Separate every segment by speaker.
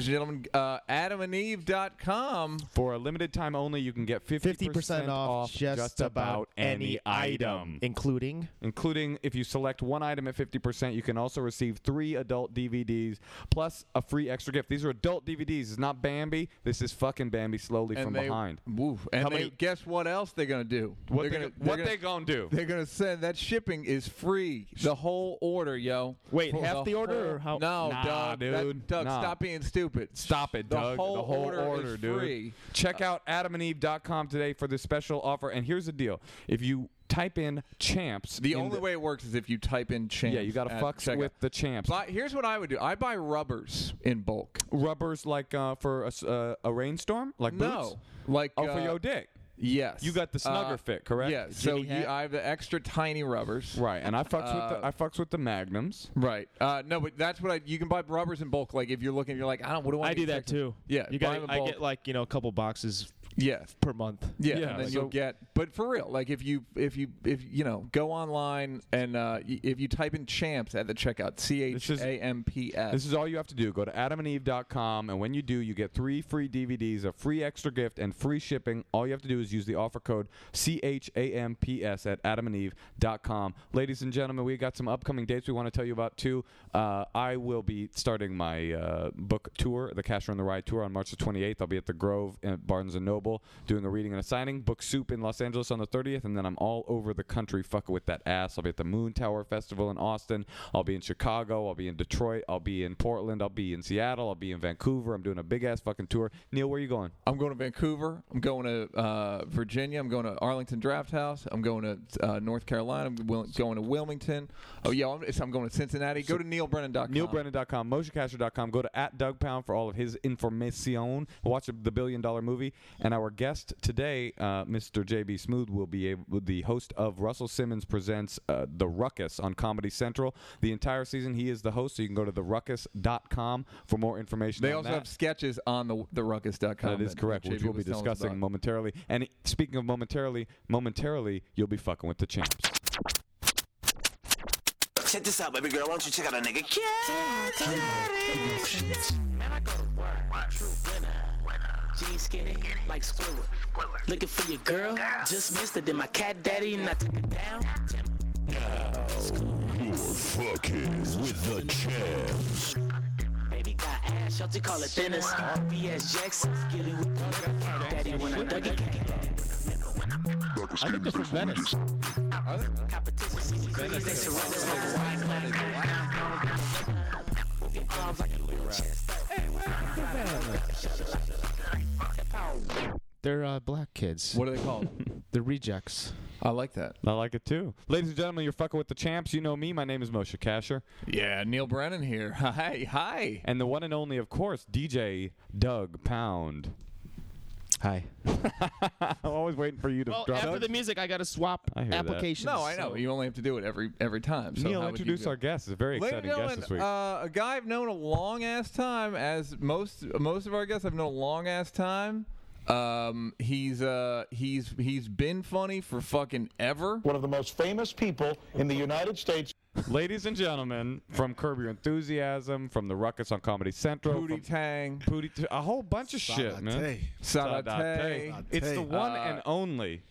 Speaker 1: and gentlemen, uh, adamandeve.com.
Speaker 2: For a limited time only, you can get 50%,
Speaker 3: 50% off just about any
Speaker 2: item.
Speaker 3: including
Speaker 2: including if you select one item at 50%, you can also receive three adult DVDs plus a free extra gift. These are adult DVDs. It's not Bambi. This is fucking Bambi slowly
Speaker 1: And
Speaker 2: from
Speaker 1: they,
Speaker 2: behind.
Speaker 1: Woof. And
Speaker 3: How
Speaker 1: they,
Speaker 3: many-
Speaker 1: guess what else they're going to do?
Speaker 2: What
Speaker 1: they're
Speaker 2: they,
Speaker 1: gonna-
Speaker 2: go- what
Speaker 1: they're gonna-
Speaker 2: they gonna do?
Speaker 1: They're gonna send that shipping is free. The whole order, yo.
Speaker 3: Wait,
Speaker 1: For
Speaker 3: half the order or how-
Speaker 1: whole- No,
Speaker 2: Nah,
Speaker 1: Doug, that-
Speaker 2: dude.
Speaker 1: Doug,
Speaker 2: Nah.
Speaker 1: stop being stupid.
Speaker 2: Stop it, Doug.
Speaker 1: The whole, order, is
Speaker 2: dude.
Speaker 1: free.
Speaker 2: Check out adamandeve.com today for this special offer. And here's the deal: if you type in champs,
Speaker 1: The
Speaker 2: in
Speaker 1: only way it works is if you type in champs.
Speaker 2: yeah, you got to
Speaker 1: at
Speaker 2: fuck
Speaker 1: checkout.
Speaker 2: with the champs.
Speaker 1: Buy- here's what I would do. I buy rubbers in bulk.
Speaker 2: Rubbers like uh, for a, s- uh, a rainstorm, like boots.
Speaker 1: No, like
Speaker 2: Oh, for
Speaker 1: uh,
Speaker 2: your dick.
Speaker 1: Yes,
Speaker 2: You got the snugger
Speaker 1: Uh,
Speaker 2: fit, correct?
Speaker 1: Yeah. So
Speaker 3: Jimmy
Speaker 1: you,
Speaker 3: hat?
Speaker 1: I have the extra tiny rubbers.
Speaker 2: Right, and I fucks with
Speaker 1: Uh,
Speaker 2: the I fucks with the magnums.
Speaker 1: Right. Uh, no, but that's what I. You can buy rubbers in bulk. Like if you're looking, you're like, I don't. What do I?
Speaker 3: I
Speaker 1: need
Speaker 3: do that
Speaker 1: extra?
Speaker 3: too.
Speaker 1: Yeah.
Speaker 3: you
Speaker 1: buy
Speaker 3: got.
Speaker 1: them in
Speaker 3: I
Speaker 1: bulk.
Speaker 3: get like you know a couple boxes
Speaker 1: Yeah.
Speaker 3: per month.
Speaker 1: Yeah,
Speaker 2: Yeah,
Speaker 1: and then
Speaker 2: like-
Speaker 1: you'll get. But for real, like if you if you if you know go online and uh, y- if you type in champs at the checkout, C H
Speaker 2: is-
Speaker 1: A M P
Speaker 2: This
Speaker 1: S.
Speaker 2: is all you have to do. Go to adamandeve.com, and when you do, you get three free DVDs, a free extra gift, and free shipping. All you have to do is use the offer code CHAMPS at adamandeve.com. Ladies and gentlemen, we got some upcoming dates we want to tell you about, too. Uh, I will be starting my uh, book tour, the Cash on the Ride tour, on March the 28th. I'll be at the Grove at Barnes & Noble doing a reading and a signing. Book Soup in Los Angeles on the 30th, and then I'm all over the country fucking with that ass. I'll be at the Moon Tower Festival in Austin. I'll be in Chicago. I'll be in Detroit. I'll be in Portland. I'll be in Seattle. I'll be in Vancouver. I'm doing a big ass fucking tour. Neil, where are you going?
Speaker 1: I'm going to Vancouver. I'm going to uh, Virginia. I'm going to Arlington Draft House. I'm going to uh, North Carolina. I'm wil- going to Wilmington. Oh yeah, I'm, I'm going to Cincinnati. Go to neilbrennan.com.
Speaker 2: NeilBrennan.com, MotionCaster.com. Go to at Doug Pound for all of his information. Watch the Billion Dollar Movie. And our guest today, uh, Mr. J.B. Smooth, will be able, the host of Russell Simmons Presents uh, The Ruckus on Comedy Central. The entire season, he is the host, so you can go to theruckus.com for more information.
Speaker 1: They
Speaker 2: on
Speaker 1: also
Speaker 2: that.
Speaker 1: have sketches on the the ruckus.com.
Speaker 2: That is correct, which
Speaker 1: JB
Speaker 2: we'll be
Speaker 1: was telling us
Speaker 2: discussing
Speaker 1: about.
Speaker 2: momentarily. And speaking of momentarily, momentarily, you'll be fucking with the champs.
Speaker 4: Check this out, baby girl. Why don't you check out a nigga? Get Man, I go to work. True winner. Jeans skinny, like Squidward. Looking for your girl. Just missed it. Then my cat daddy and I took it down.
Speaker 5: Fucking with the champs.
Speaker 4: Baby got ass. Y'all just call it thinners. BS Jackson. Gilly with the cat daddy when I dug it.
Speaker 3: I think they're from Venice.
Speaker 4: They surrender like wine, like arms like a chest.
Speaker 3: They're uh, black kids.
Speaker 1: What are they called?
Speaker 3: They're rejects.
Speaker 1: I like that.
Speaker 2: I like it too. Ladies and gentlemen, you're fucking with the champs. You know me. My name is Moshe Kasher.
Speaker 1: Yeah, Neil Brennan here. Hi, hi.
Speaker 2: And the one and only, of course, DJ Doug Pound.
Speaker 3: Hi.
Speaker 2: I'm always waiting for you to
Speaker 3: Well,
Speaker 2: drop.
Speaker 3: after
Speaker 2: Doug.
Speaker 3: the music, I got to swap
Speaker 2: I hear that.
Speaker 3: applications.
Speaker 1: No, I know.
Speaker 3: so-
Speaker 1: You only have to do it every every time. So
Speaker 2: Neil,
Speaker 1: how would you
Speaker 2: introduce
Speaker 1: do-
Speaker 2: our guest. It's a very
Speaker 1: Ladies and
Speaker 2: exciting guest
Speaker 1: gentlemen,
Speaker 2: this week.
Speaker 1: Uh, a guy I've known a long ass time, as most most of our guests I've known a long ass time. Um, he's uh he's he's been funny for fucking ever.
Speaker 6: one of the most famous people in the United States.
Speaker 1: uh,
Speaker 2: Ladies and gentlemen, from Curb Your Enthusiasm, from The Ruckus on Comedy Central,
Speaker 1: Booty
Speaker 2: from
Speaker 1: Tang,
Speaker 2: Pootie T- a whole bunch of shit, man.
Speaker 1: Sadate,
Speaker 2: It's the one and only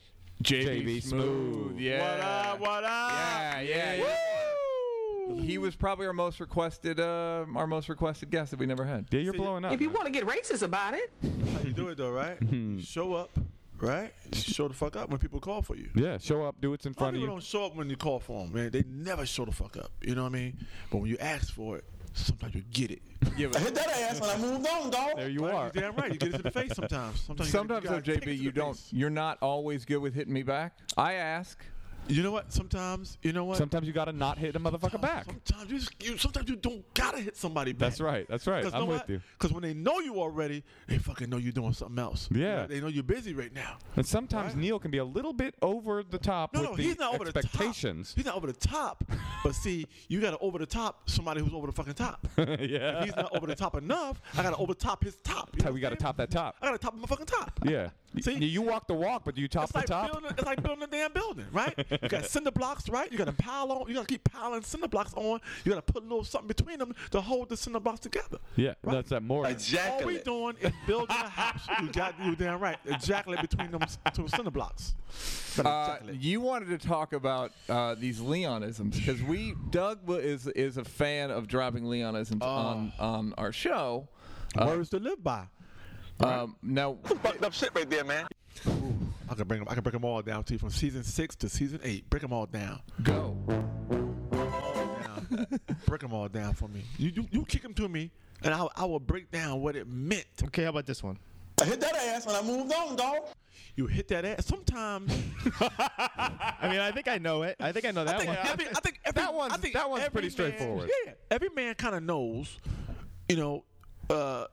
Speaker 2: JB Uh, Smooth.
Speaker 1: Yeah.
Speaker 2: What up? What up?
Speaker 1: Yeah, yeah. yeah. He was probably our most requested uh our most requested guest that we never had.
Speaker 2: Yeah, you're blowing up.
Speaker 7: If you
Speaker 2: man.
Speaker 7: want to get racist about it,
Speaker 8: You do it though, right? You show up, right? You show the fuck up when people call for you.
Speaker 2: Yeah, show up, do what's in
Speaker 8: A lot of
Speaker 2: front of
Speaker 8: people
Speaker 2: you.
Speaker 8: don't show up when you call for them, man. They never show the fuck up. You know what I mean? But when you ask for it, sometimes you get it.
Speaker 6: I hit that ass and I moved on, dog.
Speaker 2: There you
Speaker 8: Right?
Speaker 2: are.
Speaker 8: You damn right. You get it to the face sometimes. Sometimes,
Speaker 1: Sometimes
Speaker 8: you
Speaker 1: though,
Speaker 8: gotta- you gotta kick
Speaker 1: JB,
Speaker 8: it to
Speaker 1: you
Speaker 8: the
Speaker 1: don't
Speaker 8: face.
Speaker 1: you're not always good with hitting me back. I ask.
Speaker 8: You know what? Sometimes, you know what?
Speaker 2: Sometimes you gotta not hit the motherfucker back.
Speaker 8: Sometimes you, just- you sometimes you don't gotta hit somebody back.
Speaker 2: That's right. That's right. I'm with you.
Speaker 8: Because when they know you already, they fucking know you're doing something else.
Speaker 2: Yeah.
Speaker 8: They know you're busy right now.
Speaker 2: And sometimes
Speaker 8: Right.
Speaker 2: Neil can be a little bit over the top
Speaker 8: No,
Speaker 2: with
Speaker 8: no,
Speaker 2: the
Speaker 8: he's not over the top.
Speaker 2: expectations.
Speaker 8: He's not over the top. But see, you got to over the top somebody who's over the fucking top. If
Speaker 2: yeah.
Speaker 8: he's not over the top enough. I got to over top his top. You know
Speaker 2: we
Speaker 8: what
Speaker 2: got to
Speaker 8: I'm saying?
Speaker 2: top that top.
Speaker 8: I got to top my fucking top.
Speaker 2: Yeah. See,
Speaker 8: See?
Speaker 2: you, you walk the walk, but you top
Speaker 8: It's
Speaker 2: the
Speaker 8: like,
Speaker 2: top.
Speaker 8: building, it's like building a damn building, right? You got cinder blocks, right? You got to pile on. You got to keep piling cinder blocks on. You got to put a little something between them to hold the cinder blocks together.
Speaker 2: yeah, that's that more.
Speaker 8: All
Speaker 7: Oh,
Speaker 8: we doing is building a house. You got you damn right. Ejaculate between them s- two cinder blocks. Gotta
Speaker 1: Uh,
Speaker 8: ejaculate.
Speaker 1: you wanted to talk about uh, these Leonisms because we Doug wa- is is a fan of dropping Leonisms on on our show.
Speaker 8: Words to live by.
Speaker 1: Um, now,
Speaker 7: Fucked up shit right there, man.
Speaker 8: I can bring them. I can break them all down to you from season six to season eight. Break them all down.
Speaker 1: go.
Speaker 8: down. break them all down for me. You you, you kick them to me, and I, I will break down what it meant.
Speaker 3: Okay, how about this one?
Speaker 6: I hit that ass and I moved on, dog.
Speaker 8: You hit that ass. Sometimes
Speaker 3: I mean, I think I know it. I think I know that
Speaker 8: I
Speaker 3: one.
Speaker 8: think every, I think every,
Speaker 2: That one's-
Speaker 8: I think
Speaker 2: that one's
Speaker 8: every
Speaker 2: pretty
Speaker 8: man-
Speaker 2: straightforward.
Speaker 8: Yeah, every man kind of knows, you know, uh,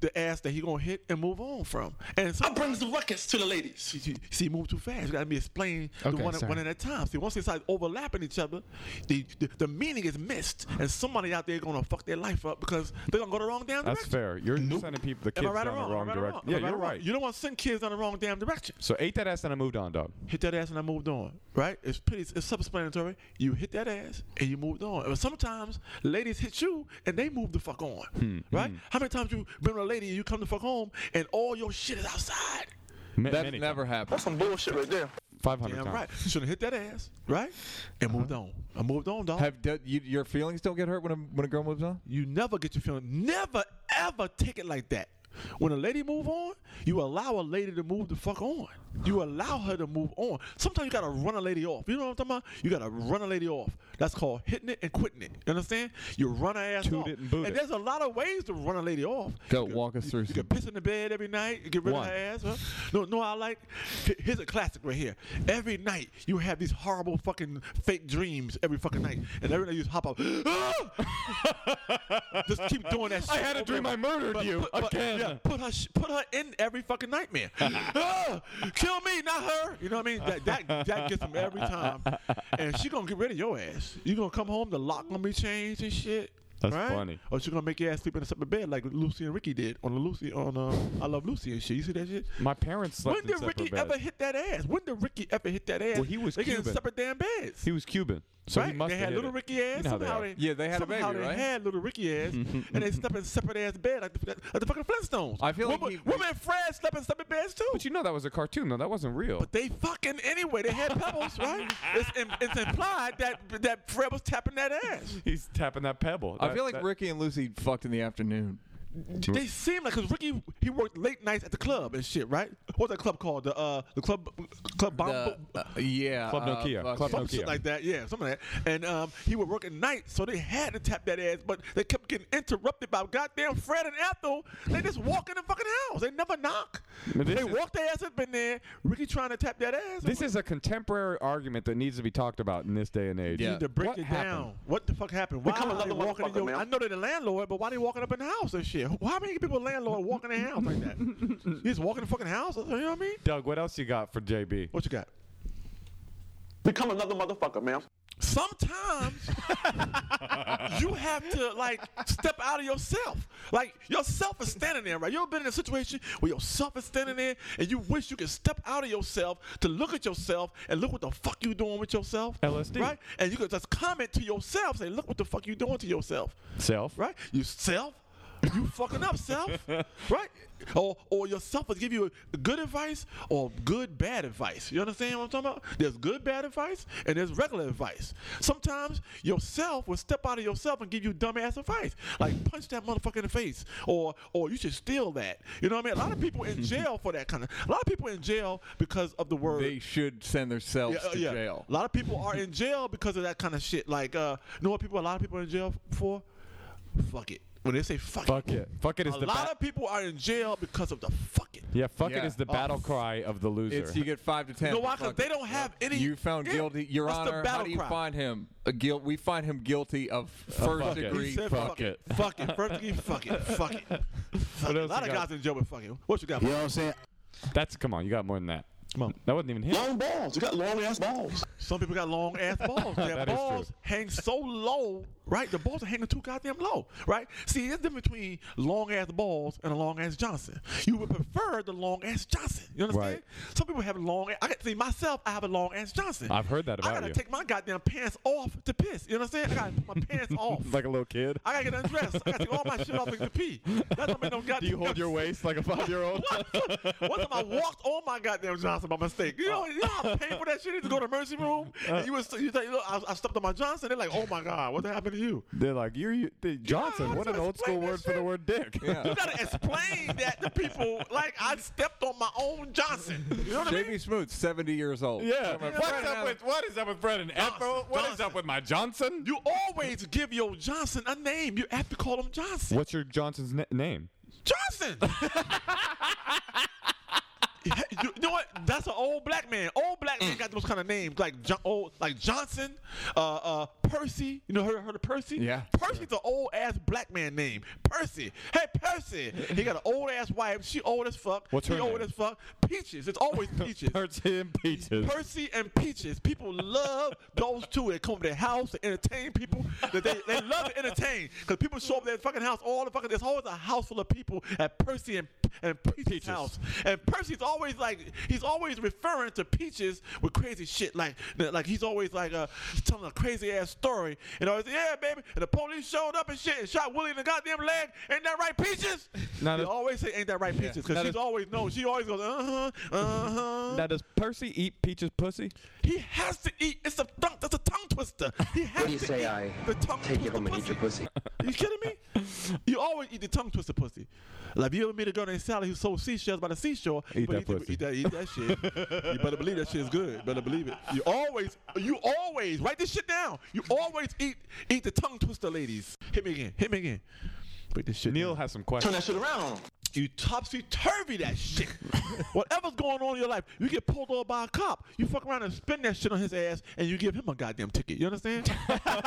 Speaker 8: the ass that he gonna hit and move on from. And
Speaker 6: I
Speaker 8: some
Speaker 6: brings the ruckus to the ladies.
Speaker 8: see, see, you move too fast. You gotta be explained
Speaker 3: Okay,
Speaker 8: the one,
Speaker 3: sorry.
Speaker 8: one at a time. See, once they start overlapping each other, the, the the meaning is missed, and somebody out there gonna fuck their life up because they're gonna go the wrong damn
Speaker 2: That's
Speaker 8: direction.
Speaker 2: fair. You're sending people the kids
Speaker 8: Am I right
Speaker 2: down
Speaker 8: or wrong?
Speaker 2: the wrong
Speaker 8: Am I right or
Speaker 2: direction.
Speaker 8: wrong?
Speaker 2: Yeah,
Speaker 8: Am I
Speaker 2: you're
Speaker 8: or wrong?
Speaker 2: right.
Speaker 8: You don't want to send kids down the wrong damn direction.
Speaker 2: So ate that ass and I moved on, dog.
Speaker 8: hit that ass and I moved on. Right? It's pretty. It's self-explanatory. You hit that ass and you moved on. But sometimes ladies hit you and they move the fuck on.
Speaker 2: Hmm,
Speaker 8: Right? How many times you been with a lady and you come the fuck home and all your shit is outside?
Speaker 2: Ma-
Speaker 1: That's
Speaker 2: many
Speaker 1: never
Speaker 2: times.
Speaker 1: happened.
Speaker 7: Some bullshit right there.
Speaker 2: Five hundred
Speaker 8: Damn
Speaker 2: times. Uh-huh.
Speaker 8: right. You should have hit that ass, right? And moved on. I moved on, dog.
Speaker 1: Have do- you, your feelings don't get hurt when a, when a girl moves on?
Speaker 8: you never get your feeling. Never ever take it like that. When a lady move on, you allow a lady to move the fuck on. You allow her to move on. Sometimes you gotta run a lady off. You know what I'm talking about? You gotta run a lady off. That's called hitting it and quitting it. You understand? You run her ass
Speaker 2: Toot
Speaker 8: off.
Speaker 2: it and boot it.
Speaker 8: there's a lot of ways to run a lady off.
Speaker 1: Go
Speaker 8: You
Speaker 1: walk us
Speaker 8: you-
Speaker 1: through
Speaker 8: You
Speaker 1: some.
Speaker 8: can piss in the bed every night. You get rid
Speaker 2: One.
Speaker 8: of her ass. Huh? No, no, I like. he- Here's a classic right here. Every night you have these horrible fucking fake dreams every fucking night, and every night you just hop up. Just keep doing that shit.
Speaker 2: I had a
Speaker 8: over
Speaker 2: dream
Speaker 8: and
Speaker 2: I
Speaker 8: over.
Speaker 2: murdered you again.
Speaker 8: yeah, put her, sh- put her in every fucking nightmare. Ah, kill me, not her. You know what I mean? That that that gets them every time, and she gonna get rid of your ass. You gonna come home, the lock gonna be changed and shit.
Speaker 2: That's
Speaker 8: right?
Speaker 2: funny.
Speaker 8: Or she gonna make your ass sleep in a separate bed like Lucy and Ricky did on the Lucy on uh, I Love Lucy and shit. You see that shit?
Speaker 2: My parents slept
Speaker 8: When
Speaker 2: in
Speaker 8: did
Speaker 2: separate
Speaker 8: Ricky
Speaker 2: beds.
Speaker 8: ever hit that ass? When did Ricky ever hit that ass?
Speaker 2: Well, he was
Speaker 8: they get in
Speaker 2: Cuban.
Speaker 8: separate damn beds.
Speaker 2: He was Cuban, so
Speaker 8: right?
Speaker 2: he must
Speaker 8: they
Speaker 2: have
Speaker 8: had
Speaker 2: hit
Speaker 8: little
Speaker 2: it.
Speaker 8: Ricky
Speaker 2: You
Speaker 8: ass.
Speaker 2: know how they
Speaker 8: somehow
Speaker 2: are.
Speaker 8: they,
Speaker 1: Yeah, they had a
Speaker 8: somehow
Speaker 1: baby,
Speaker 8: they
Speaker 1: right?
Speaker 8: had little Ricky ass, and they slept in separate ass bed like the, like the fucking Flintstones.
Speaker 1: I feel like
Speaker 8: woman,
Speaker 1: he-
Speaker 8: woman and Fred slept in separate beds too.
Speaker 2: But you know that was a cartoon, though. That wasn't real.
Speaker 8: But they fucking anyway. They had pebbles, right? It's, im- it's implied that that Fred was tapping that ass.
Speaker 2: He's tapping that pebble.
Speaker 1: I
Speaker 2: That-
Speaker 1: feel like
Speaker 2: that-
Speaker 1: Ricky and Lucy fucked in the afternoon.
Speaker 8: They seem like because Ricky he worked late nights at the club and shit, right? What's that club called? The uh the club club bomb.
Speaker 1: The- uh, yeah.
Speaker 2: Club
Speaker 1: uh,
Speaker 2: Nokia.
Speaker 1: fuck
Speaker 2: Club
Speaker 1: it.
Speaker 8: some
Speaker 2: Nokia.
Speaker 8: shit like that. Yeah, something like that. And um, he would work at night, so they had to tap that ass, but they kept getting interrupted by goddamn Fred and Ethel. They just walk in the fucking house. They never knock.
Speaker 2: But this
Speaker 8: They
Speaker 2: is-
Speaker 8: walk their ass up in there. Ricky trying to tap that ass.
Speaker 2: This is a contemporary argument that needs to be talked about in this day and age.
Speaker 1: Yeah.
Speaker 8: You need to break
Speaker 2: What
Speaker 8: it
Speaker 2: happened?
Speaker 8: down. What the fuck happened? Why
Speaker 7: Become
Speaker 8: are they
Speaker 7: another
Speaker 8: walking in
Speaker 7: motherfucker,
Speaker 8: your?
Speaker 7: man.
Speaker 8: I know they're the landlord, but why they walking up in the house and shit? Why many people landlord walking in the house like that? you just walk in the fucking house. You know what I mean?
Speaker 2: Doug, what else you got for JB?
Speaker 8: What you got?
Speaker 7: Become another motherfucker, man.
Speaker 8: sometimes you have to like step out of yourself. Like yourself is standing there, right? You ever been in a situation where yourself is standing there and you wish you could step out of yourself to look at yourself and look what the fuck you doing with yourself?
Speaker 2: LSD.
Speaker 8: Right? And you could just comment to yourself, say, look what the fuck you doing to yourself.
Speaker 2: Self.
Speaker 8: Right? You self. You fucking up, self. Right? Or or yourself will give you good advice or good bad advice. You understand what I'm talking about? There's good bad advice and there's regular advice. Sometimes yourself will step out of yourself and give you dumbass advice. Like punch that motherfucker in the face. Or or you should steal that. You know what I mean? A lot of people in jail for that kind of a lot of people in jail because of the word
Speaker 1: They should send themselves
Speaker 8: yeah, uh,
Speaker 1: to
Speaker 8: yeah.
Speaker 1: jail.
Speaker 8: A lot of people are in jail because of that kind of shit. Like, uh, you know what people? A lot of people are in jail for? Fuck it. When they say fuck,
Speaker 2: Fuck it. Fuck it is
Speaker 8: a
Speaker 2: the
Speaker 8: lot
Speaker 2: ba-
Speaker 8: of people are in jail because of the fuck it.
Speaker 2: yeah. Fuck it
Speaker 1: Yeah.
Speaker 2: is the
Speaker 1: Oh.
Speaker 2: battle cry of the loser.
Speaker 1: It's you get five to ten.
Speaker 8: You know why?
Speaker 1: for
Speaker 8: 'Cause
Speaker 1: fucking-
Speaker 8: they don't have any.
Speaker 1: You found
Speaker 8: Yeah,
Speaker 1: guilty, Your
Speaker 8: that's the
Speaker 1: Honor. How
Speaker 8: battle
Speaker 1: do you
Speaker 8: cry.
Speaker 1: find him? A guilt. We find him guilty of first
Speaker 2: fuck it.
Speaker 1: degree.
Speaker 8: He said,
Speaker 2: Fuck
Speaker 8: fuck
Speaker 2: it.
Speaker 8: it. Fuck it. First degree, fuck it. Fuck it. Fuck
Speaker 2: What
Speaker 8: it. A
Speaker 2: else
Speaker 8: lot
Speaker 2: you
Speaker 8: of
Speaker 2: got?
Speaker 8: guys in jail with fuck it. What you got?
Speaker 6: You know what I'm saying?
Speaker 2: That's come on. You got more than that. Come on. That wasn't even him.
Speaker 6: Long balls. You got long ass balls.
Speaker 8: Some people got long ass balls. Their
Speaker 2: That is true.
Speaker 8: balls hang so low right? The balls are hanging too goddamn low, right? See, it's difference between long ass balls and a long ass Johnson. You would prefer the long ass Johnson. You understand?
Speaker 2: Right.
Speaker 8: Some people have long. I see myself. I have a long ass Johnson.
Speaker 2: I've heard that
Speaker 8: I
Speaker 2: about
Speaker 8: gotta
Speaker 2: you.
Speaker 8: take my goddamn pants off to piss. You know what I'm saying? I gotta put my pants off.
Speaker 3: like a little kid.
Speaker 8: I gotta get undressed. I gotta take all my shit off and pee. That don't make no goddamn.
Speaker 3: Do you hold your waist like a five year old?
Speaker 8: One time I walked on my goddamn Johnson by mistake. You know, you know how painful that shit is to go to the emergency room.
Speaker 3: Uh.
Speaker 8: And you was you thought, you know, I, I stepped on my Johnson. They're like, oh my god, what happened to you?
Speaker 3: They're like, you're you, the- Johnson.
Speaker 8: I
Speaker 3: what
Speaker 8: was
Speaker 3: an
Speaker 8: gonna
Speaker 3: old school
Speaker 8: explain that
Speaker 3: word for the
Speaker 8: shit.
Speaker 3: word dick.
Speaker 8: You gotta explain that to people. Like I stepped on my own Johnson. You know what I mean?
Speaker 1: JB Smoot, 70 years old.
Speaker 3: Yeah.
Speaker 1: Talking about
Speaker 3: What's
Speaker 1: Fred
Speaker 3: up
Speaker 1: Allen.
Speaker 3: with- what is up with Fred and Ethel? What is
Speaker 8: Johnson.
Speaker 3: up with my Johnson?
Speaker 8: You always give your Johnson a name. You have to call him Johnson.
Speaker 2: What's your Johnson's na- name?
Speaker 8: Johnson. Yeah, you, you know what? That's an old black man. Old black
Speaker 2: Mm.
Speaker 8: man got those kind of names like jo- old, like Johnson, uh, uh, Percy. You know, heard, heard of Percy?
Speaker 1: Yeah.
Speaker 8: Percy's an old ass black man name. Percy. Hey, Percy. He got an old ass wife. She old as fuck.
Speaker 2: What's her
Speaker 8: he old
Speaker 2: name?
Speaker 8: as fuck. Peaches. It's always Peaches.
Speaker 2: Percy and Peaches.
Speaker 8: Percy and Peaches. People love those two. They come to their house to entertain people. That they, they love to entertain because people show up at their fucking house all the fucking. There's always a house full of people at Percy and and Peaches', house. And Percy's always like he's always referring to Peaches with crazy shit. Like like he's always like uh telling a crazy ass story. And always yeah baby. And the police showed up and shit and shot Willie in the goddamn leg. Ain't that right, Peaches?
Speaker 2: Now
Speaker 8: they
Speaker 2: the-
Speaker 8: always say ain't that right, Peaches? Because
Speaker 2: Now
Speaker 8: she's
Speaker 2: the-
Speaker 8: always knows. She always goes uh huh uh huh.
Speaker 2: Now, does Percy eat Peaches' pussy?
Speaker 8: He has to eat. It's a tongue. That's a tongue twister. He has
Speaker 9: do you
Speaker 8: to
Speaker 9: say
Speaker 8: eat
Speaker 9: I
Speaker 8: the tongue
Speaker 9: Take
Speaker 8: twister
Speaker 9: it home and eat your pussy.
Speaker 8: You kidding me? You always eat the tongue twister pussy. Like you ever meet a girl named Sally who sold seashells by the seashore?
Speaker 2: Eat
Speaker 8: but
Speaker 2: that
Speaker 8: eat, the-
Speaker 2: pussy.
Speaker 8: eat that. Eat that shit. you better believe that shit is good. Better believe it. You always. You always write this shit down. You always eat eat the tongue twister, ladies. Hit me again. Hit me again. Break this shit.
Speaker 2: Neil
Speaker 8: down.
Speaker 2: has some
Speaker 7: Turn
Speaker 2: questions.
Speaker 7: that shit around on him.
Speaker 8: You topsy turvy that shit. Whatever's going on in your life, you get pulled over by a cop. You fuck around and spin that shit on his ass, and you give him a goddamn ticket. You understand?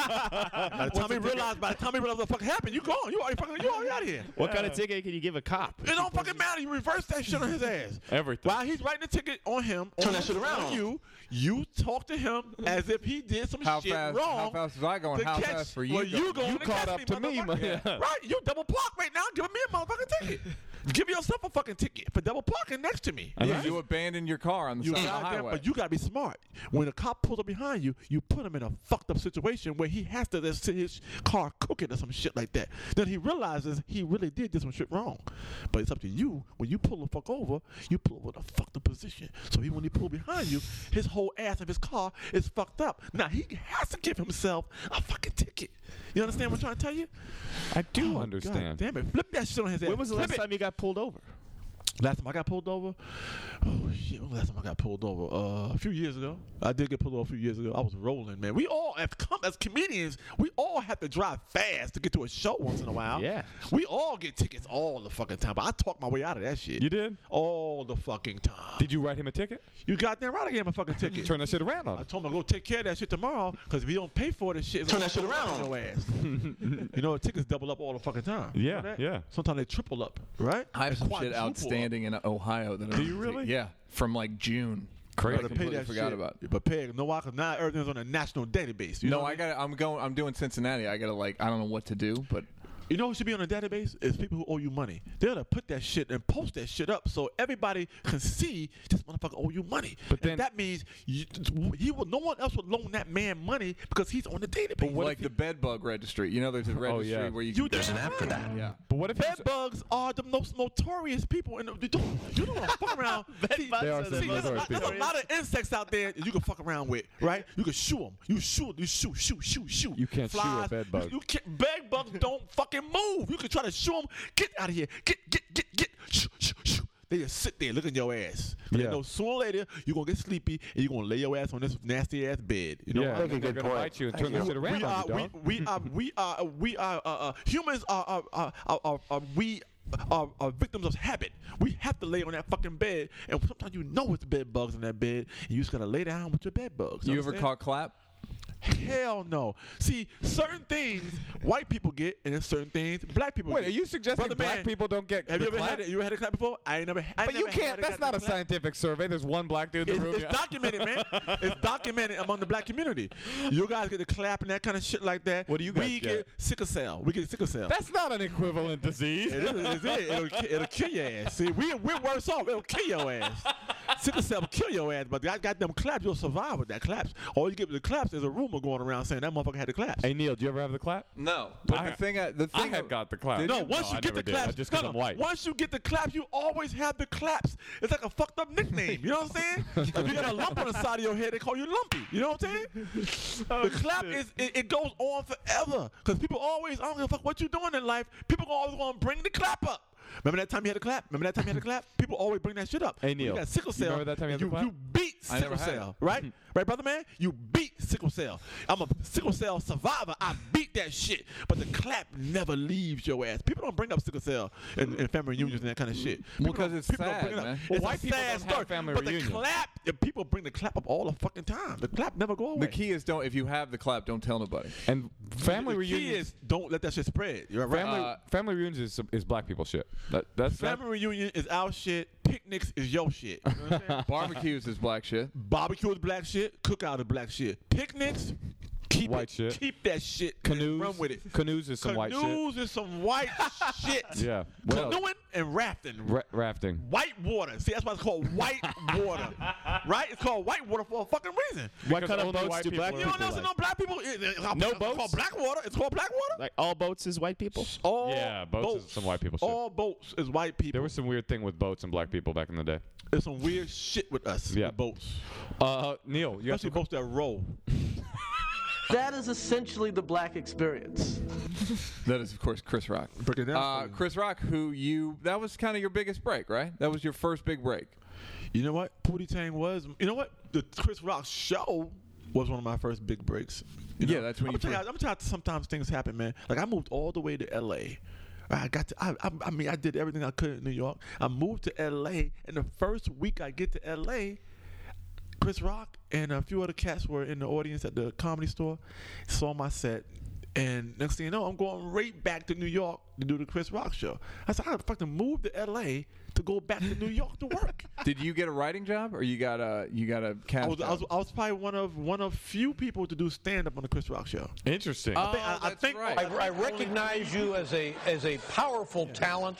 Speaker 8: by the time he realized, by the time he realized what the fuck happened, you gone. You already fucking, you already out of here.
Speaker 3: What kind of ticket can you give a cop?
Speaker 8: It don't fucking matter. You reverse that shit on his ass.
Speaker 2: Everything.
Speaker 8: While he's writing the ticket on him,
Speaker 7: Turn
Speaker 8: on,
Speaker 7: that shit around.
Speaker 8: on you, you talk to him as if he did some
Speaker 1: How
Speaker 8: shit
Speaker 1: fast-
Speaker 8: wrong.
Speaker 1: how fast was I going?
Speaker 8: to
Speaker 1: How
Speaker 8: catch-
Speaker 1: fast were you
Speaker 8: well,
Speaker 1: going?
Speaker 8: You, going
Speaker 2: You
Speaker 8: to
Speaker 2: caught
Speaker 8: catch
Speaker 2: up
Speaker 8: me,
Speaker 2: to me,
Speaker 8: motherfucker.
Speaker 2: man.
Speaker 8: right? You double park right now, giving me a motherfucking ticket. Give yourself a fucking ticket for double parking next to me.
Speaker 1: You- You abandoned your car on the
Speaker 8: You
Speaker 1: side of the
Speaker 8: goddamn-
Speaker 1: highway.
Speaker 8: but you gotta be smart. When a cop pulls up behind you, you put him in a fucked up situation where he has to just sit his car cooking or some shit like that. Then he realizes he really did do some shit wrong. But it's up to you. When you pull the fuck over, you pull over in a fucked up position. So he when he pull behind you, his whole ass of his car is fucked up. Now he has to give himself a fucking ticket. You understand what I'm trying to tell you?
Speaker 2: I do
Speaker 8: Oh,
Speaker 2: understand.
Speaker 8: God damn it. Flip that shit on his ass.
Speaker 3: When was the
Speaker 8: Flip
Speaker 3: last
Speaker 8: it.
Speaker 3: time you got pulled over?
Speaker 8: Last time I got pulled over, oh shit! when was the Last time I got pulled over, uh, a few years ago. I did get pulled over a few years ago. I was rolling, man. We all as com- as comedians, we all have to drive fast to get to a show once in a while.
Speaker 3: Yeah.
Speaker 8: we all get tickets all the fucking time. But I talked my way out of that shit.
Speaker 2: You did?
Speaker 8: all the fucking time.
Speaker 2: Did you write him a ticket?
Speaker 8: you goddamn right, I gave him a fucking ticket.
Speaker 2: Turn that shit around on
Speaker 8: I
Speaker 2: him.
Speaker 8: told him to go take care of that shit tomorrow, because if you don't pay for this shit, it's
Speaker 7: Turn
Speaker 8: gonna
Speaker 7: that shit
Speaker 8: fuck
Speaker 7: around.
Speaker 8: Your ass. you know, tickets double up all the fucking time. You
Speaker 2: Yeah,
Speaker 8: know that?
Speaker 2: yeah.
Speaker 8: Sometimes they triple up, right?
Speaker 1: I have some shit
Speaker 8: Quadruple up.
Speaker 1: outstanding in Ohio that Do
Speaker 2: you really?
Speaker 1: Yeah, from like June. Crazy. I
Speaker 8: Gotta pay
Speaker 1: completely
Speaker 8: that
Speaker 1: forgot
Speaker 8: shit.
Speaker 1: about.
Speaker 8: But pay no why cause now everything's on a national database. You know
Speaker 1: no,
Speaker 8: what
Speaker 1: I
Speaker 8: mean?
Speaker 1: got. to I'm going. I'm doing Cincinnati. I got to like. I don't know what to do, but
Speaker 8: You know who should be on a database? Is people who owe you money. They ought to put that shit and post that shit up so everybody can see this motherfucker owe you money.
Speaker 2: But
Speaker 8: And
Speaker 2: then-
Speaker 8: that means you, he will. No one else would loan that man money because he's on the database.
Speaker 1: like the bed bug registry. You know, there's a registry
Speaker 2: yeah.
Speaker 1: where you.
Speaker 8: you
Speaker 1: can-
Speaker 8: there's an app for that.
Speaker 1: yeah.
Speaker 2: But what if he's-
Speaker 8: Bed bugs are the most notorious people in the. You don't, you don't wanna fuck around. See,
Speaker 3: bugs
Speaker 2: They are
Speaker 3: are
Speaker 2: some
Speaker 3: the
Speaker 8: See, there's,
Speaker 2: notorious
Speaker 8: a
Speaker 3: most
Speaker 8: lot, there's a
Speaker 3: notorious.
Speaker 8: lot of insects out there that you can fuck around with, right? You can shoo them. You shoot, you shoot, shoot, shoot, shoot.
Speaker 2: You can't shoo a
Speaker 8: Flies,
Speaker 2: bed bug.
Speaker 8: You, you can't, bed bugs don't fucking move. You can try to shoo them. Get out of here. Get, get, get, get. Shoo, shoo, shoo. They just sit there looking your ass. Yeah. They
Speaker 2: Yeah.
Speaker 8: know sooner or later you're gonna get sleepy and you're gonna lay your ass on this nasty ass bed. You know,
Speaker 2: Yeah,
Speaker 8: I-
Speaker 2: they're going to bite you and turn that shit around
Speaker 8: we
Speaker 2: on
Speaker 8: are,
Speaker 2: you, dog.
Speaker 8: we, we are, we are, we are, uh, uh, humans are, are, are, are, are, are we are, are victims of habit. We have to lay on that fucking bed, and sometimes you know it's bed bugs in that bed, and you just gotta lay down with your bed bugs.
Speaker 1: You ever
Speaker 8: understand?
Speaker 1: caught clap?
Speaker 8: Hell no. See, certain things white people get, and then certain things black people
Speaker 2: Wait,
Speaker 8: get.
Speaker 2: are you suggesting
Speaker 8: Brother
Speaker 2: black
Speaker 8: man,
Speaker 2: people don't get
Speaker 8: Have
Speaker 2: the
Speaker 8: you ever
Speaker 2: clap?
Speaker 8: had it? You ever had a clap before? I ain't never. I
Speaker 2: But you
Speaker 8: never had
Speaker 2: can't. That's not a
Speaker 8: goddamn clap.
Speaker 2: scientific survey. There's one black dude in the
Speaker 8: It's,
Speaker 2: room.
Speaker 8: it's
Speaker 2: yeah.
Speaker 8: documented, man. It's documented among the black community. You guys get to clap and that kind of shit like that.
Speaker 2: What do you guys
Speaker 8: We
Speaker 2: get?
Speaker 8: get sickle cell. We get sickle cell.
Speaker 2: That's not an equivalent disease.
Speaker 8: It is, it's it. It'll, ki- it'll kill your ass. See, we, we're worse off. It'll kill your ass. Sickle cell will kill your ass, but that goddamn claps, you'll survive with that claps. All you get with the claps is a rumor going around saying that motherfucker had the claps.
Speaker 2: Hey Neil, do you ever have the clap?
Speaker 1: No, but the thing I the
Speaker 2: I
Speaker 1: thing
Speaker 2: have got the clap.
Speaker 1: Did
Speaker 8: no, once
Speaker 2: I
Speaker 8: you get
Speaker 2: never
Speaker 8: the
Speaker 2: did. I
Speaker 8: claps,
Speaker 2: just
Speaker 8: no,
Speaker 2: 'cause I'm
Speaker 8: no,
Speaker 2: white.
Speaker 8: Once you get the claps, you always have the claps. It's like a fucked up nickname. You know what I'm saying? if you got a lump on the side of your head, they call you lumpy. You know what I'm saying?
Speaker 2: Oh,
Speaker 8: the clap is it, it goes on forever because people always I don't give a fuck what you're doing in life. People always want to bring the clap up. Remember that time you had a clap? Remember that time you had a clap? People always bring that shit up.
Speaker 2: Hey,
Speaker 8: When
Speaker 2: Neil,
Speaker 8: you got sickle
Speaker 2: you
Speaker 8: cell.
Speaker 2: remember that time you had the
Speaker 8: you,
Speaker 2: clap?
Speaker 8: you beat
Speaker 1: I never
Speaker 8: sickle
Speaker 1: had
Speaker 8: cell, right? Right, brother man? You beat sickle cell. I'm a sickle cell survivor. I beat that shit. But the clap never leaves your ass. People don't bring up sickle cell and, and family reunions and that kind of shit.
Speaker 1: Well,
Speaker 8: People
Speaker 1: 'cause
Speaker 8: don't-
Speaker 1: it's
Speaker 8: people don't
Speaker 1: sad,
Speaker 8: bring it up.
Speaker 1: man.
Speaker 8: It's
Speaker 2: Well,
Speaker 8: a
Speaker 2: white people
Speaker 8: sad
Speaker 2: don't have
Speaker 8: story,
Speaker 2: family
Speaker 8: but
Speaker 2: reunions.
Speaker 8: the clap, the people bring the clap up all the fucking time. The clap never go away.
Speaker 1: the key is don't if you have the clap, don't tell nobody.
Speaker 2: And family
Speaker 8: the key
Speaker 2: reunions.
Speaker 8: is don't let that shit spread. You're right.
Speaker 2: family,
Speaker 1: uh,
Speaker 2: family reunions is, is black people shit. That, that's that-
Speaker 8: family reunion is our shit. Picnics is your shit. You know what I'm saying?
Speaker 1: Barbecues is black shit.
Speaker 8: Barbecue is black shit. Cookout is black shit. Picnics, keep
Speaker 2: White
Speaker 8: it,
Speaker 2: shit.
Speaker 8: keep that shit. and
Speaker 2: canoes.
Speaker 8: run with it.
Speaker 2: Canoes is some white shit.
Speaker 8: Canoes is some white shit.
Speaker 2: Yeah. What else?
Speaker 8: Canoeing and rafting.
Speaker 2: Ra- rafting.
Speaker 8: White water. See, that's why it's called white water, right? It's called white water for a fucking reason.
Speaker 3: What kind of
Speaker 2: only
Speaker 3: boats
Speaker 2: white
Speaker 3: do
Speaker 2: people
Speaker 3: black
Speaker 2: are
Speaker 8: You
Speaker 3: people
Speaker 8: don't know
Speaker 3: like?
Speaker 8: no black people. It- it- it's
Speaker 3: No
Speaker 8: called
Speaker 3: boats?
Speaker 8: black water. It's called black water.
Speaker 3: Like all boats is white people.
Speaker 8: all
Speaker 2: Yeah, boats is some white people shit.
Speaker 8: All boats is white people.
Speaker 2: There was some weird thing with boats and black people back in the day.
Speaker 8: There's some weird shit with us.
Speaker 2: Yeah.
Speaker 8: with boats,
Speaker 2: Uh, Neil, you have
Speaker 8: especially
Speaker 2: some
Speaker 8: boats that roll.
Speaker 9: That is essentially the black experience.
Speaker 1: That is, of course, Chris Rock.
Speaker 8: Break it down
Speaker 1: Uh,
Speaker 8: for you.
Speaker 1: Chris Rock, who you that was kind of your biggest break, right? That was your first big break.
Speaker 8: You know what? Pootie Tang was. You know what? The Chris Rock show was one of my first big breaks. You
Speaker 1: Yeah,
Speaker 8: know?
Speaker 1: that's when
Speaker 8: I'm
Speaker 1: you
Speaker 8: Tell you,
Speaker 1: first-
Speaker 8: I'm telling you, sometimes things happen, man. Like I moved all the way to L.A. I got to. I, I, I mean, I did everything I could in New York. I moved to L.A. and the first week I get to L.A. Chris Rock and a few other cats were in the audience at the comedy store, saw my set, and next thing you know, I'm going right back to New York to do the Chris Rock show. I said, I fucking moved to L.A. to go back to New York to work.
Speaker 1: Did you get a writing job, or you got a you got a cast?
Speaker 8: I was, I was
Speaker 1: job?
Speaker 8: I was probably one of one of few people to do stand up on the Chris Rock show.
Speaker 2: interesting.
Speaker 3: Uh,
Speaker 1: Oh,
Speaker 8: think- I- I
Speaker 1: that's
Speaker 8: think-
Speaker 1: right.
Speaker 10: I recognize you as a as a powerful talent.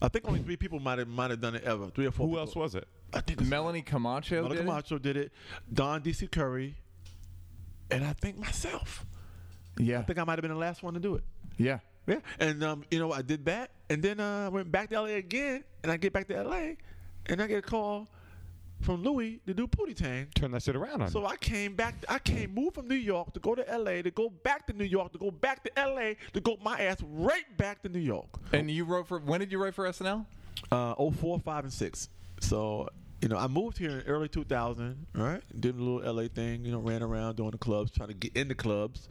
Speaker 8: I think only three people might have might have done it ever. Three or four.
Speaker 2: Who
Speaker 8: people.
Speaker 2: else was it?
Speaker 8: I think it's
Speaker 1: Melanie Camacho.
Speaker 8: Mel
Speaker 1: did it?
Speaker 8: Camacho did it. Don DC Curry, and I think myself.
Speaker 1: Yeah,
Speaker 8: I think I might have been the last one to do it.
Speaker 1: yeah.
Speaker 8: Yeah. And um, you know, I did that, and then uh, I went back to LA again, and I get back to LA, and I get a call from Louis to do Pootie Tang.
Speaker 2: Turn that shit around on
Speaker 8: So
Speaker 2: you.
Speaker 8: I came back. I came moved from New York to go to L.A. to go back to New York to go back to L.A. to go my ass right back to New York.
Speaker 1: And you wrote for when did you write for SNL?
Speaker 8: Uh, oh four, five, and six. So you know, I moved here in early 2000. All right, did a little L.A. thing. You know, ran around doing the clubs, trying to get in the clubs,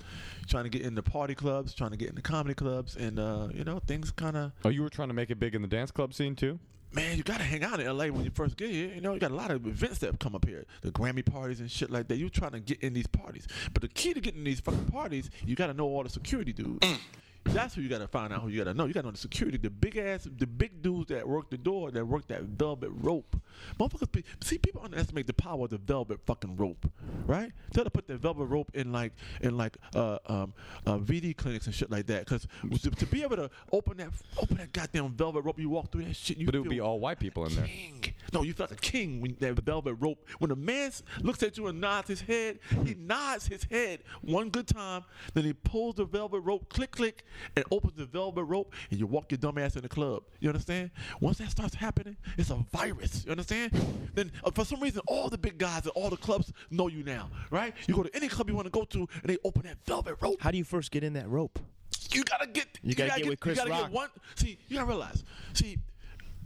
Speaker 8: trying to get in the party clubs, trying to get in the comedy clubs, and uh, you know, things kind of
Speaker 2: Oh, you were trying to make it big in the dance club scene too.
Speaker 8: man, you gotta hang out in LA when you first get here. You know, you got a lot of events that come up here, the Grammy parties and shit like that. You trying to get in these parties, but the key to getting these fucking parties, you gotta know all the security dudes. That's who you gotta find out. Who you gotta know. You gotta know the security, the big ass, the big dudes that work the door, that work that velvet rope. Motherfuckers, be- see people underestimate the power of the velvet fucking rope, right? Tell them to put that velvet rope in like in like uh, um, uh, VD clinics and shit like that. Cause to, to be able to open that open that goddamn velvet rope, you walk through that shit. You
Speaker 2: But it would be
Speaker 8: feel
Speaker 2: all white people in there.
Speaker 8: king. No, you feel like a king when that velvet rope. When a man s- looks at you and nods his head, he nods his head one good time, then he pulls the velvet rope, click, click, and opens the velvet rope, and you walk your dumb ass in the club. You understand? Once that starts happening, it's a virus. You understand? Then uh, for some reason, all the big guys at all the clubs know you now, right? You go to any club you want to go to, and they open that velvet rope
Speaker 3: How do you first get in that rope?
Speaker 8: you gotta get
Speaker 3: You gotta get with Chris
Speaker 8: you gotta
Speaker 3: Rock.
Speaker 8: get one see you gotta realize see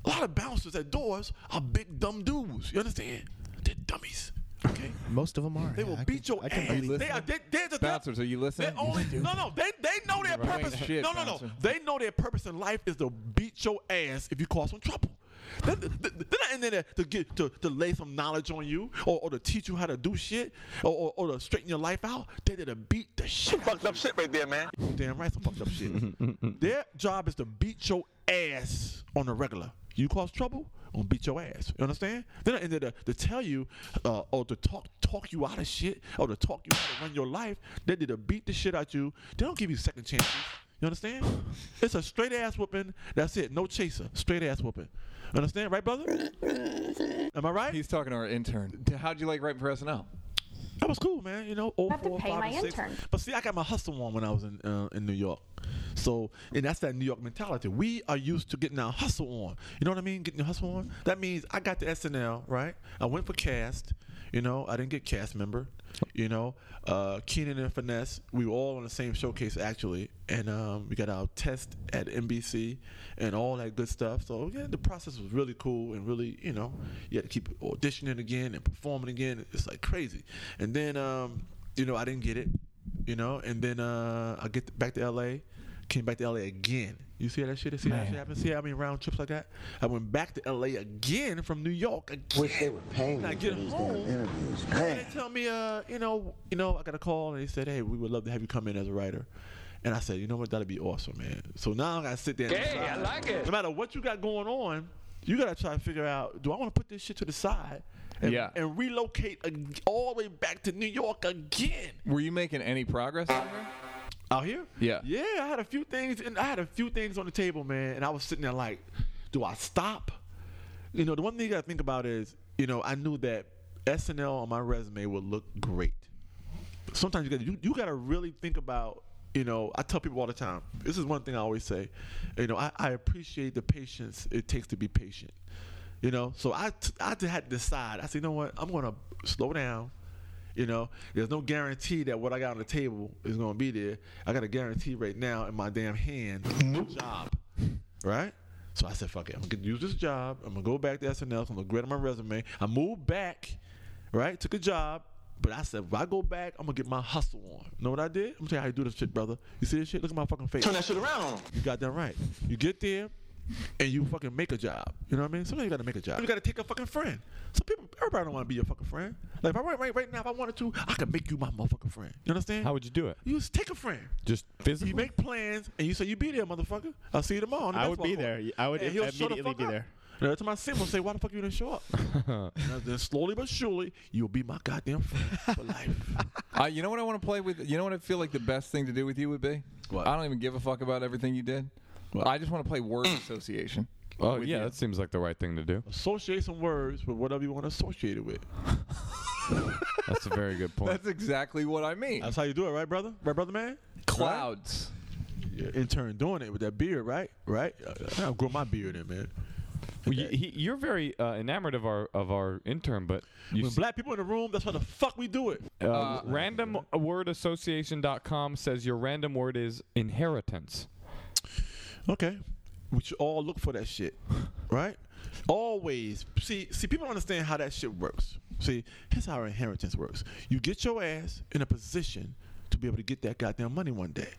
Speaker 8: a lot of bouncers at doors are big dumb dudes you understand they're dummies okay
Speaker 3: Most of them are.
Speaker 8: they will beat your ass they are they, they're the
Speaker 1: Bouncers, are you listening?
Speaker 8: they only no no they they know their
Speaker 1: Right.
Speaker 8: purpose
Speaker 1: Shit,
Speaker 8: no no no
Speaker 1: bouncer.
Speaker 8: they know their purpose in life is to beat your ass if you cause some trouble They're, they're not in there to get to, to lay some knowledge on you or, or to teach you how to do shit or, or, or to straighten your life out. They're there to beat the shit. Fucked up shit right there, man. Damn right, some fucked up shit. Their job is to beat your ass on the regular. You cause trouble, I'm gonna beat your ass. You understand? They're not in there to, to tell you uh, or to talk talk you out of shit or to talk you out to run your life. They did to beat the shit out you. They don't give you second chances. You understand? It's a straight ass whooping. That's it. No chaser. Straight ass whooping. Understand, right, brother? Am I right?
Speaker 1: He's talking to our intern. How'd you like writing for SNL?
Speaker 8: That was cool, man. You know, oh,
Speaker 11: have to
Speaker 8: four,
Speaker 11: pay
Speaker 8: five,
Speaker 11: my
Speaker 8: and six.
Speaker 11: intern.
Speaker 8: But see, I got my hustle on when I was in uh, in New York. So, and that's that New York mentality. We are used to getting our hustle on. You know what I mean? Getting your hustle on. That means I got the SNL right. I went for cast. You know, I didn't get cast member. You know, uh, Keenan and Finesse. We were all on the same showcase actually, and um, we got our test at NBC and all that good stuff. So yeah, the process was really cool and really, you know, you had to keep auditioning again and performing again. It's like crazy. And then, um, you know, I didn't get it, you know, and then uh, I get back to LA, came back to LA again. You see how that shit? See how that
Speaker 12: Man.
Speaker 8: shit happens? See how many round trips I got? I went back to LA again from New York again.
Speaker 12: Wish they were paying
Speaker 8: And I
Speaker 12: me
Speaker 8: get
Speaker 12: for these
Speaker 8: home.
Speaker 12: damn interviews.
Speaker 8: And they tell me, uh, you know, you know, I got a call and they said, hey, we would love to have you come in as a writer. And I said, you know what, that'd be awesome, man. So now I gotta sit there. and
Speaker 10: Hey, I
Speaker 8: decide.
Speaker 10: like it.
Speaker 8: No matter what you got going on, you gotta try to figure out: Do I want to put this shit to the side? And,
Speaker 1: Yeah.
Speaker 8: and relocate ag- all the way back to New York again.
Speaker 1: Were you making any progress?
Speaker 8: Out here?
Speaker 1: Yeah.
Speaker 8: Yeah, I had a few things, and I had a few things on the table, man. And I was sitting there like, do I stop? You know, the one thing you gotta think about is, you know, I knew that SNL on my resume would look great. Sometimes you gotta you, you gotta really think about. You know, I tell people all the time. This is one thing I always say. You know, I, I appreciate the patience it takes to be patient. You know, so I t- I t- had to decide. I said, you know what? I'm gonna slow down. You know, there's no guarantee that what I got on the table is gonna be there. I got a guarantee right now in my damn hand. Job, right? So I said, fuck it. I'm gonna use this job. I'm gonna go back to SNL. I'm gonna look great on my resume. I moved back, right? Took a job. But I said, if I go back, I'm gonna get my hustle on. Know what I did? I'm gonna tell you how you do this shit, brother. You see this shit? Look at my fucking face.
Speaker 6: Turn that shit around on 'em.
Speaker 8: You got that right. You get there and you fucking make a job. You know what I mean? Sometimes you gotta make a job. You gotta take a fucking friend. Some people, everybody don't wanna be your fucking friend. Like if I right, right, right now, if I wanted to, I could make you my motherfucking friend. You understand?
Speaker 2: How would you do it?
Speaker 8: You just take a friend.
Speaker 2: Just physically.
Speaker 8: You make plans and you say you be there, motherfucker. I'll see you tomorrow. on the
Speaker 3: I would
Speaker 8: basketball
Speaker 3: be
Speaker 8: court."
Speaker 3: there. I would
Speaker 8: And he'll show the
Speaker 3: immediately
Speaker 8: fuck
Speaker 3: be
Speaker 8: up.
Speaker 3: there.
Speaker 8: And every time I see him, I'll say, "Why the fuck you didn't show up?" and then slowly but surely, you'll be my goddamn friend for life.
Speaker 1: Uh, you know what I want to play with? You know what I feel like the best thing to do with you would be?
Speaker 8: What?
Speaker 1: I don't even give a fuck about everything you did. I just want to play word association.
Speaker 2: Oh
Speaker 1: with
Speaker 2: yeah,
Speaker 1: you.
Speaker 2: that seems like the right thing to do.
Speaker 8: Associate some words with whatever you want to associate it with.
Speaker 2: That's a very good point.
Speaker 1: That's exactly what I mean.
Speaker 8: That's how you do it, right, brother? Right, brother, man?
Speaker 1: Clouds.
Speaker 8: Yeah, intern doing it with that beard, right? Right? Uh, I'll grow my beard in, man.
Speaker 2: Well, you, he, you're very uh, enamored of our of our intern, but you
Speaker 8: When black people in the room, that's how the fuck we do it.
Speaker 2: uh, randomwordassociation.com says your random word is inheritance.
Speaker 8: Okay. We should all look for that shit, right? Always. See, see, people don't understand how that shit works. See, here's how inheritance works. You get your ass in a position to be able to get that goddamn money one day.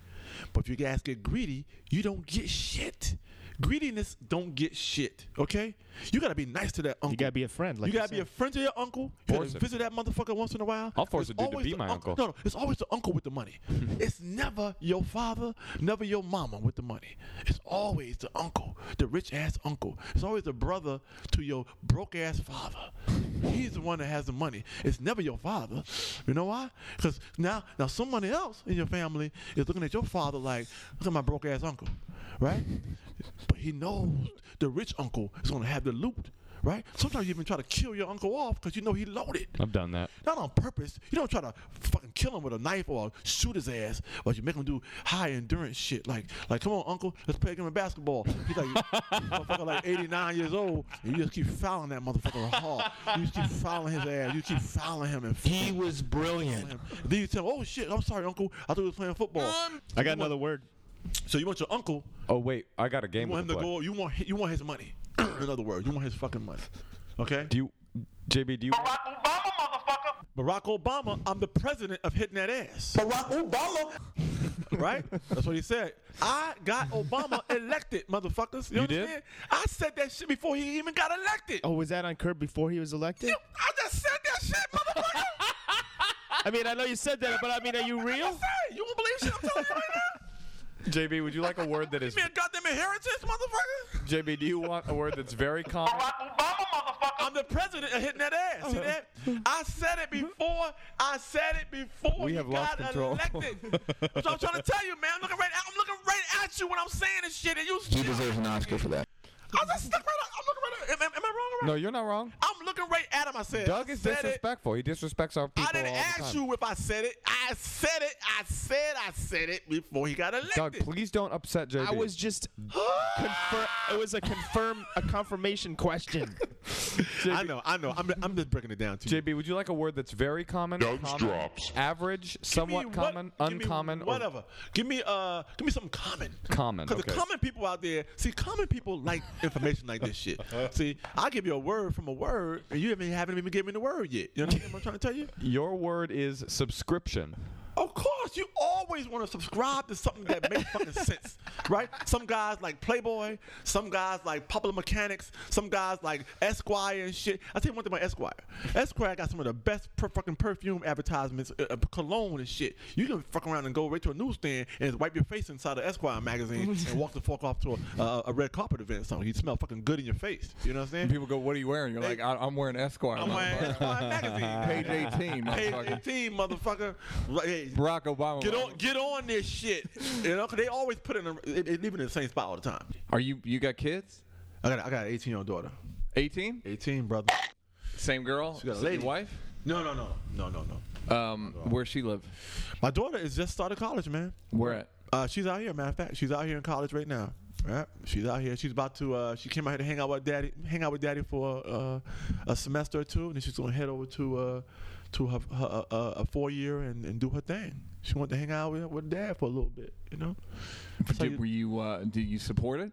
Speaker 8: But if your ass get greedy, you don't get shit. Greediness don't get shit, okay? You gotta be nice to that uncle. You
Speaker 3: gotta be a friend, like
Speaker 8: you
Speaker 3: you
Speaker 8: gotta be
Speaker 3: said.
Speaker 8: a friend to your uncle. You
Speaker 2: Force
Speaker 8: gotta
Speaker 2: it.
Speaker 8: visit that motherfucker once in a while.
Speaker 2: I'll force
Speaker 8: It's
Speaker 2: a dude to
Speaker 8: always
Speaker 2: be
Speaker 8: the
Speaker 2: my uncle.
Speaker 8: No, no, it's always the uncle with the money. it's never your father, never your mama with the money. It's always the uncle, the rich ass uncle. It's always the brother to your broke ass father. He's the one that has the money. It's never your father. You know why? Because now, now somebody else in your family is looking at your father like, look at my broke ass uncle, right? But he knows the rich uncle is gonna have the loot. Right? Sometimes you even try to kill your uncle off because you know he loaded
Speaker 2: I've done that.
Speaker 8: not on purpose. You don't try to fucking kill him with a knife or shoot his ass, but you make him do high endurance shit. Like, like, come on, uncle, let's play a game of basketball. He's like, motherfucker, like 89 years old, and you just keep fouling that motherfucker hard. You just keep fouling his ass. You keep fouling him, and he was brilliant. Then you tell him, oh shit, I'm sorry, uncle, I thought he was playing football.
Speaker 3: I got another word.
Speaker 8: So you want your uncle?
Speaker 2: Oh wait, I got a game.
Speaker 8: You want him
Speaker 2: to
Speaker 8: to
Speaker 2: play.
Speaker 8: go? You want hi- you want his money? In other words, you want his fucking money. Okay.
Speaker 2: Do you, JB? Do you?
Speaker 8: Barack Obama, I'm the president of hitting that ass. Barack Obama. right? That's what he said. I got Obama elected, motherfuckers. You,
Speaker 3: You did?
Speaker 8: understand? I said that shit before he even got elected.
Speaker 3: Oh, was that on Curb before he was elected?
Speaker 8: I just said that shit, motherfucker.
Speaker 3: I mean, I know you said that, but I mean, are you real?
Speaker 8: you won't believe shit I'm telling you right now.
Speaker 2: JB, would you like a word that is
Speaker 8: Give me a goddamn inheritance, motherfucker.
Speaker 2: JB? Do you want a word that's very common? uh,
Speaker 8: I'm the president of hitting that ass. See that? I said it before. I said it before
Speaker 2: We
Speaker 8: he
Speaker 2: have lost
Speaker 8: got
Speaker 2: control.
Speaker 8: elected. That's what I'm trying to tell you, man. I'm looking right. At, I'm looking right at you when I'm saying this shit, and you.
Speaker 5: He deserves an Oscar for that.
Speaker 8: I just stuck right. Up. I'm looking right. At, am, am I wrong or right?
Speaker 2: No, you're not wrong.
Speaker 8: I'm looking right at him. I said.
Speaker 2: Doug
Speaker 8: I
Speaker 2: is
Speaker 8: said it.
Speaker 2: disrespectful. He disrespects our people
Speaker 8: I didn't
Speaker 2: all the
Speaker 8: ask
Speaker 2: time.
Speaker 8: you if I said it. I said it. I said. I said it before he got elected.
Speaker 2: Doug, please don't upset JB.
Speaker 3: I was just confirm. It was a confirm a confirmation question.
Speaker 8: I know. I know. I'm. I'm just breaking it down to you.
Speaker 2: JB, would you like a word that's very common,
Speaker 5: Doug's
Speaker 2: common,
Speaker 5: drops.
Speaker 2: average,
Speaker 8: Give me
Speaker 2: somewhat
Speaker 8: what-
Speaker 2: common,
Speaker 8: give me
Speaker 2: uncommon, or
Speaker 8: whatever. Give me uh, give me something common.
Speaker 2: Common,
Speaker 8: Because
Speaker 2: okay.
Speaker 8: the common people out there, see, common people like information like this shit. See, I give you a word from a word, and you haven't, haven't even given me the word yet. You understand what I'm trying to tell you?
Speaker 2: Your word is subscription.
Speaker 8: Of course, you always want to subscribe to something that makes fucking sense, right? Some guys like Playboy, some guys like Popular Mechanics, some guys like Esquire and shit. I tell you one thing about Esquire. Esquire got some of the best per- fucking perfume advertisements, uh, uh, cologne and shit. You can fuck around and go right to a newsstand and wipe your face inside of Esquire magazine and walk the fuck off to a, uh, a red carpet event or something. You smell fucking good in your face. You know what I'm saying?
Speaker 1: And people go, "What are you wearing?" You're like, I- "I'm wearing Esquire."
Speaker 8: I'm wearing
Speaker 1: motherfucker."
Speaker 8: Esquire
Speaker 1: Page 18,
Speaker 8: magazine. Page
Speaker 1: motherfucker.
Speaker 8: 18, motherfucker. Right, hey,
Speaker 1: Barack Obama.
Speaker 8: Get on, get on this shit. You know, 'cause they always put in, a, they, they leave it in the same spot all the time.
Speaker 1: Are you? You got kids?
Speaker 8: I got, a- I got an 18 year old daughter.
Speaker 1: 18?
Speaker 8: 18, brother.
Speaker 1: Same girl.
Speaker 8: got a
Speaker 1: Your
Speaker 8: lady.
Speaker 1: wife.
Speaker 8: No, no, no, no, no, no.
Speaker 1: Um, where she live?
Speaker 8: My daughter is just started college, man.
Speaker 1: Where at?
Speaker 8: Uh, she's out here. Matter of fact, she's out here in college right now. Right? She's out here. She's about to. Uh, she came out here to hang out with daddy. Hang out with daddy for uh, a semester or two, and then she's gonna head over to uh, to her, her uh, uh, a four year and, and do her thing. She wanted to hang out with, with dad for a little bit, you know. So
Speaker 1: Did,
Speaker 8: you-
Speaker 1: were you? Uh, did you support it?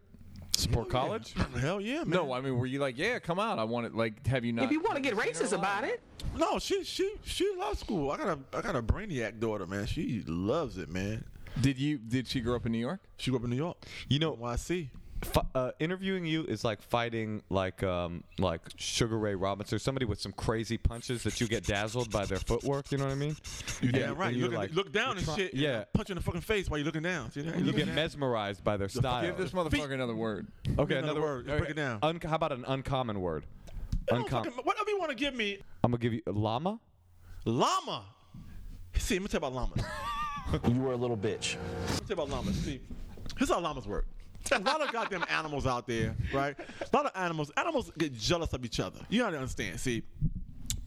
Speaker 2: Support college?
Speaker 8: Hell yeah, man.
Speaker 1: No, I mean, were you like, "Yeah, come out. I want it." Like, have you not?
Speaker 4: If you want to get racist about it,
Speaker 8: No, she she she loves school. I got a I got a brainiac daughter, man. She loves it, man.
Speaker 1: Did you? Did she grow up in New York?
Speaker 8: She grew up in New York.
Speaker 2: You know-
Speaker 8: NYC.
Speaker 2: F- uh, interviewing you is like fighting like um, like Sugar Ray Robinson, somebody with some crazy punches that you get dazzled by their footwork. You know what I mean?
Speaker 8: You
Speaker 2: Yeah,
Speaker 8: damn right.
Speaker 2: and
Speaker 8: You
Speaker 2: you're
Speaker 8: look,
Speaker 2: like-
Speaker 8: look down and
Speaker 2: try-
Speaker 8: shit.
Speaker 2: yeah.
Speaker 8: You punch you in the fucking face while you're looking down. See that?
Speaker 2: You
Speaker 8: looking
Speaker 2: get
Speaker 8: down.
Speaker 2: mesmerized by their style.
Speaker 1: Give this motherfucker another word.
Speaker 2: okay,
Speaker 8: another
Speaker 2: another
Speaker 8: word.
Speaker 2: word.
Speaker 8: Break it down.
Speaker 2: Un- how about an uncommon word?
Speaker 8: I don't
Speaker 2: Uncommon.
Speaker 8: fucking- whatever you want to give me,
Speaker 2: I'm gonna give you llama.
Speaker 8: llama. See, let me tell you about llamas.
Speaker 10: You were a little bitch.
Speaker 8: Let me tell you about llamas. See, here's how llamas work. A lot of goddamn animals out there, right? A lot of animals. Animals get jealous of each other. You gotta understand. See,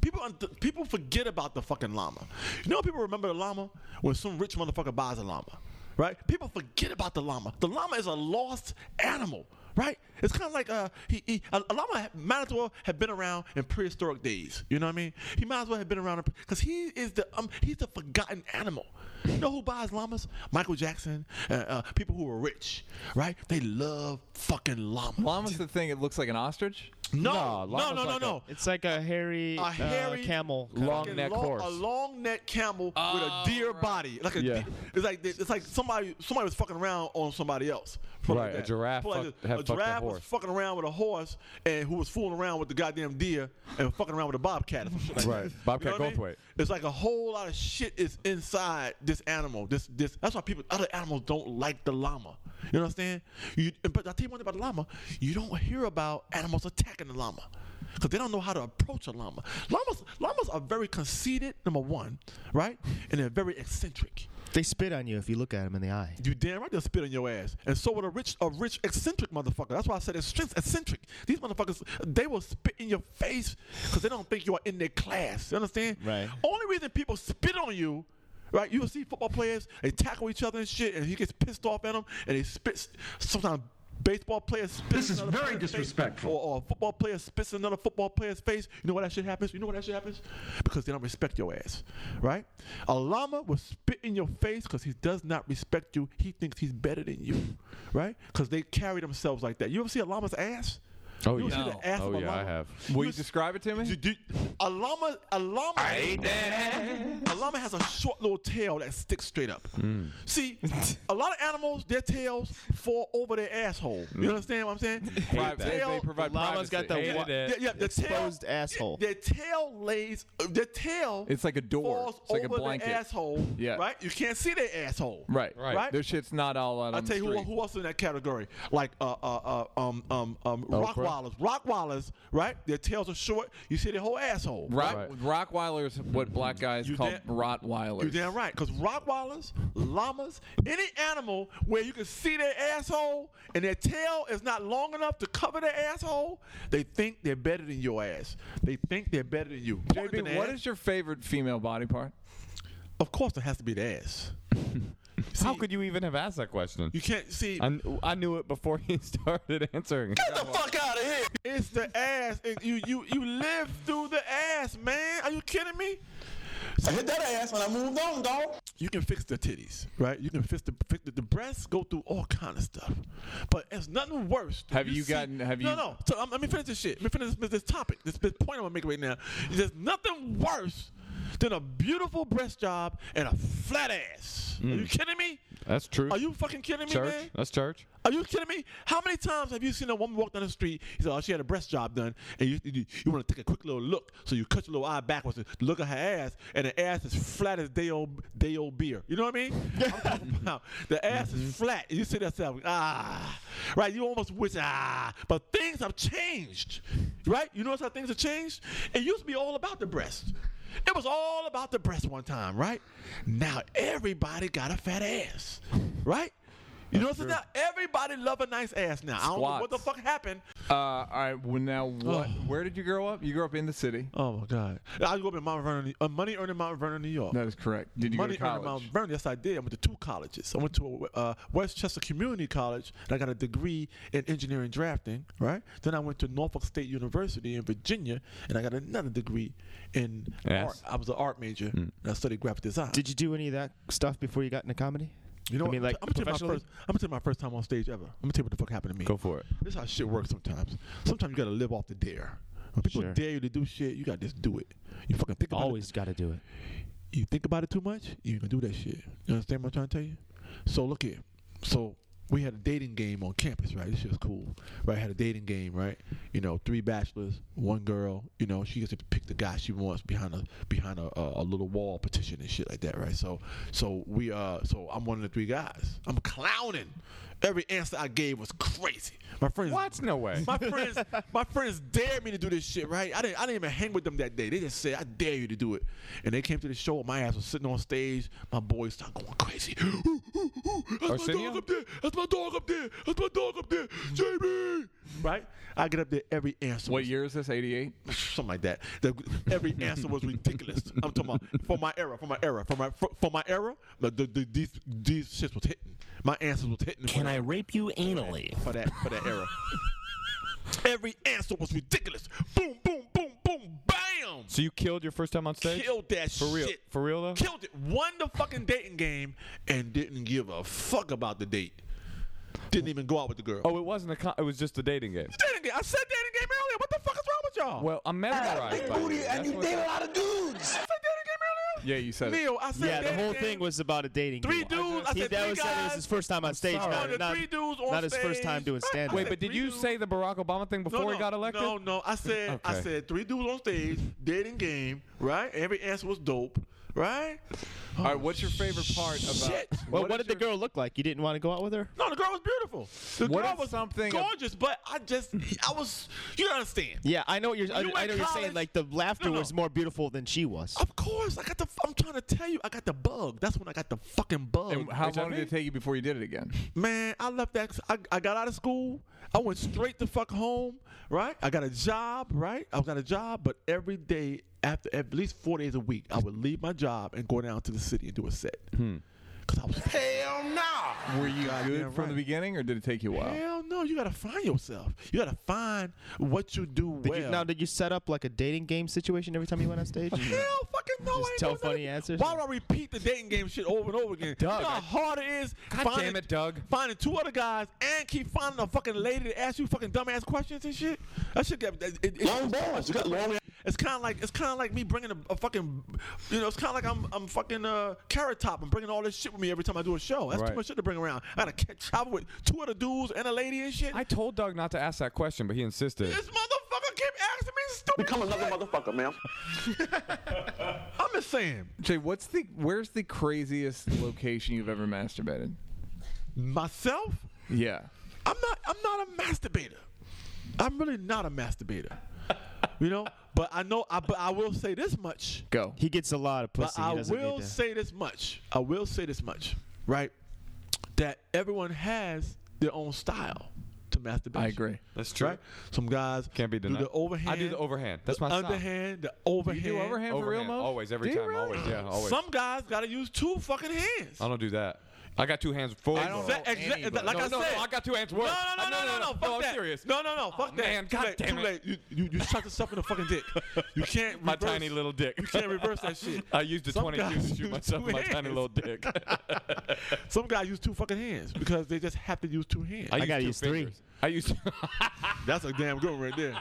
Speaker 8: people un- people forget about the fucking llama. You know, when people remember the llama when some rich motherfucker buys a llama, right? People forget about the llama. The llama is a lost animal. Right? It's kind of like uh, he, he, a a llama had- might as well have been around in prehistoric days. You know what I mean? He might as well have been around because he is the um, he's the forgotten animal. You know who buys llamas? Michael Jackson, uh, uh, people who are rich, right? They love fucking llamas.
Speaker 1: Llama's the thing. It looks like an ostrich.
Speaker 8: No,
Speaker 2: No,
Speaker 8: no,
Speaker 2: llama's
Speaker 8: no, no,
Speaker 2: like
Speaker 8: no.
Speaker 3: It's like a hairy,
Speaker 8: A
Speaker 3: uh,
Speaker 8: hairy
Speaker 3: camel. Oh,
Speaker 2: Long
Speaker 8: fucking
Speaker 2: neck
Speaker 8: long-
Speaker 2: horse.
Speaker 8: A long neck camel with a deer body, like a
Speaker 2: Yeah.
Speaker 8: deer- it's like it's like somebody somebody was fucking around on somebody else. Something
Speaker 2: Right,
Speaker 8: like
Speaker 2: a
Speaker 8: that.
Speaker 2: giraffe
Speaker 8: Something
Speaker 2: fucked-
Speaker 8: this.
Speaker 2: had
Speaker 8: a
Speaker 2: fucked a
Speaker 8: giraffe was
Speaker 2: horse.
Speaker 8: fucking around with a horse and who was fooling around with the goddamn deer and fucking around with a bobcat or some shit like
Speaker 2: Right.
Speaker 8: that.
Speaker 2: Bobcat
Speaker 8: what I mean?
Speaker 2: Goldthwait.
Speaker 8: It's like a whole lot of shit is inside this animal. This this that's why people other animals don't like the llama. You know what I'm saying? You, but I tell you one thing about the llama, you don't hear about animals attacking the llama. Because they don't know how to approach a llama. Llamas llamas are very conceited, number one, right? And they're very eccentric.
Speaker 3: They spit on you if you look at them in the eye.
Speaker 8: You damn right they'll spit on your ass. And so would a rich, a rich eccentric motherfucker. That's why I said eccentric. eccentric. These motherfuckers, they will spit in your face because they don't think you are in their class. You understand?
Speaker 3: Right.
Speaker 8: Only reason people spit on you, right? You'll see football players, they tackle each other and shit, and he gets pissed off at them, and they spit. Sometimes baseball players spit. This is very disrespectful. Or, or a football player spits in another football player's face. You know why that shit happens? You know why that shit happens? Because they don't respect your ass, right? A llama will spit in your face because he does not respect you. He thinks he's better than you, right? Because they carry themselves like that. You ever see a llama's ass?
Speaker 2: Oh,
Speaker 8: you
Speaker 2: yeah. No.
Speaker 8: See the ass
Speaker 2: Oh,
Speaker 8: of a
Speaker 2: yeah, I
Speaker 8: llama.
Speaker 2: have.
Speaker 1: Will you describe it to me?
Speaker 8: A llama, a llama.
Speaker 1: I ain't
Speaker 8: A llama has a short little tail that sticks straight up.
Speaker 2: Mm.
Speaker 8: See, a lot of animals, their tails fall over their asshole.
Speaker 2: Mm.
Speaker 8: You understand what I'm saying?
Speaker 1: Private-
Speaker 8: Their
Speaker 1: they- they provide
Speaker 11: Llama's got
Speaker 1: privacy.
Speaker 11: the wa-
Speaker 8: yeah, yeah, the
Speaker 11: exposed
Speaker 8: tail,
Speaker 11: asshole.
Speaker 8: Their tail lays. uh, Their tail.
Speaker 1: It's like a door.
Speaker 8: Falls
Speaker 1: It's like a
Speaker 8: over
Speaker 1: blanket.
Speaker 8: Their asshole.
Speaker 1: Yeah.
Speaker 8: Right. You can't see their asshole.
Speaker 1: Right,
Speaker 8: Right.
Speaker 1: Their shit's not all out
Speaker 8: I
Speaker 1: on the
Speaker 8: tell you who,
Speaker 1: street.
Speaker 8: who else in that category? Like uh uh, uh um um um Rockwallers. Rockwallers, right? Their tails are short. You see their whole asshole.
Speaker 1: Rock, Rockweilers, what black guys call Rottweilers.
Speaker 8: You damn right, because Rockwallers, llamas, any animal where you can see their asshole and their tail is not long enough to cover their asshole, they think they're better than your ass. They think they're better than you.
Speaker 1: JB, what is your favorite female body part?
Speaker 8: Of course, it has to be the ass.
Speaker 2: How could you even have asked that question?
Speaker 8: You can't see.
Speaker 2: I, kn- I knew it before he started answering. it.
Speaker 8: Get the fuck out of here! It's the ass. It- you you you live through the ass, man. Are you kidding me? I hit that ass when I moved on, dog. You can fix the titties, right? You can fix the fix the, the breasts. Go through all kind of stuff, but it's nothing worse. than
Speaker 1: Have you
Speaker 8: see-
Speaker 1: gotten- have
Speaker 8: no,
Speaker 1: you-
Speaker 8: No, So, um, let me finish this shit. Let me finish this, this topic. This, this point I'm gonna make right now. There's nothing worse than a beautiful breast job and a flat ass. Are
Speaker 1: Mm.
Speaker 8: you kidding me?
Speaker 2: That's true.
Speaker 8: Are you fucking kidding me,
Speaker 2: church?
Speaker 8: man?
Speaker 2: That's church.
Speaker 8: Are you kidding me? How many times have you seen a woman walk down the street? You said, "Oh, she had a breast job done," and you you, you want to take a quick little look, so you cut your little eye backwards and look at her ass, and the ass is flat as day old day old beer. You know what I mean? I'm talking about the ass is flat, and you see that yourself, ah, right? You almost wish ah, but things have changed, right? You notice how things have changed? It used to be all about the breast. It was all about the breast one time, right? Now everybody got a fat ass, right? You know what I'm saying? Now Everybody love a nice ass now. I don't know what the fuck happened.
Speaker 1: Uh, all right. Well, now what? Where did you grow up? You grew up in the city.
Speaker 8: Oh my God! I grew up in Mount Vernon, uh, money earning Mount Vernon, New York.
Speaker 1: That is correct. Did you go
Speaker 8: money
Speaker 1: to college?
Speaker 8: earning Mount Vernon? Yes, I did. I went to two colleges. I went to a, uh, Westchester Community College, and I got a degree in engineering drafting. Right. Then I went to Norfolk State University in Virginia, and I got another degree in
Speaker 11: Yes.
Speaker 8: art. I was an art major,
Speaker 1: Hmm.
Speaker 8: and I studied graphic design.
Speaker 11: Did you do any of that stuff before you got into comedy?
Speaker 8: You know,
Speaker 11: I mean, like
Speaker 8: I'm gonna tell you my
Speaker 11: professionally.
Speaker 8: first. I'm gonna tell you my first time on stage ever. I'm gonna tell you what the fuck happened to me.
Speaker 2: Go for it.
Speaker 8: This is how shit works sometimes. Sometimes you gotta live off the dare. When people
Speaker 11: Sure.
Speaker 8: dare you to do shit, you gotta just do it. You fucking think about
Speaker 11: Always
Speaker 8: it.
Speaker 11: got to do it.
Speaker 8: You think about it too much, you ain't gonna do that shit. You understand what I'm trying to tell you? So look here. So we had a dating game on campus, right? This shit was cool. Right? Had a dating game, right? You know, three bachelors, one girl. You know, she gets to pick the guy she wants behind a behind a, a, a little wall petition and shit like that, right? So so we uh so I'm one of the three guys. I'm clowning. Every answer I gave was crazy. My friends,
Speaker 2: what? No way.
Speaker 8: My friends, my friends dared me to do this shit. Right? I didn't. I didn't even hang with them that day. They just said, "I dare you to do it," and they came to the show. My ass was sitting on stage. My boys start going crazy. Ooh, ooh, ooh, that's my
Speaker 2: Arsenio?
Speaker 8: dog up there. That's my dog up there. That's my dog up there. JB. Right? I get up there. Every answer.
Speaker 1: What
Speaker 8: was-
Speaker 1: year is this? 88?
Speaker 8: Something like that. The- every answer was ridiculous. I'm talking about for my era, for my era, for my for, for my era. The, the, the, these these shits was hitting. My answers was hitting. Can I
Speaker 4: rape you anally?
Speaker 8: For that for that era. every answer was ridiculous. Boom, boom, boom, boom, bam.
Speaker 2: So you killed your first time on stage?
Speaker 8: Killed that
Speaker 2: For real?
Speaker 8: shit.
Speaker 2: For real though?
Speaker 8: Killed it. Won the fucking dating game and didn't give a fuck about the date. Didn't even go out with the girl.
Speaker 2: Oh, it wasn't a. Con- it was just a dating game.
Speaker 8: Dating game. I said dating game earlier. What the fuck is wrong with y'all?
Speaker 2: Well, I'm mesmerized. By it. That's what-
Speaker 8: a lot of dudes. I said dating game earlier.
Speaker 1: Yeah, you said
Speaker 8: Neil, I said
Speaker 11: yeah, the
Speaker 8: dating
Speaker 11: whole
Speaker 8: game.
Speaker 11: thing was about a dating.
Speaker 8: Three
Speaker 11: game.
Speaker 8: dudes, I
Speaker 11: He-
Speaker 8: said
Speaker 11: that
Speaker 8: three
Speaker 11: was said it was
Speaker 8: guys.
Speaker 11: his first time on stage.
Speaker 2: sorry.
Speaker 11: Not,
Speaker 2: One of the
Speaker 11: not-
Speaker 8: three dudes on
Speaker 11: not his first
Speaker 8: stage.
Speaker 11: time doing stand up.
Speaker 2: Wait, but did you say the Barack Obama thing before
Speaker 8: no,
Speaker 2: he got elected?
Speaker 8: No, no. I said I
Speaker 2: Okay.
Speaker 8: said three dudes on stage, dating game, right? Every answer was dope, right?
Speaker 1: All right. What's your favorite part about?
Speaker 8: Shit.
Speaker 11: Well,
Speaker 1: what
Speaker 11: what,
Speaker 1: is
Speaker 11: did the girl look like? You didn't want to go out with her?
Speaker 8: No, the girl was beautiful. The
Speaker 1: What
Speaker 8: girl
Speaker 1: if
Speaker 8: was
Speaker 1: something-
Speaker 8: gorgeous, but I just I was you don't understand.
Speaker 11: Yeah, I know what you're. I, I
Speaker 8: You in
Speaker 11: know what you're
Speaker 8: college?
Speaker 11: saying. Like the laughter
Speaker 8: No, no.
Speaker 11: was more beautiful than she was.
Speaker 8: Of course, I got the. I'm trying to tell you, I got the bug. That's when I got the fucking bug.
Speaker 1: And how long
Speaker 2: HIV?
Speaker 1: did it take you before you did it again?
Speaker 8: Man, I left that. I, I got out of school. I went straight the fuck home, right? I got a job, right? I got a job, but every
Speaker 1: Hmm.
Speaker 8: day after at least four days a week, I would leave my job and go down to the city and do a set. Cause I was hell nah.
Speaker 1: Were you
Speaker 8: Goddamn
Speaker 1: good
Speaker 8: right.
Speaker 1: from the beginning, or did it take you a while?
Speaker 8: Hell no, you gotta find yourself. You gotta find what you do
Speaker 11: Did
Speaker 8: well.
Speaker 11: you, now, did you set up like a dating game situation every time you went on stage?
Speaker 8: Hell fucking no, I
Speaker 11: Just
Speaker 8: ain't
Speaker 11: tell
Speaker 8: doing
Speaker 11: funny
Speaker 8: nothing.
Speaker 11: answers.
Speaker 8: Why would I repeat the dating game shit over and over again?
Speaker 11: Doug,
Speaker 8: you know how hard it is
Speaker 2: God
Speaker 8: finding,
Speaker 2: damn it, Doug.
Speaker 8: finding two other guys and keep finding a fucking lady to ask you fucking dumbass questions and shit? That shit got it, it, long
Speaker 7: balls. You got long
Speaker 8: It's kind of like it's kind of like me bringing a, a fucking, you know, it's kind of like I'm I'm fucking uh, carrot top. I'm bringing all this shit with me every time I do a show. That's
Speaker 2: Right.
Speaker 8: too much shit to bring around. I gotta catch travel with two other dudes and a lady and shit.
Speaker 2: I told Doug not to ask that question, but he insisted.
Speaker 8: this motherfucker kept asking me stupid.
Speaker 7: Become another
Speaker 8: shit.
Speaker 7: motherfucker, ma'am.
Speaker 8: I'm just saying.
Speaker 1: Jay, what's the where's the craziest location you've ever masturbated?
Speaker 8: Myself,
Speaker 1: Yeah.
Speaker 8: I'm not I'm not a masturbator. I'm really not a masturbator. you know? But I know I but I will say this much.
Speaker 1: Go.
Speaker 11: He gets a lot of pussy.
Speaker 8: But I
Speaker 11: he doesn't
Speaker 8: will
Speaker 11: need to.
Speaker 8: say this much. I will say this much, right? That everyone has their own style to masturbation.
Speaker 1: I agree.
Speaker 2: That's
Speaker 8: Right? Some guys
Speaker 2: Can't be
Speaker 8: do
Speaker 2: denied.
Speaker 8: the overhand.
Speaker 2: I do the overhand. That's my
Speaker 8: the
Speaker 2: style.
Speaker 8: underhand, the overhand.
Speaker 1: You do overhand, for real,
Speaker 2: Overhand,
Speaker 1: Mo?
Speaker 2: always, every
Speaker 1: Do you
Speaker 2: time,
Speaker 1: really?
Speaker 2: always, yeah, always.
Speaker 8: Some guys gotta use two fucking hands.
Speaker 2: I don't do that. I got two hands full.
Speaker 1: I don't
Speaker 8: Exa-
Speaker 1: know
Speaker 8: exa-
Speaker 1: anybody.
Speaker 8: like
Speaker 2: No,
Speaker 8: I
Speaker 2: no,
Speaker 8: said,
Speaker 2: no, I got two hands
Speaker 8: No,
Speaker 2: worth.
Speaker 8: no,
Speaker 2: Uh,
Speaker 8: no, no, no, no, fuck
Speaker 2: I'm
Speaker 8: that.
Speaker 2: serious.
Speaker 8: No, no, no, fuck that.
Speaker 2: man,
Speaker 8: Too
Speaker 2: God
Speaker 8: late,
Speaker 2: damn
Speaker 8: too
Speaker 2: it.
Speaker 8: late. You, you, you shot yourself in the fucking dick. You can't.
Speaker 2: My
Speaker 8: reverse-
Speaker 2: tiny little dick.
Speaker 8: You can't reverse that shit.
Speaker 2: I used a
Speaker 8: Some
Speaker 2: 22
Speaker 8: guys
Speaker 2: to shoot
Speaker 8: use
Speaker 2: myself
Speaker 8: two
Speaker 2: in my tiny
Speaker 8: hands.
Speaker 2: little dick.
Speaker 8: Some guys use two fucking hands because they just have to use two hands.
Speaker 11: I gotta use three.
Speaker 2: I used.
Speaker 8: that's a damn good one right there.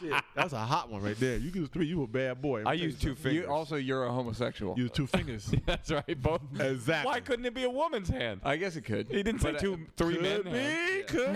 Speaker 8: shit, that's a hot one right there. You use three, you a bad boy.
Speaker 2: I use two fingers.
Speaker 1: You also you're a homosexual.
Speaker 8: Use two fingers.
Speaker 2: That's right, both.
Speaker 8: Exactly.
Speaker 2: Why couldn't it be a woman's hand?
Speaker 1: I guess it could.
Speaker 2: He didn't say
Speaker 1: But, uh,
Speaker 2: two, three men.
Speaker 8: Could be,
Speaker 2: hands.
Speaker 8: could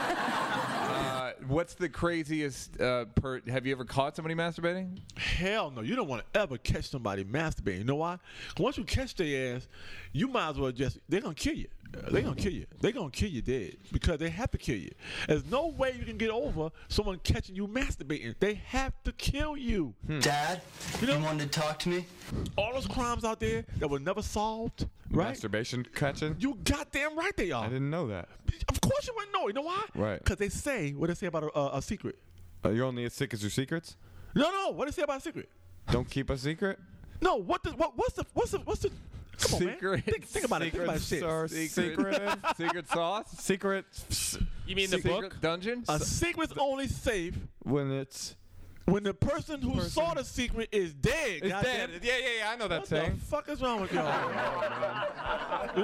Speaker 1: Uh, what's the craziest? Uh, per have you ever caught somebody masturbating?
Speaker 8: Hell no, you don't want to ever catch somebody masturbating. You know why? 'Cause Once you catch their ass, you might as well just they're gonna kill you. They're gonna kill you. They're gonna kill you dead because they have to kill you. There's no way you can get over someone catching you masturbating. They have to kill you.
Speaker 2: Hmm.
Speaker 12: Dad,
Speaker 8: You know-
Speaker 12: wanted to talk to me?
Speaker 8: All those crimes out there that were never solved, right?
Speaker 2: Masturbation catching.
Speaker 8: you goddamn right they
Speaker 2: I
Speaker 8: are.
Speaker 2: didn't know that.
Speaker 8: Of course you wouldn't know. You know why?
Speaker 2: Right.
Speaker 8: Because they say what they say about a, a, a secret.
Speaker 2: Uh, you're only as sick as your secrets.
Speaker 8: No, no. What they say about a secret?
Speaker 2: Don't keep a secret.
Speaker 8: No. What the? What, what's the? What's the? What's the? Come on, man.
Speaker 1: Secrets.
Speaker 8: Think, think about it. Think about
Speaker 2: Secrets
Speaker 8: shit.
Speaker 2: are secretive.
Speaker 1: secret sauce.
Speaker 2: secret.
Speaker 11: You mean
Speaker 1: secret dungeon.
Speaker 8: A secret's only safe
Speaker 2: When it's
Speaker 8: when the person who saw the secret is dead.
Speaker 2: it's
Speaker 8: God
Speaker 2: dead.
Speaker 8: damn it.
Speaker 2: Yeah, yeah, yeah. I know that
Speaker 8: What the
Speaker 2: saying. Oh,
Speaker 8: fuck is wrong with y'all? you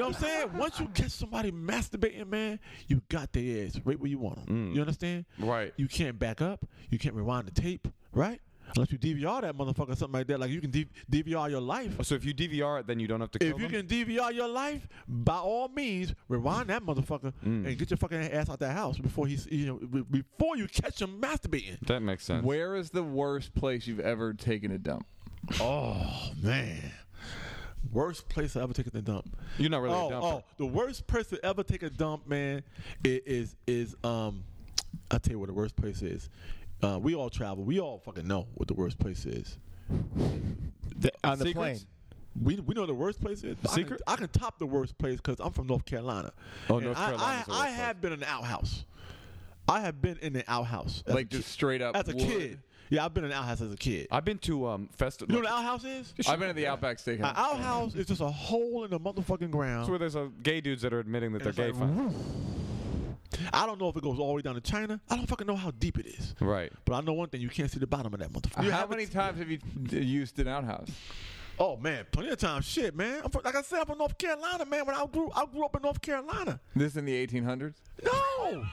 Speaker 8: know what I'm saying? Once you catch somebody masturbating, man, you got their ass right where you want them. You understand?
Speaker 2: Mm. Right.
Speaker 8: You can't back up. You can't rewind the tape, right? Unless you DVR that motherfucker or something like that. Like you can D- DVR your life.
Speaker 2: So if you DVR it, then you don't have to. Kill
Speaker 8: If you
Speaker 2: them?
Speaker 8: can DVR your life, by all means, rewind that motherfucker and get your fucking ass out that house before he's you know be- before you catch him masturbating.
Speaker 2: that makes sense.
Speaker 1: Where is the worst place you've ever taken a dump?
Speaker 8: Oh man, worst place I ever taken a dump.
Speaker 2: You're not really a
Speaker 8: oh,
Speaker 2: dumper.
Speaker 8: oh, the worst place to ever take a dump, man, i- is is um, I tell you what the worst place is. Uh, we all travel. We all fucking know what the worst place is.
Speaker 11: The- on the
Speaker 2: Secrets?
Speaker 11: plane.
Speaker 8: We, we know the worst place is. I can-
Speaker 2: Secret?
Speaker 8: I can, top the worst place because I'm from North Carolina.
Speaker 2: Oh,
Speaker 8: And
Speaker 2: North
Speaker 8: I-
Speaker 2: Carolina's the
Speaker 8: I, I,
Speaker 2: worst
Speaker 8: have been in the outhouse. I have been in the outhouse. as
Speaker 1: Like
Speaker 8: a
Speaker 1: just
Speaker 8: ki-
Speaker 1: straight up
Speaker 8: As a
Speaker 1: wood.
Speaker 8: kid. Yeah, I've been in the outhouse as a kid.
Speaker 2: I've been to um festival.
Speaker 8: you know what the outhouse is?
Speaker 1: I've been at the Outback
Speaker 8: An
Speaker 1: Steakhouse.
Speaker 8: outhouse is just a hole in the motherfucking ground.
Speaker 2: That's where there's uh, gay dudes that are admitting that they're gay. finally.
Speaker 8: I don't know if it goes all the way down to China. I don't fucking know how deep it is.
Speaker 2: Right.
Speaker 8: But I know one thing: you can't see the bottom of that motherfucker. You
Speaker 1: Uh, How
Speaker 8: haven't-
Speaker 1: many times have you d- used an outhouse?
Speaker 8: Oh man, plenty of times. Shit, man. I'm from, like I said, I'm from North Carolina, man. When I grew, I grew up in North Carolina.
Speaker 1: This in the 1800s.
Speaker 8: No,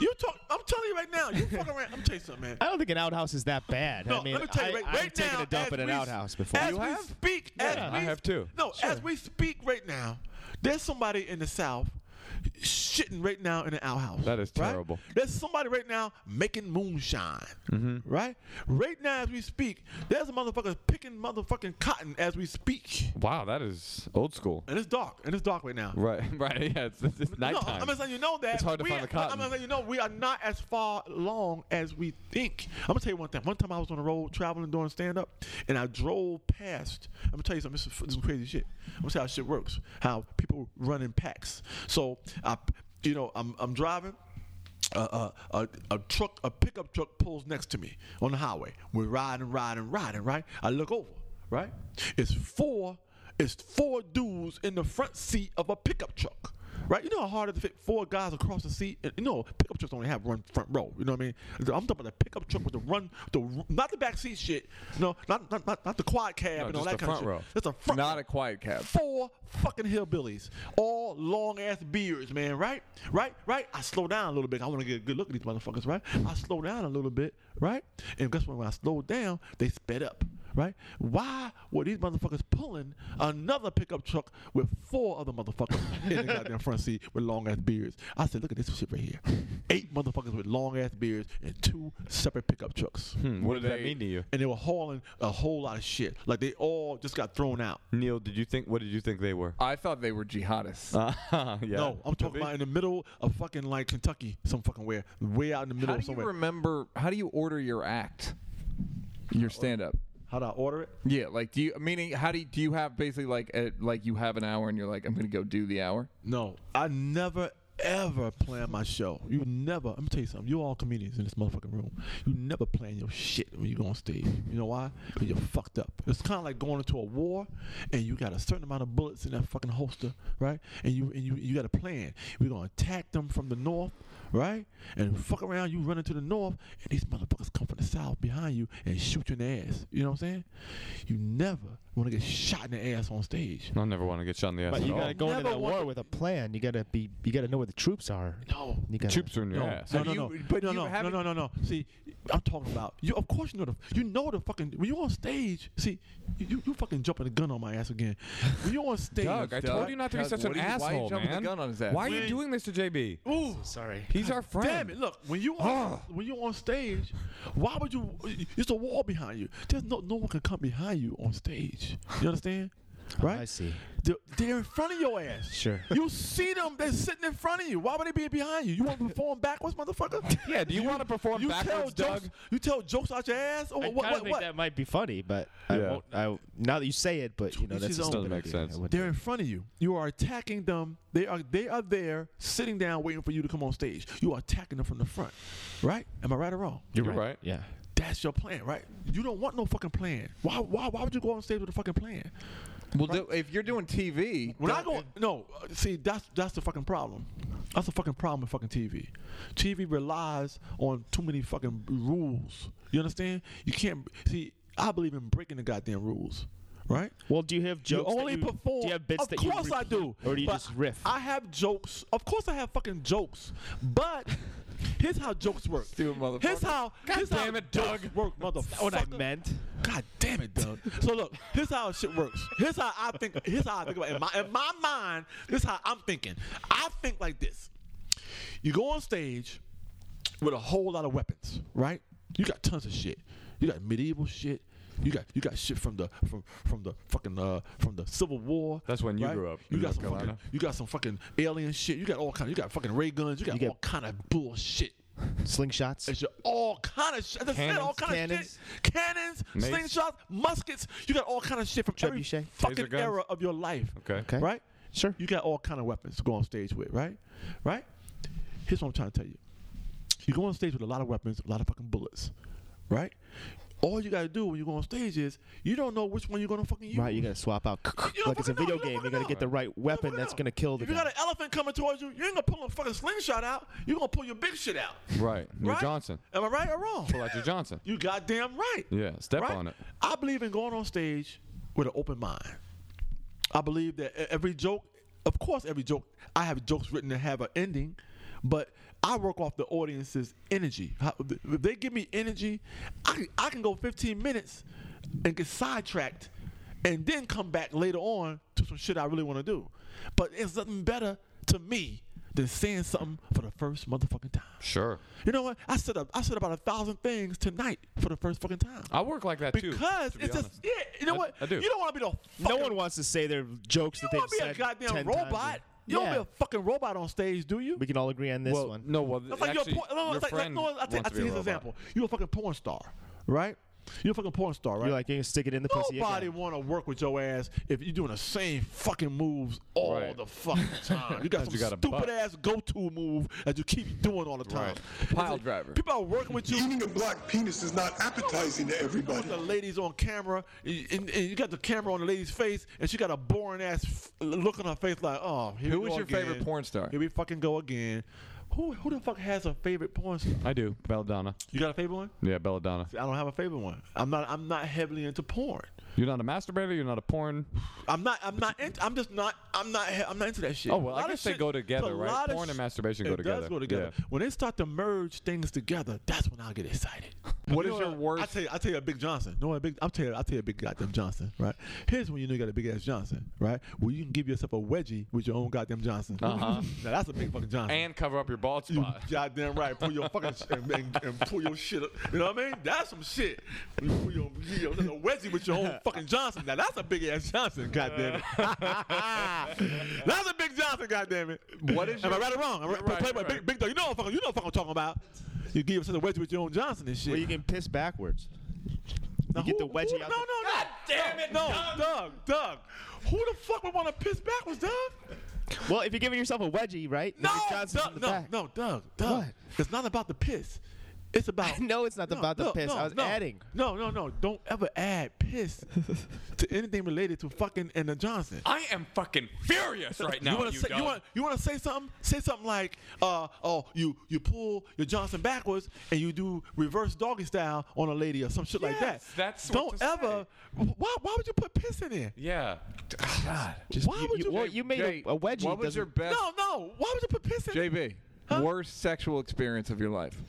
Speaker 8: you talk. I'm telling you right now. You fucking around. I'm telling you something, man.
Speaker 11: I don't think an outhouse is that bad.
Speaker 8: No,
Speaker 11: I mean,
Speaker 8: let me tell you
Speaker 11: I,
Speaker 8: right,
Speaker 11: I've
Speaker 8: right
Speaker 11: taken
Speaker 8: now.
Speaker 11: a dump
Speaker 8: as
Speaker 11: in an
Speaker 8: we s-
Speaker 11: outhouse before.
Speaker 8: As
Speaker 11: You
Speaker 8: we
Speaker 11: have?
Speaker 8: speak,
Speaker 11: Yeah.
Speaker 8: as we
Speaker 2: I have too.
Speaker 8: No, as we speak right now, there's somebody in the South shitting right now in an outhouse.
Speaker 2: That is
Speaker 8: right?
Speaker 2: terrible.
Speaker 8: There's somebody right now making moonshine.
Speaker 11: Mm-hmm.
Speaker 8: Right? Right now, as we speak, there's a motherfucker picking motherfucking cotton as we speak.
Speaker 2: Wow, that is old school.
Speaker 8: And it's dark. And it's dark right now.
Speaker 2: Right, right. Yeah, it's, it's, it's
Speaker 8: No,
Speaker 2: nighttime.
Speaker 8: I'm just letting you know that
Speaker 2: It's hard to
Speaker 8: we-
Speaker 2: find the
Speaker 8: I'm
Speaker 2: cotton.
Speaker 8: just letting you know we are not as far along as we think. I'm gonna tell you one thing. One time I was on the road traveling doing stand up, and I drove past. I'm gonna tell you something. This is, this is crazy shit. I'm gonna tell you how shit works. How people run in packs. So I, you know, I'm I'm driving. A, a, a, a truck, a pickup truck pulls next to me on the highway. We're riding, riding, riding, right? I look over, right? It's four is four dudes in the front seat of a pickup truck. Right, you know how hard it is to fit four guys across the seat. And, you know, pickup trucks only have one front row. You know what I mean? I'm talking about the pickup truck with the run, the r- not the back seat shit. No, not not not, not the quad cab
Speaker 1: No,
Speaker 8: and
Speaker 1: just
Speaker 8: all that
Speaker 1: the
Speaker 8: kind
Speaker 1: front
Speaker 8: of
Speaker 1: row.
Speaker 8: shit. That's a front.
Speaker 1: Not a quiet cab.
Speaker 8: Four fucking hillbillies, all long ass beards, man. Right, right, right. I slow down a little bit. I want to get a good look at these motherfuckers, right? I slow down a little bit, right? And guess what? When I slowed down, they sped up, right? Why were these motherfuckers pulling another pickup truck with four other motherfuckers in the goddamn front seat with long ass beards? I said, look at this shit right here. Eight motherfuckers with long ass beards and two separate pickup trucks.
Speaker 1: Hmm.
Speaker 2: Hmm, what did that mean to you?
Speaker 8: And they were hauling a whole lot of shit. Like they all just got thrown out.
Speaker 2: Neil, did you think? What did you think they were?
Speaker 1: I thought they were jihadists.
Speaker 8: Uh,
Speaker 2: yeah.
Speaker 8: No, I'm talking about in the middle of fucking like Kentucky, some fucking where, way out in the middle
Speaker 1: How
Speaker 8: of
Speaker 1: do you
Speaker 8: somewhere.
Speaker 1: remember? How do you order your act? Your stand up.
Speaker 8: How do I order it?
Speaker 1: Yeah, like do you meaning how do you, do you have basically like a, like you have an hour and you're like I'm gonna go do the hour.
Speaker 8: No, I never ever plan my show. You never. Let me tell you something. You all comedians in this motherfucking room. You never plan your shit when you go on stage. You know why? Because you're fucked up. It's kind of like going into a war, and you got a certain amount of bullets in that fucking holster, right? And you and you you got a plan. We're gonna attack them from the north. Right? And fuck around, you run into the north, and these motherfuckers come from the south behind you and shoot you in the ass. You know what I'm saying? You never want to get shot in the ass on stage.
Speaker 2: I never want to get shot in the ass.
Speaker 11: But
Speaker 2: at
Speaker 11: you
Speaker 2: all.
Speaker 11: gotta go into
Speaker 8: Never
Speaker 11: the
Speaker 8: want
Speaker 11: war
Speaker 8: to-
Speaker 11: with a plan. You gotta be. You gotta know where the troops are.
Speaker 8: No.
Speaker 11: You gotta,
Speaker 2: Troops are in your
Speaker 8: No,
Speaker 2: ass.
Speaker 8: no, no, no,
Speaker 1: you- but
Speaker 8: no,
Speaker 1: you
Speaker 8: no, no,
Speaker 1: haven't-
Speaker 8: no, no, no. See, I'm talking about you. Of course, you know the you know the fucking when you on stage. See, you- you you fucking jumping the gun on my ass again. When you on stage,
Speaker 2: Doug, I told you not to be
Speaker 1: Doug,
Speaker 2: such
Speaker 1: what are
Speaker 2: an
Speaker 1: you- why are you
Speaker 2: asshole,
Speaker 1: jumping the
Speaker 2: man.
Speaker 1: gun on his ass?
Speaker 2: Why are you
Speaker 1: Wait.
Speaker 2: doing this to JB?
Speaker 8: Ooh,
Speaker 11: Sorry.
Speaker 2: He's our friend.
Speaker 8: damn it! Look, when you on, when you on stage, why would you? It's a wall behind you. There's no no one can come behind you on stage. You understand?
Speaker 2: Oh,
Speaker 8: Right?
Speaker 11: I see.
Speaker 8: They're, they're in front of your ass.
Speaker 11: Sure.
Speaker 8: You see them. They're sitting in front of you. Why would they be behind you? You want to perform backwards, motherfucker?
Speaker 2: Yeah, do you wanna perform
Speaker 8: you
Speaker 2: backwards,
Speaker 8: tell jokes,
Speaker 2: Doug?
Speaker 8: You tell jokes out your ass? Or
Speaker 11: I
Speaker 8: what?
Speaker 11: kinda
Speaker 8: what,
Speaker 11: think
Speaker 8: what?
Speaker 11: that might be funny, but I
Speaker 2: Yeah.
Speaker 11: won't. I now that you say it, but you know
Speaker 8: Each
Speaker 11: that's
Speaker 8: his
Speaker 11: a
Speaker 8: own.
Speaker 2: Doesn't
Speaker 11: stupid
Speaker 2: make
Speaker 11: idea.
Speaker 2: sense.
Speaker 11: I wouldn't
Speaker 8: They're
Speaker 11: do
Speaker 8: in
Speaker 11: it.
Speaker 8: front of you. You are attacking them. They are they are there, sitting down, waiting for you to come on stage. You are attacking them from the front, right? Am I right or wrong?
Speaker 2: You're right.
Speaker 11: Yeah.
Speaker 8: That's your plan, right? You don't want no fucking plan. Why why why would you go on stage with a fucking plan?
Speaker 1: Well, do, if you're doing TV,
Speaker 8: When I
Speaker 1: don't-
Speaker 8: go, no, uh, see, that's that's the fucking problem. That's the fucking problem with fucking TV. TV relies on too many fucking rules. You understand? You can't see. I believe in breaking the goddamn rules, right?
Speaker 11: Well, do you have jokes?
Speaker 8: you only
Speaker 11: that you,
Speaker 8: perform.
Speaker 11: Do you have bits
Speaker 8: of
Speaker 11: that you
Speaker 8: course I do.
Speaker 11: repeat, Or do you
Speaker 8: But
Speaker 11: just riff?
Speaker 8: I have jokes. Of course I have fucking jokes. But here's how jokes work.
Speaker 1: Do it, motherfucker.
Speaker 8: Here's how. here's
Speaker 2: damn
Speaker 8: how
Speaker 2: it,
Speaker 8: jokes
Speaker 2: Doug.
Speaker 8: Work, motherfucker.
Speaker 11: what Oh, I meant.
Speaker 8: God damn it, Doug. so look, here's how shit works. Here's how I think. Here's how I think about it. In my, in my mind, this is how I'm thinking. I think like this. You go on stage with a whole lot of weapons, right? You got tons of shit. You got medieval shit. You got you got shit from the from from the fucking uh from the Civil War.
Speaker 2: That's when you
Speaker 8: right?
Speaker 2: grew up,
Speaker 8: You
Speaker 2: in
Speaker 8: got
Speaker 2: North
Speaker 8: some fucking,
Speaker 2: Carolina.
Speaker 8: you got some fucking alien shit. You got all kind. Of, you got fucking ray guns. You got
Speaker 11: You
Speaker 8: all kind of bullshit.
Speaker 11: Slingshots.
Speaker 8: It's your all kind of shit. Cannons, all kind
Speaker 11: Cannons.
Speaker 8: of shit. Cannons,
Speaker 2: Mace.
Speaker 8: slingshots, muskets. You got all kind of shit from every
Speaker 11: Trebuchet.
Speaker 8: fucking
Speaker 2: Taser guns.
Speaker 8: era of your life.
Speaker 2: Okay.
Speaker 11: Okay.
Speaker 8: Right?
Speaker 11: Sure.
Speaker 8: You got all kind of weapons to go on stage with, right? Right? Here's what I'm trying to tell you. You go on stage with a lot of weapons, a lot of fucking bullets, right? All you gotta do when you go on stage is you don't know which one you're gonna fucking use.
Speaker 11: Right, you gotta swap out.
Speaker 8: You don't
Speaker 11: like it's a
Speaker 8: fucking know,
Speaker 11: video
Speaker 8: you don't
Speaker 11: game. You
Speaker 8: fucking
Speaker 11: gotta
Speaker 8: know.
Speaker 11: get the right
Speaker 8: You don't
Speaker 11: weapon
Speaker 8: fucking
Speaker 11: that's
Speaker 8: know.
Speaker 11: gonna kill the
Speaker 8: If you
Speaker 11: guy.
Speaker 8: got an elephant coming towards you, you ain't gonna pull a fucking slingshot out. You're gonna pull your big shit out.
Speaker 2: Right. You're
Speaker 8: Right?
Speaker 2: Johnson.
Speaker 8: Am I right or wrong?
Speaker 2: Pull out your Johnson.
Speaker 8: You goddamn right.
Speaker 2: Yeah, step
Speaker 8: Right?
Speaker 2: on it.
Speaker 8: I believe in going on stage with an open mind. I believe that e- every joke, of course, every joke, I have jokes written that have an ending, but I work off the audience's energy. How- If they give me energy, I, can- I can go 15 minutes and get sidetracked and then come back later on to some shit I really want to do. But it's nothing better to me than saying something for the first motherfucking time.
Speaker 2: Sure.
Speaker 8: You know what? I said a, I said about a thousand things tonight for the first fucking time.
Speaker 2: I work like that too.
Speaker 8: because
Speaker 2: to be
Speaker 8: it's just
Speaker 2: honest.
Speaker 8: yeah. You know
Speaker 2: I-
Speaker 8: what?
Speaker 2: I do.
Speaker 8: You don't want to be the
Speaker 11: No
Speaker 8: fucking,
Speaker 11: one wants to say their jokes
Speaker 8: You
Speaker 11: that
Speaker 8: don't
Speaker 11: they've
Speaker 8: want to be a
Speaker 11: said 10
Speaker 8: goddamn
Speaker 11: times.
Speaker 8: robot. You don't want to
Speaker 11: Yeah.
Speaker 8: be a fucking robot on stage, do you?
Speaker 11: We can all agree on this
Speaker 2: well,
Speaker 11: one.
Speaker 2: no, well,
Speaker 8: That's like
Speaker 2: actually,
Speaker 8: your, por- no,
Speaker 2: your
Speaker 8: it's like, like,
Speaker 2: friend
Speaker 8: no, I
Speaker 2: wants
Speaker 8: take, I
Speaker 2: to be
Speaker 8: take
Speaker 2: a
Speaker 8: his
Speaker 2: robot.
Speaker 8: example. You a fucking porn star, right? You're a fucking porn star, right?
Speaker 11: You're like, you can stick it in the pussy again.
Speaker 8: Nobody want to work with your ass if you're doing the same fucking moves all
Speaker 11: Right.
Speaker 8: the fucking time. You
Speaker 11: Because
Speaker 8: got some
Speaker 11: you got a
Speaker 8: stupid
Speaker 11: butt.
Speaker 8: ass go-to move that you keep doing all the time.
Speaker 1: Pile driver.
Speaker 8: People are working with you. Eating a black penis is not appetizing to everybody. The ladies on camera, and, and- and you got the camera on the lady's face, and she got a boring ass f- look on her face, like, oh, here
Speaker 1: Who
Speaker 8: we
Speaker 1: was
Speaker 8: go
Speaker 1: your favorite
Speaker 8: again.
Speaker 1: porn star?
Speaker 8: Here we fucking go again. Who who the fuck has a favorite porn star?
Speaker 2: I do. Belladonna.
Speaker 8: You got a favorite one?
Speaker 2: Yeah, Belladonna.
Speaker 8: I don't have a favorite one. I'm not. I'm not heavily into porn.
Speaker 2: You're not a masturbator. You're not a porn.
Speaker 8: I'm not. I'm not. Into, I'm just not. I'm not. he- I'm not into that shit.
Speaker 2: Oh, well,
Speaker 8: A
Speaker 2: I
Speaker 8: lot of
Speaker 2: guess they
Speaker 8: shit-
Speaker 2: go
Speaker 8: it's a
Speaker 2: together, right?
Speaker 8: lot of
Speaker 2: Porn and
Speaker 8: sh-
Speaker 2: masturbation go
Speaker 8: it
Speaker 2: together.
Speaker 8: Does go together.
Speaker 2: Yeah.
Speaker 8: When they start to merge things together, that's when I'll get excited.
Speaker 1: What
Speaker 8: You
Speaker 1: is
Speaker 8: know
Speaker 1: your worst-
Speaker 8: I tell you. I tell you, a Big Johnson. No, a big. I'll tell you. I'll tell you, a Big Goddamn Johnson. Right. Here's when you know you got a big ass Johnson. Right. Where you can give yourself a wedgie with your own goddamn Johnson.
Speaker 2: Uh-huh.
Speaker 8: now that's a big fucking Johnson.
Speaker 2: And cover up your bald
Speaker 8: You
Speaker 2: spot.
Speaker 8: goddamn right. Pull your fucking sh- and, and, and pull your shit up. You know what I mean? That's some shit. You pull your, your little wedgie with your own fucking Johnson. Now that's a big ass Johnson. Goddamn it. that's a big Johnson. Goddamn it.
Speaker 1: What is
Speaker 8: Am I
Speaker 1: your-
Speaker 8: right or wrong? I'm right,
Speaker 1: You're right,
Speaker 8: play by
Speaker 1: you're
Speaker 8: big, big dog. You know what I'm fucking. You know what I'm fucking talking about. You give yourself a wedgie with your own Johnson and shit.
Speaker 11: Well, you can piss backwards.
Speaker 8: Now
Speaker 11: you get
Speaker 8: who-
Speaker 11: the wedgie
Speaker 8: who-
Speaker 11: out
Speaker 8: No,
Speaker 11: the-
Speaker 8: no, no. God damn it, no, Doug, Doug. Who the fuck would want to piss backwards, Doug?
Speaker 11: Well, if you're giving yourself a wedgie, right? then
Speaker 8: No,
Speaker 11: your Johnson's in the
Speaker 8: Doug, no,
Speaker 11: back.
Speaker 8: no, Doug, Doug.
Speaker 11: What?
Speaker 8: It's not about the piss. It's about
Speaker 11: No, it's not about the piss. I was adding.
Speaker 8: No, no, no. Don't ever add piss to anything related to fucking and the Johnson.
Speaker 2: I am fucking furious right now.
Speaker 8: you
Speaker 2: You,
Speaker 8: want to say you
Speaker 2: dog.
Speaker 8: want you want to say something? Say something like, uh, "Oh, you you pull your Johnson backwards and you do reverse doggy style on a lady or some shit like that."
Speaker 2: Yes, that's what
Speaker 8: don't
Speaker 2: to
Speaker 8: ever. Why why would you put piss in there?
Speaker 2: Yeah. God.
Speaker 8: why would you?
Speaker 11: well, you made
Speaker 1: Jay,
Speaker 11: a, a wedgie.
Speaker 1: What was your
Speaker 11: doesn't-
Speaker 1: best?
Speaker 8: no, no. Why would you put piss in? there?
Speaker 1: JB, worst sexual experience of your life.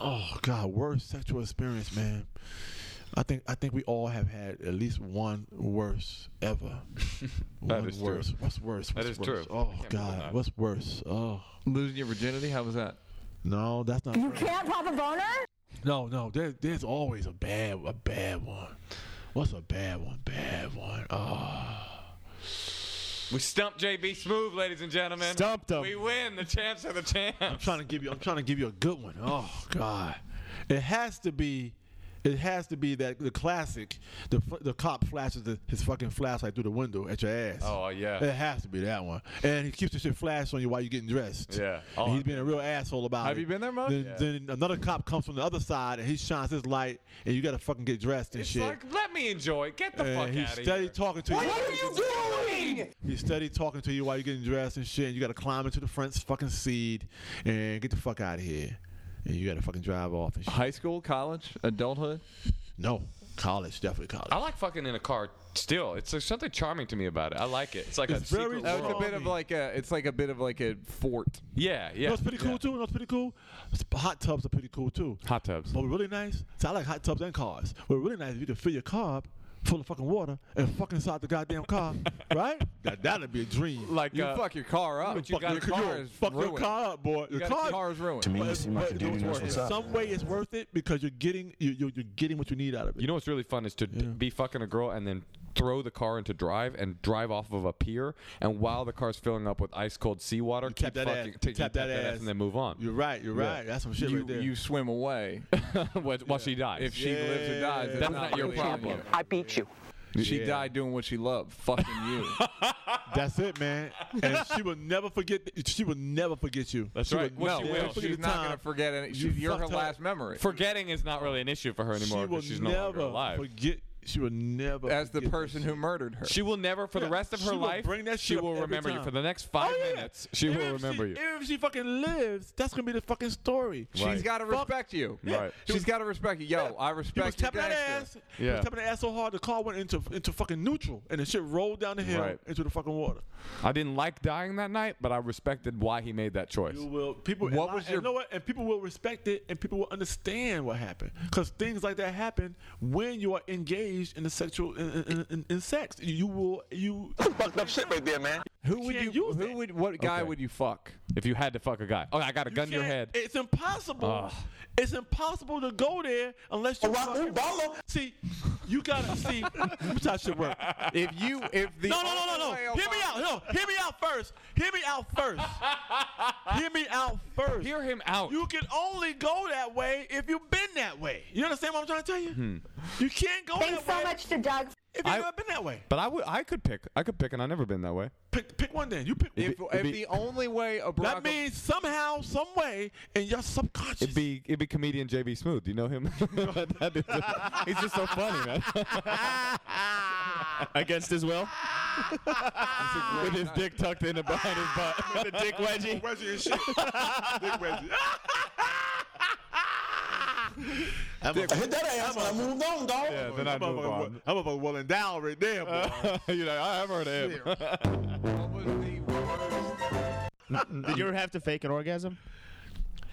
Speaker 8: Oh God, worst sexual experience, man. I think I think we all have had at least one worse ever.
Speaker 2: That
Speaker 8: one
Speaker 2: is true.
Speaker 8: worse. What's worse?
Speaker 2: That
Speaker 8: What's
Speaker 2: is
Speaker 8: worse?
Speaker 2: true. I
Speaker 8: Oh
Speaker 2: can't believe
Speaker 8: God,
Speaker 2: that.
Speaker 8: what's worse? Oh
Speaker 1: Losing your virginity? How was that?
Speaker 8: no, that's not.
Speaker 12: You can't pop a boner?
Speaker 8: No, no. There, there's always a bad, a bad one. What's a bad one? Bad one. Oh.
Speaker 2: We stumped JB Smooth, ladies and gentlemen.
Speaker 8: Stumped him.
Speaker 2: We win. The champs are the
Speaker 8: I'm
Speaker 2: champs.
Speaker 8: trying to give you. I'm trying to give you a good one. Oh God, it has to be. It has to be that the classic. The f- the cop flashes the, his fucking flashlight through the window at your ass.
Speaker 2: Oh, yeah.
Speaker 8: It has to be that one. And he keeps the shit flash on you while you're getting dressed.
Speaker 2: Yeah.
Speaker 8: And he's been a real asshole about
Speaker 1: Oh, Have
Speaker 8: it.
Speaker 1: you been there, Mo?
Speaker 8: Then,
Speaker 1: Yeah.
Speaker 8: then another cop comes from the other side and he shines his light and you gotta fucking get dressed and
Speaker 2: It's
Speaker 8: shit.
Speaker 2: like, let me enjoy. Get the
Speaker 8: and
Speaker 2: fuck
Speaker 8: he's
Speaker 2: out of
Speaker 8: steady
Speaker 2: here.
Speaker 8: talking to you.
Speaker 2: are you doing?
Speaker 8: He's steady talking to you while you're getting dressed and shit. And you got to climb into the front fucking seat and get the fuck out of here. And you got to fucking drive off and shit.
Speaker 1: High school, college, adulthood?
Speaker 8: No, college, definitely college.
Speaker 2: I like fucking in a car still. It's there's something charming to me about it. I like it. It's like
Speaker 8: It's
Speaker 2: a
Speaker 8: very
Speaker 2: secret
Speaker 1: That was a
Speaker 2: world.
Speaker 1: bit of like a. It's like a bit of like a fort.
Speaker 2: Yeah,
Speaker 8: You
Speaker 2: yeah.
Speaker 8: know what's pretty cool too? You know what's pretty cool? Sp- Hot tubs are pretty cool too.
Speaker 2: Hot tubs.
Speaker 8: But we're really nice. So I like hot tubs and cars. But really nice if you can fill your car up full of fucking water and fuck inside the goddamn car, right? That that'd be a dream.
Speaker 2: Like
Speaker 1: You
Speaker 2: uh,
Speaker 1: fuck your car up.
Speaker 2: but you got
Speaker 1: your
Speaker 2: your
Speaker 1: car
Speaker 2: car-
Speaker 1: is
Speaker 8: fuck
Speaker 1: ruined.
Speaker 8: your car up, boy.
Speaker 1: You
Speaker 8: Your
Speaker 1: got your
Speaker 8: car,
Speaker 1: car is ruined.
Speaker 8: but it's- but it's worth it. Some way it's worth it because you're getting you you you're getting what you need out of it.
Speaker 2: You know what's really fun is to d- be fucking a girl and then throw the car into drive and drive off of a pier and while the car's filling up with ice cold seawater, keep
Speaker 8: tap that ass.
Speaker 2: fucking take-
Speaker 8: Tap that ass.
Speaker 2: and then move on.
Speaker 8: You're right. You're
Speaker 2: Yeah.
Speaker 8: right. That's some shit
Speaker 1: you,
Speaker 8: right there.
Speaker 1: you swim away
Speaker 2: while while she dies.
Speaker 1: if she lives or dies. it's
Speaker 2: That's not your
Speaker 1: really on
Speaker 2: problem.
Speaker 1: you.
Speaker 12: I beat you.
Speaker 1: She
Speaker 8: Yeah.
Speaker 1: died doing what she loved. Fucking you.
Speaker 8: That's it, man. And she will never forget. She will never forget you.
Speaker 2: That's
Speaker 8: she
Speaker 2: right.
Speaker 8: Will
Speaker 2: Well,
Speaker 8: never
Speaker 2: she will.
Speaker 8: forget the
Speaker 1: She's not
Speaker 8: time
Speaker 1: gonna forget any.
Speaker 8: you
Speaker 1: She, you're her
Speaker 8: fucked
Speaker 1: last memory.
Speaker 2: Forgetting is not really an issue for her anymore
Speaker 8: She will
Speaker 2: because she's no
Speaker 8: never
Speaker 2: longer alive.
Speaker 8: forget. She will never.
Speaker 1: as the
Speaker 8: forget
Speaker 1: person
Speaker 8: this
Speaker 1: who murdered her.
Speaker 2: She will never, for the
Speaker 8: Yeah,
Speaker 2: rest of
Speaker 8: she
Speaker 2: her
Speaker 8: will
Speaker 2: life,
Speaker 8: bring that
Speaker 2: she
Speaker 8: shit up
Speaker 2: will
Speaker 8: every
Speaker 2: remember you
Speaker 8: time.
Speaker 2: for the next five
Speaker 8: Oh, yeah.
Speaker 2: minutes. She
Speaker 8: Even
Speaker 2: will
Speaker 8: if
Speaker 2: remember you.
Speaker 8: Even if she fucking lives, that's gonna be the fucking story.
Speaker 1: She's
Speaker 2: Right.
Speaker 1: got to respect you.
Speaker 2: Yeah. Right.
Speaker 1: She's got to respect you. Yo, I
Speaker 8: He
Speaker 1: respect
Speaker 8: was tapping
Speaker 1: you.
Speaker 8: that ass.
Speaker 1: gangster.
Speaker 8: He
Speaker 2: Yeah.
Speaker 8: was tapping that ass so hard the car went into into fucking neutral and the shit rolled down the hill
Speaker 2: Right.
Speaker 8: into the fucking water.
Speaker 2: I didn't like dying that night, but I respected why he made that choice.
Speaker 8: You will people.
Speaker 1: What
Speaker 8: and,
Speaker 1: was
Speaker 8: I- and
Speaker 1: your-
Speaker 8: you know what? And people will respect it, and people will understand what happened because things like that happen when you are engaged in the sexual in, in, in, in sex. You, you will you.
Speaker 7: Fucked up shit right there, man.
Speaker 1: Who would
Speaker 8: can't
Speaker 1: you?
Speaker 8: use
Speaker 1: Who
Speaker 8: that.
Speaker 1: would? What guy
Speaker 2: Okay.
Speaker 1: would you fuck?
Speaker 2: If you had to fuck a guy, oh, I got a
Speaker 8: you
Speaker 2: gun to your
Speaker 8: can't-
Speaker 2: head. Ah.
Speaker 8: It's impossible.
Speaker 2: Ugh.
Speaker 8: It's impossible to go there unless you.
Speaker 7: Barack
Speaker 8: fucking-
Speaker 7: Obama.
Speaker 8: See, you gotta see. Let me tell you how shit work.
Speaker 1: If you, if the
Speaker 8: no, no, no, no, no.
Speaker 1: only way
Speaker 8: Hear
Speaker 1: Obama-
Speaker 8: me out. No, hear me out first. Hear me out first. hear me out first.
Speaker 2: Hear him out.
Speaker 8: You can only go that way if you've been that that way. You understand what I'm trying to tell you? You can't go
Speaker 12: Thanks
Speaker 8: that
Speaker 12: so
Speaker 8: way
Speaker 12: much to Doug.
Speaker 8: if you've
Speaker 2: I-
Speaker 8: never been that way.
Speaker 2: But I would, I could pick. I could pick, and I've never been that way.
Speaker 8: Pick, pick one then. You pick one.
Speaker 2: If- if the
Speaker 1: only way a
Speaker 8: That means somehow, some way, in your subconscious.
Speaker 2: It'd be it'd be comedian JB Smooth. Do you know him? That dude's a- he's just so funny, man.
Speaker 13: Against his will? With his
Speaker 2: night.
Speaker 13: dick tucked in behind his butt. With a dick wedgie?
Speaker 8: wedgie and shit. dick wedgie.
Speaker 13: I'm a-
Speaker 8: I hit that ass when I moved on, dog.
Speaker 13: Yeah, then I
Speaker 8: I'm a-
Speaker 13: move on.
Speaker 8: I'm a well endowed right there, boy.
Speaker 13: you know, I have heard of him.
Speaker 11: Did you ever have to fake an orgasm?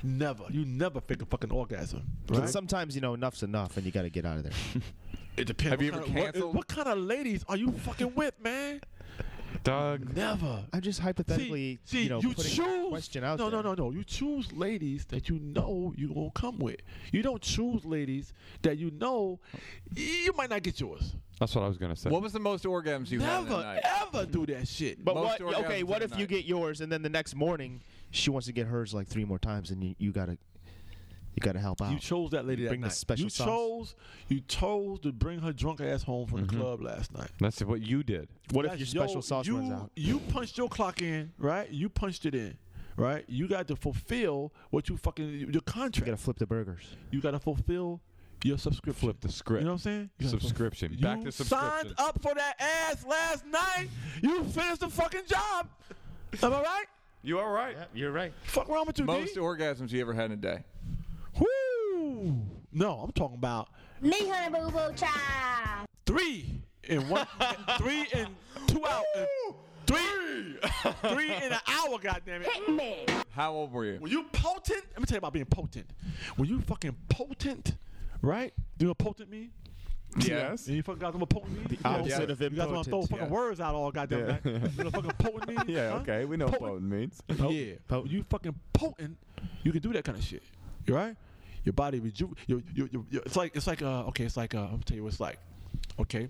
Speaker 8: Never. You never fake a fucking orgasm. right?
Speaker 11: Sometimes you know enough's enough, and you got to get out of there.
Speaker 8: It depends.
Speaker 11: Have you
Speaker 8: What
Speaker 11: ever
Speaker 8: kind of- what-
Speaker 11: canceled?
Speaker 8: What, kind of ladies are you fucking with, man?
Speaker 2: Doug.
Speaker 8: Never.
Speaker 11: I'm just hypothetically,
Speaker 8: See,
Speaker 11: you know, putting that
Speaker 8: choose.
Speaker 11: question out
Speaker 8: no,
Speaker 11: there.
Speaker 8: no, no, no. You choose ladies that you know you gonna come with. You don't choose ladies that you know you might not get yours.
Speaker 2: That's what I was gonna say.
Speaker 1: What was the most orgasms you had that
Speaker 8: Never,
Speaker 1: night?
Speaker 8: ever do that shit.
Speaker 11: But what? Okay, what if you get yours, and then the next morning she wants to get hers like three more times, and you, you gotta you gotta help out.
Speaker 8: You chose that lady that
Speaker 11: Bring
Speaker 8: night.
Speaker 11: the special
Speaker 8: you
Speaker 11: sauce.
Speaker 8: chose. You chose to bring her drunk ass home from the club last night.
Speaker 2: That's what you did.
Speaker 11: Mm-hmm. What if
Speaker 8: That's
Speaker 11: your special
Speaker 8: yo-
Speaker 11: sauce
Speaker 8: you,
Speaker 11: runs out?
Speaker 8: You punched your clock in, right? You punched it in, right? You got to fulfill what you fucking your contract. You
Speaker 11: gotta flip the burgers.
Speaker 8: You gotta fulfill your subscription. Flip
Speaker 2: the script.
Speaker 8: You know what I'm saying? You gotta
Speaker 2: Subscription.
Speaker 8: fulfill-
Speaker 2: Back
Speaker 8: You
Speaker 2: to
Speaker 8: Signed
Speaker 2: subscription.
Speaker 8: up for that ass last night. You finished the fucking job. Am I right?
Speaker 2: You are right.
Speaker 11: you're right.
Speaker 8: Fuck wrong with you,
Speaker 1: Most
Speaker 8: D?
Speaker 1: orgasms you ever had in a day.
Speaker 8: Woo! No, I'm talking about
Speaker 12: Me honey boo boo child.
Speaker 8: three in one, three in two hours, three, three in an hour. Goddamn it!
Speaker 12: Hit me.
Speaker 1: How old were you?
Speaker 8: When you potent, let me tell you about being potent. When you fucking potent, right? You know what potent mean?
Speaker 2: Yes.
Speaker 8: And you fucking guys know what potent mean?
Speaker 2: The opposite of
Speaker 8: You guys want to throw
Speaker 2: impotent.
Speaker 8: fucking
Speaker 2: Yeah.
Speaker 8: words out all goddamn
Speaker 2: Yeah.
Speaker 8: night. You know what fucking potent mean?
Speaker 2: Yeah.
Speaker 8: Huh?
Speaker 2: Okay. We know what
Speaker 8: Potent.
Speaker 2: potent means.
Speaker 8: Yeah. You fucking potent, you can do that kind of shit. You right? Your body reju your, your, your, your, it's like it's like uh okay, it's like uh I'm tell you what it's like. Okay.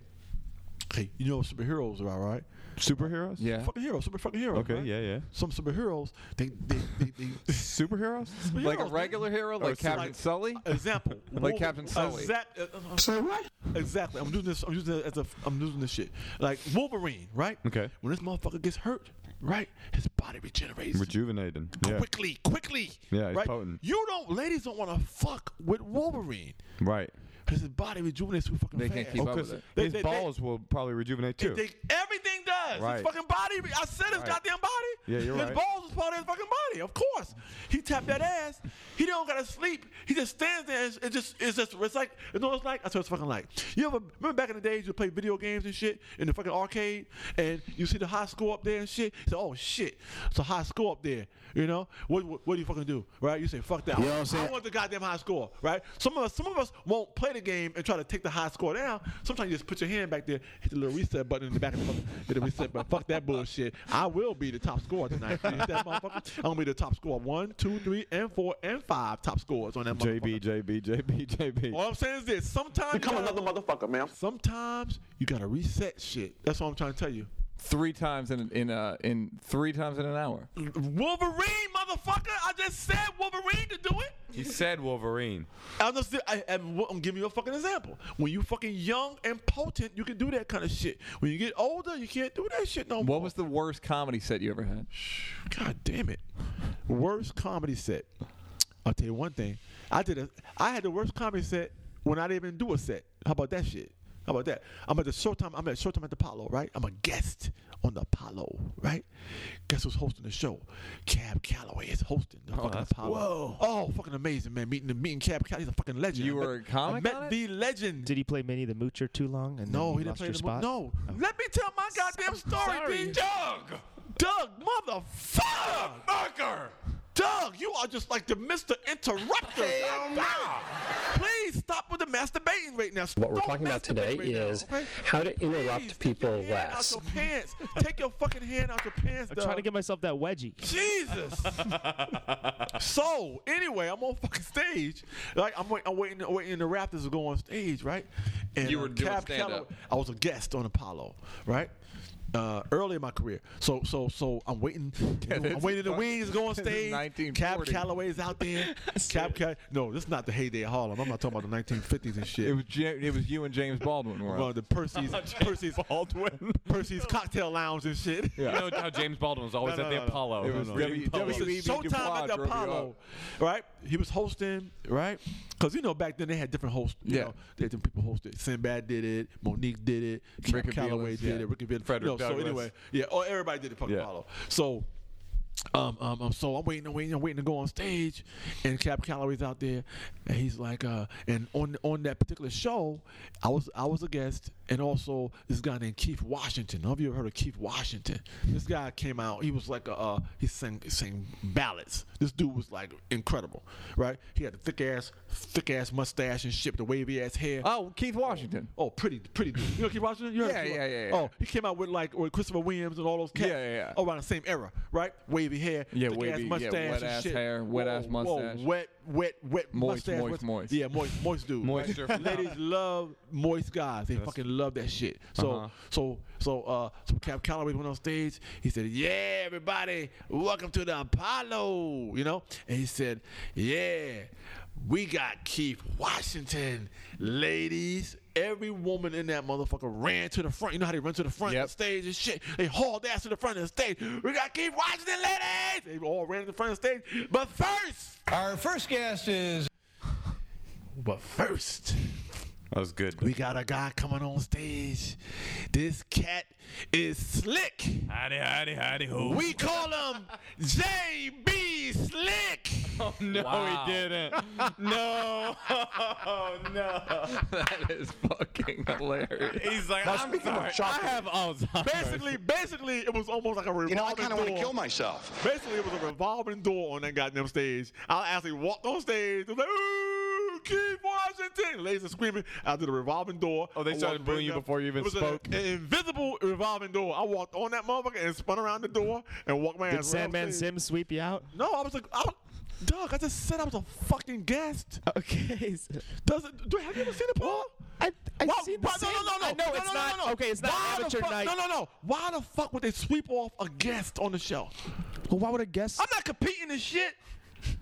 Speaker 8: Okay, you know what superheroes are, right?
Speaker 2: Superheroes? Yeah.
Speaker 8: Fucking heroes, super fucking heroes.
Speaker 2: Okay,
Speaker 8: right?
Speaker 2: yeah, yeah.
Speaker 8: Some superheroes, they they they, they
Speaker 2: Superheroes?
Speaker 1: Like a
Speaker 8: Heroes,
Speaker 1: regular hero, like Captain Sully.
Speaker 8: Example.
Speaker 1: like Captain Sully.
Speaker 8: Exact, Say what? Exactly. I'm doing this. I'm using this as a. I'm using this shit. Like Wolverine, right?
Speaker 2: Okay.
Speaker 8: When this motherfucker gets hurt, right? His body regenerates
Speaker 2: Rejuvenating. Yeah.
Speaker 8: quickly, quickly.
Speaker 2: Yeah, he's
Speaker 8: right?
Speaker 2: potent.
Speaker 8: You don't. Ladies don't want to fuck with Wolverine.
Speaker 2: Right. Oh,
Speaker 8: His body rejuvenates too fucking
Speaker 1: They
Speaker 8: fast.
Speaker 1: can't keep up with
Speaker 2: 'cause
Speaker 1: it.
Speaker 8: They-
Speaker 2: His
Speaker 8: they- they-
Speaker 2: balls will probably rejuvenate too.
Speaker 8: They- everything does.
Speaker 2: Right.
Speaker 8: His fucking body. re- I said his
Speaker 2: Right.
Speaker 8: goddamn body.
Speaker 2: Yeah, you're
Speaker 8: his
Speaker 2: right.
Speaker 8: balls is part of his fucking body. Of course, he tapped that ass. He don't gotta sleep. He just stands there. It's, it just, it's just, it's like, you know what it's like? That's what it's fucking like. You ever remember back in the days you play video games and shit in the fucking arcade, and you see the high score up there and shit. You say, oh shit, it's a high score up there. You know what? What, what do you fucking do, right? You say, fuck that.
Speaker 13: You know what I'm saying?
Speaker 8: I want the goddamn high score, right? Some of us, some of us won't play the game and try to take the high score down. Sometimes you just put your hand back there, hit the little reset button in the back of the mother- hit the reset button. Fuck that bullshit. I will be the top scorer tonight. You hit that motherfucker? I'm gonna be the top scorer. One, two, three, and four, and five top scores on that
Speaker 2: JB,
Speaker 8: motherfucker.
Speaker 2: JB, JB, Jb.
Speaker 8: All I'm saying is this: sometimes you
Speaker 7: Become
Speaker 8: gotta-
Speaker 7: another motherfucker, man.
Speaker 8: Sometimes you gotta reset shit. That's what I'm trying to tell you.
Speaker 1: Three times in in uh, in three times in an hour.
Speaker 8: Wolverine, motherfucker! I just said Wolverine to do it.
Speaker 2: He said Wolverine.
Speaker 8: I'm just I, am giving you a fucking example. When you fucking young and potent, you can do that kind of shit. When you get older, you can't do that shit no more.
Speaker 1: What was the worst comedy set you ever had?
Speaker 8: God damn it! Worst comedy set. I'll tell you one thing. I did a. I had the worst comedy set when I didn't even do a set. How about that shit? How about that? I'm at the Showtime. I'm at Showtime at the Apollo, right? I'm a guest on the Apollo, right? Guess who's hosting the show? Cab Calloway is hosting
Speaker 1: Oh,
Speaker 8: the fucking
Speaker 2: that's
Speaker 8: Apollo. Whoa! Oh, fucking amazing, man! Meeting the meeting Cab Calloway. He's a fucking legend.
Speaker 1: You
Speaker 8: I met-
Speaker 1: were a
Speaker 8: I
Speaker 1: comic
Speaker 8: met
Speaker 1: on it?
Speaker 8: the legend.
Speaker 11: Did he play Minnie the Moocher too long? And
Speaker 8: No,
Speaker 11: then
Speaker 8: he
Speaker 11: you
Speaker 8: didn't
Speaker 11: lost
Speaker 8: play
Speaker 11: your
Speaker 8: the mo-
Speaker 11: spot. Oh.
Speaker 8: No, let me tell my goddamn story, D. Doug, Doug, motherfucker, Motherfucker! Doug, you are just like the Mister Interrupter. Goddamn. Please stop with the masturbating right now.
Speaker 14: What we're talking about today is how to interrupt people
Speaker 8: Out
Speaker 14: less.
Speaker 8: your pants. Take your fucking hand out your pants.
Speaker 11: I'm trying to
Speaker 8: Doug.
Speaker 11: get myself that wedgie.
Speaker 8: Jesus. so anyway, I'm on fucking stage. Like I'm, wait, I'm waiting, waiting. The Raptors to go on stage, right?
Speaker 1: You were doing
Speaker 8: Cab
Speaker 1: stand-up.
Speaker 8: Calloway- I was a guest on Apollo, right? uh, early in my career. So so so I'm waiting.
Speaker 1: Yeah,
Speaker 8: I'm
Speaker 1: this
Speaker 8: waiting.
Speaker 1: is
Speaker 8: The
Speaker 1: fuck-
Speaker 8: wings go on
Speaker 1: this is
Speaker 8: stage. Cap
Speaker 1: 1940.
Speaker 8: Calloway's out there. Cap Cal- No, this is not the heyday of Harlem. I'm not talking about the 1950s and shit.
Speaker 1: It was Ja- it was you and James Baldwin. Were
Speaker 8: Well, the Percy's Percy's Baldwin, Percy's cocktail lounge and shit.
Speaker 2: You know how James Baldwin was always
Speaker 8: No,
Speaker 2: at
Speaker 8: no,
Speaker 2: the
Speaker 8: Oh, no, no.
Speaker 2: Apollo.
Speaker 8: It was W-
Speaker 2: Apollo.
Speaker 8: W- Showtime at the Apollo, right? He was hosting, right? Because you know back then they had different hosts. You
Speaker 1: Yeah.
Speaker 8: know, they had different people hosted. Sinbad did it, Monique did it, Rick
Speaker 1: Rick and
Speaker 8: Calloway
Speaker 1: Velas,
Speaker 8: did
Speaker 1: yeah.
Speaker 8: it, Rick and Velas.
Speaker 1: Frederick
Speaker 8: no, So
Speaker 1: Douglass.
Speaker 8: anyway, yeah, oh, everybody did it. Fuck
Speaker 1: Yeah.
Speaker 8: Apollo. So. Um, um, um, so I'm waiting, I'm waiting, I'm waiting to go on stage, and Cap Calloway's out there, and he's like, uh, and on on that particular show, I was I was a guest, and also this guy named Keith Washington. Have you ever heard of Keith Washington? This guy came out. He was like, a, uh, he sang sang ballads. This dude was like incredible, right? He had a thick ass thick ass mustache and shit, the wavy ass hair.
Speaker 1: Oh, Keith Washington.
Speaker 8: Oh, pretty pretty dude. You know Keith Washington? You heard
Speaker 1: Yeah,
Speaker 8: Keith
Speaker 1: yeah,
Speaker 8: Wa-
Speaker 1: yeah, yeah.
Speaker 8: Oh, he came out with like with Christopher Williams and all those cats.
Speaker 1: Yeah, yeah, yeah.
Speaker 8: Around the same era, right? Wavy hair,
Speaker 1: Yeah,
Speaker 8: thick
Speaker 1: wavy-
Speaker 8: ass
Speaker 1: yeah,
Speaker 8: mustache,
Speaker 1: wet
Speaker 8: and
Speaker 1: ass
Speaker 8: shit.
Speaker 1: hair, wet ass
Speaker 8: Whoa, whoa,
Speaker 1: mustache.
Speaker 8: wet, wet, wet
Speaker 1: Moist,
Speaker 8: mustache.
Speaker 1: moist,
Speaker 8: wet-
Speaker 1: moist.
Speaker 8: Yeah, moist, moist dude.
Speaker 2: Moisture from-
Speaker 8: Ladies love moist guys. They fucking love that shit. So,
Speaker 2: Uh-huh.
Speaker 8: so, so, uh, so Cap Calloway went on stage. He said, "Yeah, everybody, welcome to the Apollo." You know, and he said, "Yeah, we got Keith Washington, ladies." Every woman in that motherfucker ran to the front. You know how they run to the front of the stage and shit. They hauled ass to the front of the stage. We got Keith Washington, ladies. They all ran to the front of the stage. But first,
Speaker 10: Our first guest is.
Speaker 8: but first.
Speaker 2: That was good.
Speaker 8: We got a guy coming on stage. This cat is slick.
Speaker 2: Howdy, howdy, howdy, ho.
Speaker 8: We call him JB Slick.
Speaker 2: Oh, no,
Speaker 1: Wow.
Speaker 2: he didn't. No. Oh, no.
Speaker 1: that is fucking hilarious.
Speaker 2: He's like,
Speaker 13: Now,
Speaker 2: I'm
Speaker 13: speaking of
Speaker 2: sorry.
Speaker 13: chocolate-
Speaker 2: I have Alzheimer's.
Speaker 8: Basically, basically, it was almost like a revolving
Speaker 13: You know, I kinda wanna
Speaker 8: door.
Speaker 13: kill myself.
Speaker 8: Basically, it was a revolving door on that goddamn stage. I actually walked on stage. It was like, ooh, Keith Washington. Ladies are screaming out to the revolving door.
Speaker 2: Oh, they
Speaker 8: I walked
Speaker 2: started booing you
Speaker 8: up.
Speaker 2: before you even
Speaker 8: It was
Speaker 2: spoke?
Speaker 8: An, an invisible revolving door. I walked on that motherfucker and spun around the door and walked my ass. right
Speaker 11: Did
Speaker 8: off
Speaker 11: Sandman
Speaker 8: stage.
Speaker 11: Sim sweep you out?
Speaker 8: No, I was like, I was, Doug, I just said I was a fucking guest.
Speaker 11: Okay.
Speaker 8: Does it, do, have you ever seen it, Paul?
Speaker 11: I, I've
Speaker 8: Why-
Speaker 11: seen the
Speaker 8: why- no, no,
Speaker 11: Sandman- I know
Speaker 8: no, no, no,
Speaker 11: it's
Speaker 8: no, no,
Speaker 11: not-
Speaker 8: no, no.
Speaker 11: okay, it's not
Speaker 8: Why the
Speaker 11: amateur
Speaker 8: fuck-
Speaker 11: night.
Speaker 8: No, no, no. Why the fuck would they sweep off a guest on the show?
Speaker 11: Well, why would a guest?
Speaker 8: I'm not competing in shit.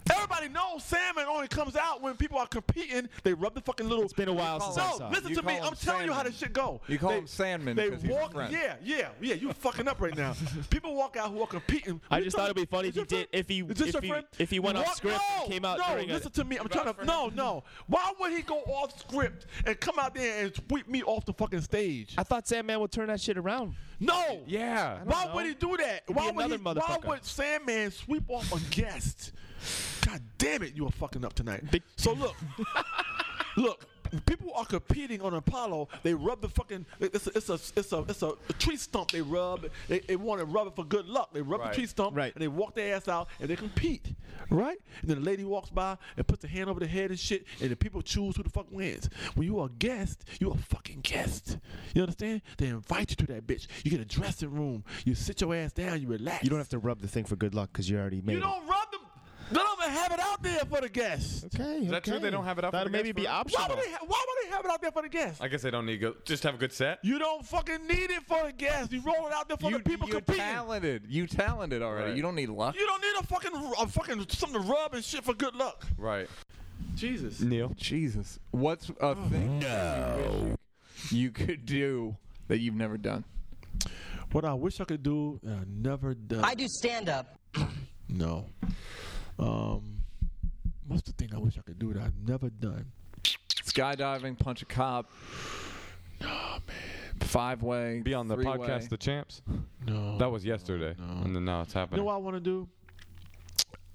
Speaker 8: Everybody knows salmon only comes out when people are competing. They rub the fucking little. It's
Speaker 11: been a while since I
Speaker 8: No,
Speaker 11: saw it.
Speaker 8: listen
Speaker 1: You
Speaker 8: to me.
Speaker 1: call
Speaker 8: I'm
Speaker 1: him
Speaker 8: telling you how
Speaker 1: Sandman.
Speaker 8: this shit go.
Speaker 1: You call him Sandman
Speaker 8: They
Speaker 1: 'cause he's a
Speaker 8: walk.
Speaker 1: friend.
Speaker 8: Yeah, yeah, yeah. You fucking up right now. People walk out who are competing.
Speaker 11: I
Speaker 8: You
Speaker 11: just thought
Speaker 8: talking-
Speaker 11: it'd be funny
Speaker 8: is
Speaker 11: if he
Speaker 8: your friend-
Speaker 11: did- if he-
Speaker 8: is this
Speaker 11: if
Speaker 8: your
Speaker 11: he-
Speaker 8: friend?
Speaker 11: if he went off
Speaker 8: What?
Speaker 11: script and
Speaker 8: No,
Speaker 11: came out
Speaker 8: No,
Speaker 11: during a-
Speaker 8: listen to me. I'm trying to. No, no. Why would he go off script and come out there and sweep me off the fucking stage?
Speaker 11: I thought Sandman would turn that shit around.
Speaker 8: No.
Speaker 2: Yeah.
Speaker 8: Why
Speaker 11: know.
Speaker 8: would he do that?
Speaker 11: Could be
Speaker 8: Why would, he,
Speaker 11: another
Speaker 8: why
Speaker 11: motherfucker.
Speaker 8: would Sandman sweep off a guest? God damn it, you are fucking up tonight. so look, look, people are competing on Apollo. They rub the fucking it's a it's a it's a, it's a tree stump. They rub. They, they want to rub it for good luck. They rub
Speaker 2: Right.
Speaker 8: the tree stump
Speaker 11: Right.
Speaker 8: and they walk their ass out and they compete, right? And then the lady walks by and puts her hand over the head and shit, and the people choose who the fuck wins. When you are a guest, you are a fucking guest. You understand? They invite you to that bitch. You get a dressing room. You sit your ass down. You relax.
Speaker 11: You don't have to rub the thing for good luck because you already made
Speaker 8: You don't rub them. They don't even have it out there for the guests.
Speaker 11: it. Okay. Is
Speaker 2: that true? They don't have it up for
Speaker 11: That'd
Speaker 2: the
Speaker 11: maybe
Speaker 2: guests
Speaker 11: be
Speaker 2: for-
Speaker 11: optional.
Speaker 8: Why would, they ha- why would they have it out there for the guests?
Speaker 2: I guess they don't need to go. Just have a good set.
Speaker 8: You don't fucking need it for the guests. You roll it out there for
Speaker 1: You,
Speaker 8: the people
Speaker 1: you're
Speaker 8: competing.
Speaker 1: talented. You talented already.
Speaker 2: Right.
Speaker 1: You don't need luck.
Speaker 8: You don't need a fucking a fucking something to rub and shit for good luck.
Speaker 2: Right.
Speaker 8: Jesus.
Speaker 2: Neil.
Speaker 1: Jesus. What's a
Speaker 8: Oh.
Speaker 1: thing that you, wish you- you could do that you've never done?
Speaker 8: What I wish I could do, that I never done.
Speaker 15: I do stand up.
Speaker 8: No. Um, what's the thing I wish I could do that I've never done?
Speaker 1: Skydiving, punch a cop. Five way.
Speaker 2: Be on the
Speaker 1: three-way.
Speaker 2: podcast, The Champs.
Speaker 8: No.
Speaker 2: That was yesterday. And then now it's
Speaker 8: You know
Speaker 2: happening.
Speaker 8: what I want to do?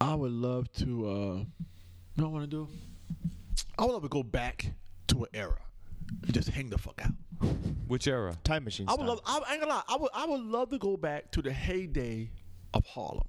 Speaker 8: I would love to. Uh, you know what I want to do? I would love to go back to an era. and Just hang the fuck out.
Speaker 2: Which era?
Speaker 11: Time machine.
Speaker 8: I would love. I, I ain't gonna lie. I would. I would love to go back to the heyday of Harlem,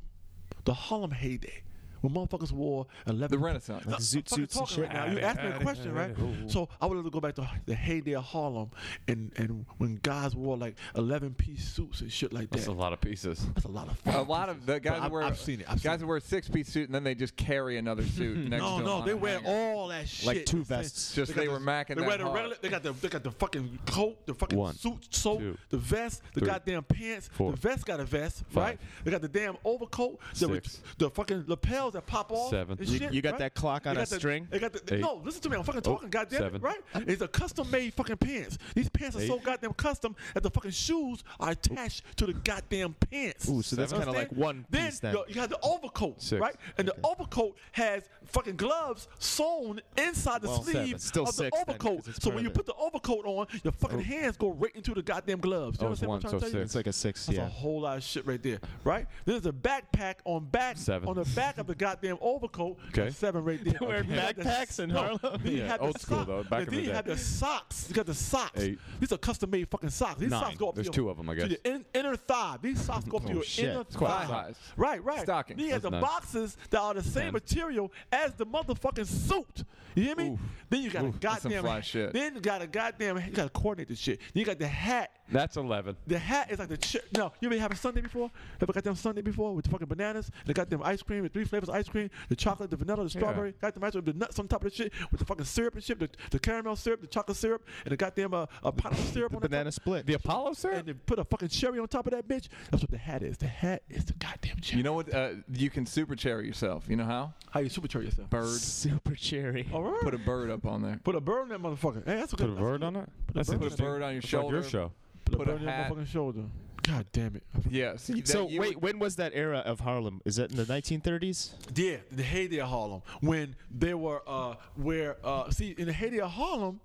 Speaker 8: the Harlem heyday, when motherfuckers wore eleven.
Speaker 1: The Renaissance.
Speaker 8: I'm
Speaker 1: Zoot
Speaker 8: fucking
Speaker 1: suits and
Speaker 8: talking right
Speaker 1: shit.
Speaker 8: now. You asked me a question, right? So I would love to go back to the heyday of Harlem, and and when guys wore like eleven piece suits and shit like that.
Speaker 2: That's a lot of pieces.
Speaker 8: That's a lot of.
Speaker 1: A lot of the guys
Speaker 8: I've-
Speaker 1: that wear
Speaker 8: I've seen it. I've
Speaker 1: guys that wear a six piece suit and then they just carry another suit next
Speaker 8: no,
Speaker 1: to
Speaker 8: no,
Speaker 1: them
Speaker 8: they wear all that shit.
Speaker 1: Like two
Speaker 8: You know what I'm
Speaker 1: vests.
Speaker 8: saying?
Speaker 1: Just
Speaker 8: got
Speaker 1: they were
Speaker 8: the-
Speaker 1: macking
Speaker 8: They
Speaker 1: that
Speaker 8: wear the
Speaker 1: hard.
Speaker 8: regular. They got the they got the fucking coat, the fucking
Speaker 2: One,
Speaker 8: suit, soap,
Speaker 2: two,
Speaker 8: the vest, the
Speaker 2: three,
Speaker 8: goddamn pants.
Speaker 2: four,
Speaker 8: the vest got a vest,
Speaker 2: five,
Speaker 8: right? They got the damn overcoat. The,
Speaker 2: six,
Speaker 8: the fucking lapels that pop off.
Speaker 2: seven.
Speaker 8: and
Speaker 2: You-
Speaker 8: shit,
Speaker 2: you got
Speaker 8: right?
Speaker 2: that clock on
Speaker 8: They
Speaker 2: a
Speaker 8: got the-
Speaker 2: string?
Speaker 8: They got the,
Speaker 2: Eight.
Speaker 8: no. Listen to me. I'm fucking
Speaker 2: Oh,
Speaker 8: talking. goddamn
Speaker 2: seven.
Speaker 8: it, right? It's a custom made fucking pants. These pants are so
Speaker 2: Eight.
Speaker 8: goddamn custom that the fucking shoes are attached to the goddamn pants.
Speaker 11: Ooh, so that's
Speaker 8: You
Speaker 11: kinda like
Speaker 8: understand?
Speaker 11: one
Speaker 8: Then,
Speaker 11: piece then.
Speaker 8: the- you have the overcoat,
Speaker 11: Six.
Speaker 8: right? And the overcoat has fucking gloves sewn inside the
Speaker 11: Well,
Speaker 8: sleeve
Speaker 11: seven. Still
Speaker 8: of the
Speaker 11: six then,
Speaker 8: overcoat.
Speaker 11: 'cause it's
Speaker 8: so when you
Speaker 11: permanent. Oh.
Speaker 8: put the overcoat on, your fucking hands go right into the goddamn gloves. You
Speaker 2: Oh, it's
Speaker 8: understand
Speaker 2: one,
Speaker 8: what I'm
Speaker 2: so
Speaker 8: trying to tell you?
Speaker 2: six. It's like a six,
Speaker 8: That's
Speaker 2: yeah.
Speaker 8: a whole lot of shit right there, right? There's a backpack on back
Speaker 2: Seven.
Speaker 8: on the back of the goddamn overcoat.
Speaker 2: Okay.
Speaker 8: seven right there.
Speaker 13: Wearing
Speaker 8: You had the-
Speaker 13: backpacks in
Speaker 8: no,
Speaker 13: Harlem?
Speaker 8: then you
Speaker 13: Yeah,
Speaker 8: had the
Speaker 13: old school,
Speaker 8: sock-
Speaker 13: though, back
Speaker 8: and
Speaker 13: in
Speaker 8: then
Speaker 13: the
Speaker 8: you
Speaker 13: day.
Speaker 8: had the socks. You got the socks.
Speaker 2: Eight.
Speaker 8: These are custom made fucking socks. These
Speaker 2: Nine.
Speaker 8: socks go up
Speaker 2: There's
Speaker 8: to your,
Speaker 2: two of 'em, I
Speaker 8: to
Speaker 2: guess.
Speaker 8: your in- inner thigh. These socks go up to
Speaker 2: Oh,
Speaker 8: your
Speaker 2: shit.
Speaker 8: inner
Speaker 2: It's quite
Speaker 8: thigh.
Speaker 2: size.
Speaker 8: Right, right.
Speaker 2: Stockings.
Speaker 8: Then you had
Speaker 2: That's
Speaker 8: the
Speaker 2: nice.
Speaker 8: boxes that are the same
Speaker 2: Ten.
Speaker 8: material as the motherfucking suit. You hear me? Then you got a
Speaker 2: that's some
Speaker 8: goddamn
Speaker 2: fly shit.
Speaker 8: Then you got a goddamn you gotta coordinate this shit. Then you got the hat
Speaker 2: That's eleven.
Speaker 8: the hat is like the chip. No, you ever have a Sunday before? Ever got them Sunday before with the fucking bananas, the goddamn ice cream, the three flavors of ice cream, the chocolate, the vanilla, the
Speaker 2: Yeah.
Speaker 8: strawberry, goddamn ice cream, the nuts on top of the shit, with the fucking syrup and shit, the, the caramel syrup, the chocolate syrup, and the goddamn uh, uh, pineapple syrup on
Speaker 11: banana split.
Speaker 2: The Apollo syrup?
Speaker 8: And they put a fucking cherry on top of that bitch. That's what the hat is. The hat is the goddamn cherry.
Speaker 1: You know what? Uh, you can super cherry yourself. You know how?
Speaker 8: How you super cherry yourself?
Speaker 1: Bird.
Speaker 11: Super cherry.
Speaker 8: All right.
Speaker 1: Put a bird up on there.
Speaker 8: Put a bird on that motherfucker. Hey, that's a good.
Speaker 2: Put a bird on it.
Speaker 8: Put a
Speaker 2: That's
Speaker 8: bird on
Speaker 1: Put a
Speaker 2: interesting.
Speaker 1: bird on your
Speaker 2: It's like
Speaker 1: shoulder.
Speaker 2: your show.
Speaker 8: Put a
Speaker 1: Put a
Speaker 8: bird on that
Speaker 1: hat.
Speaker 8: motherfucking shoulder. God damn it.
Speaker 1: Yeah. See, that
Speaker 11: So
Speaker 1: you
Speaker 11: wait, when was that era of Harlem? Is that in the 1930s?
Speaker 8: Yeah, the heyday of Harlem when there were uh where uh see in the heyday of Harlem,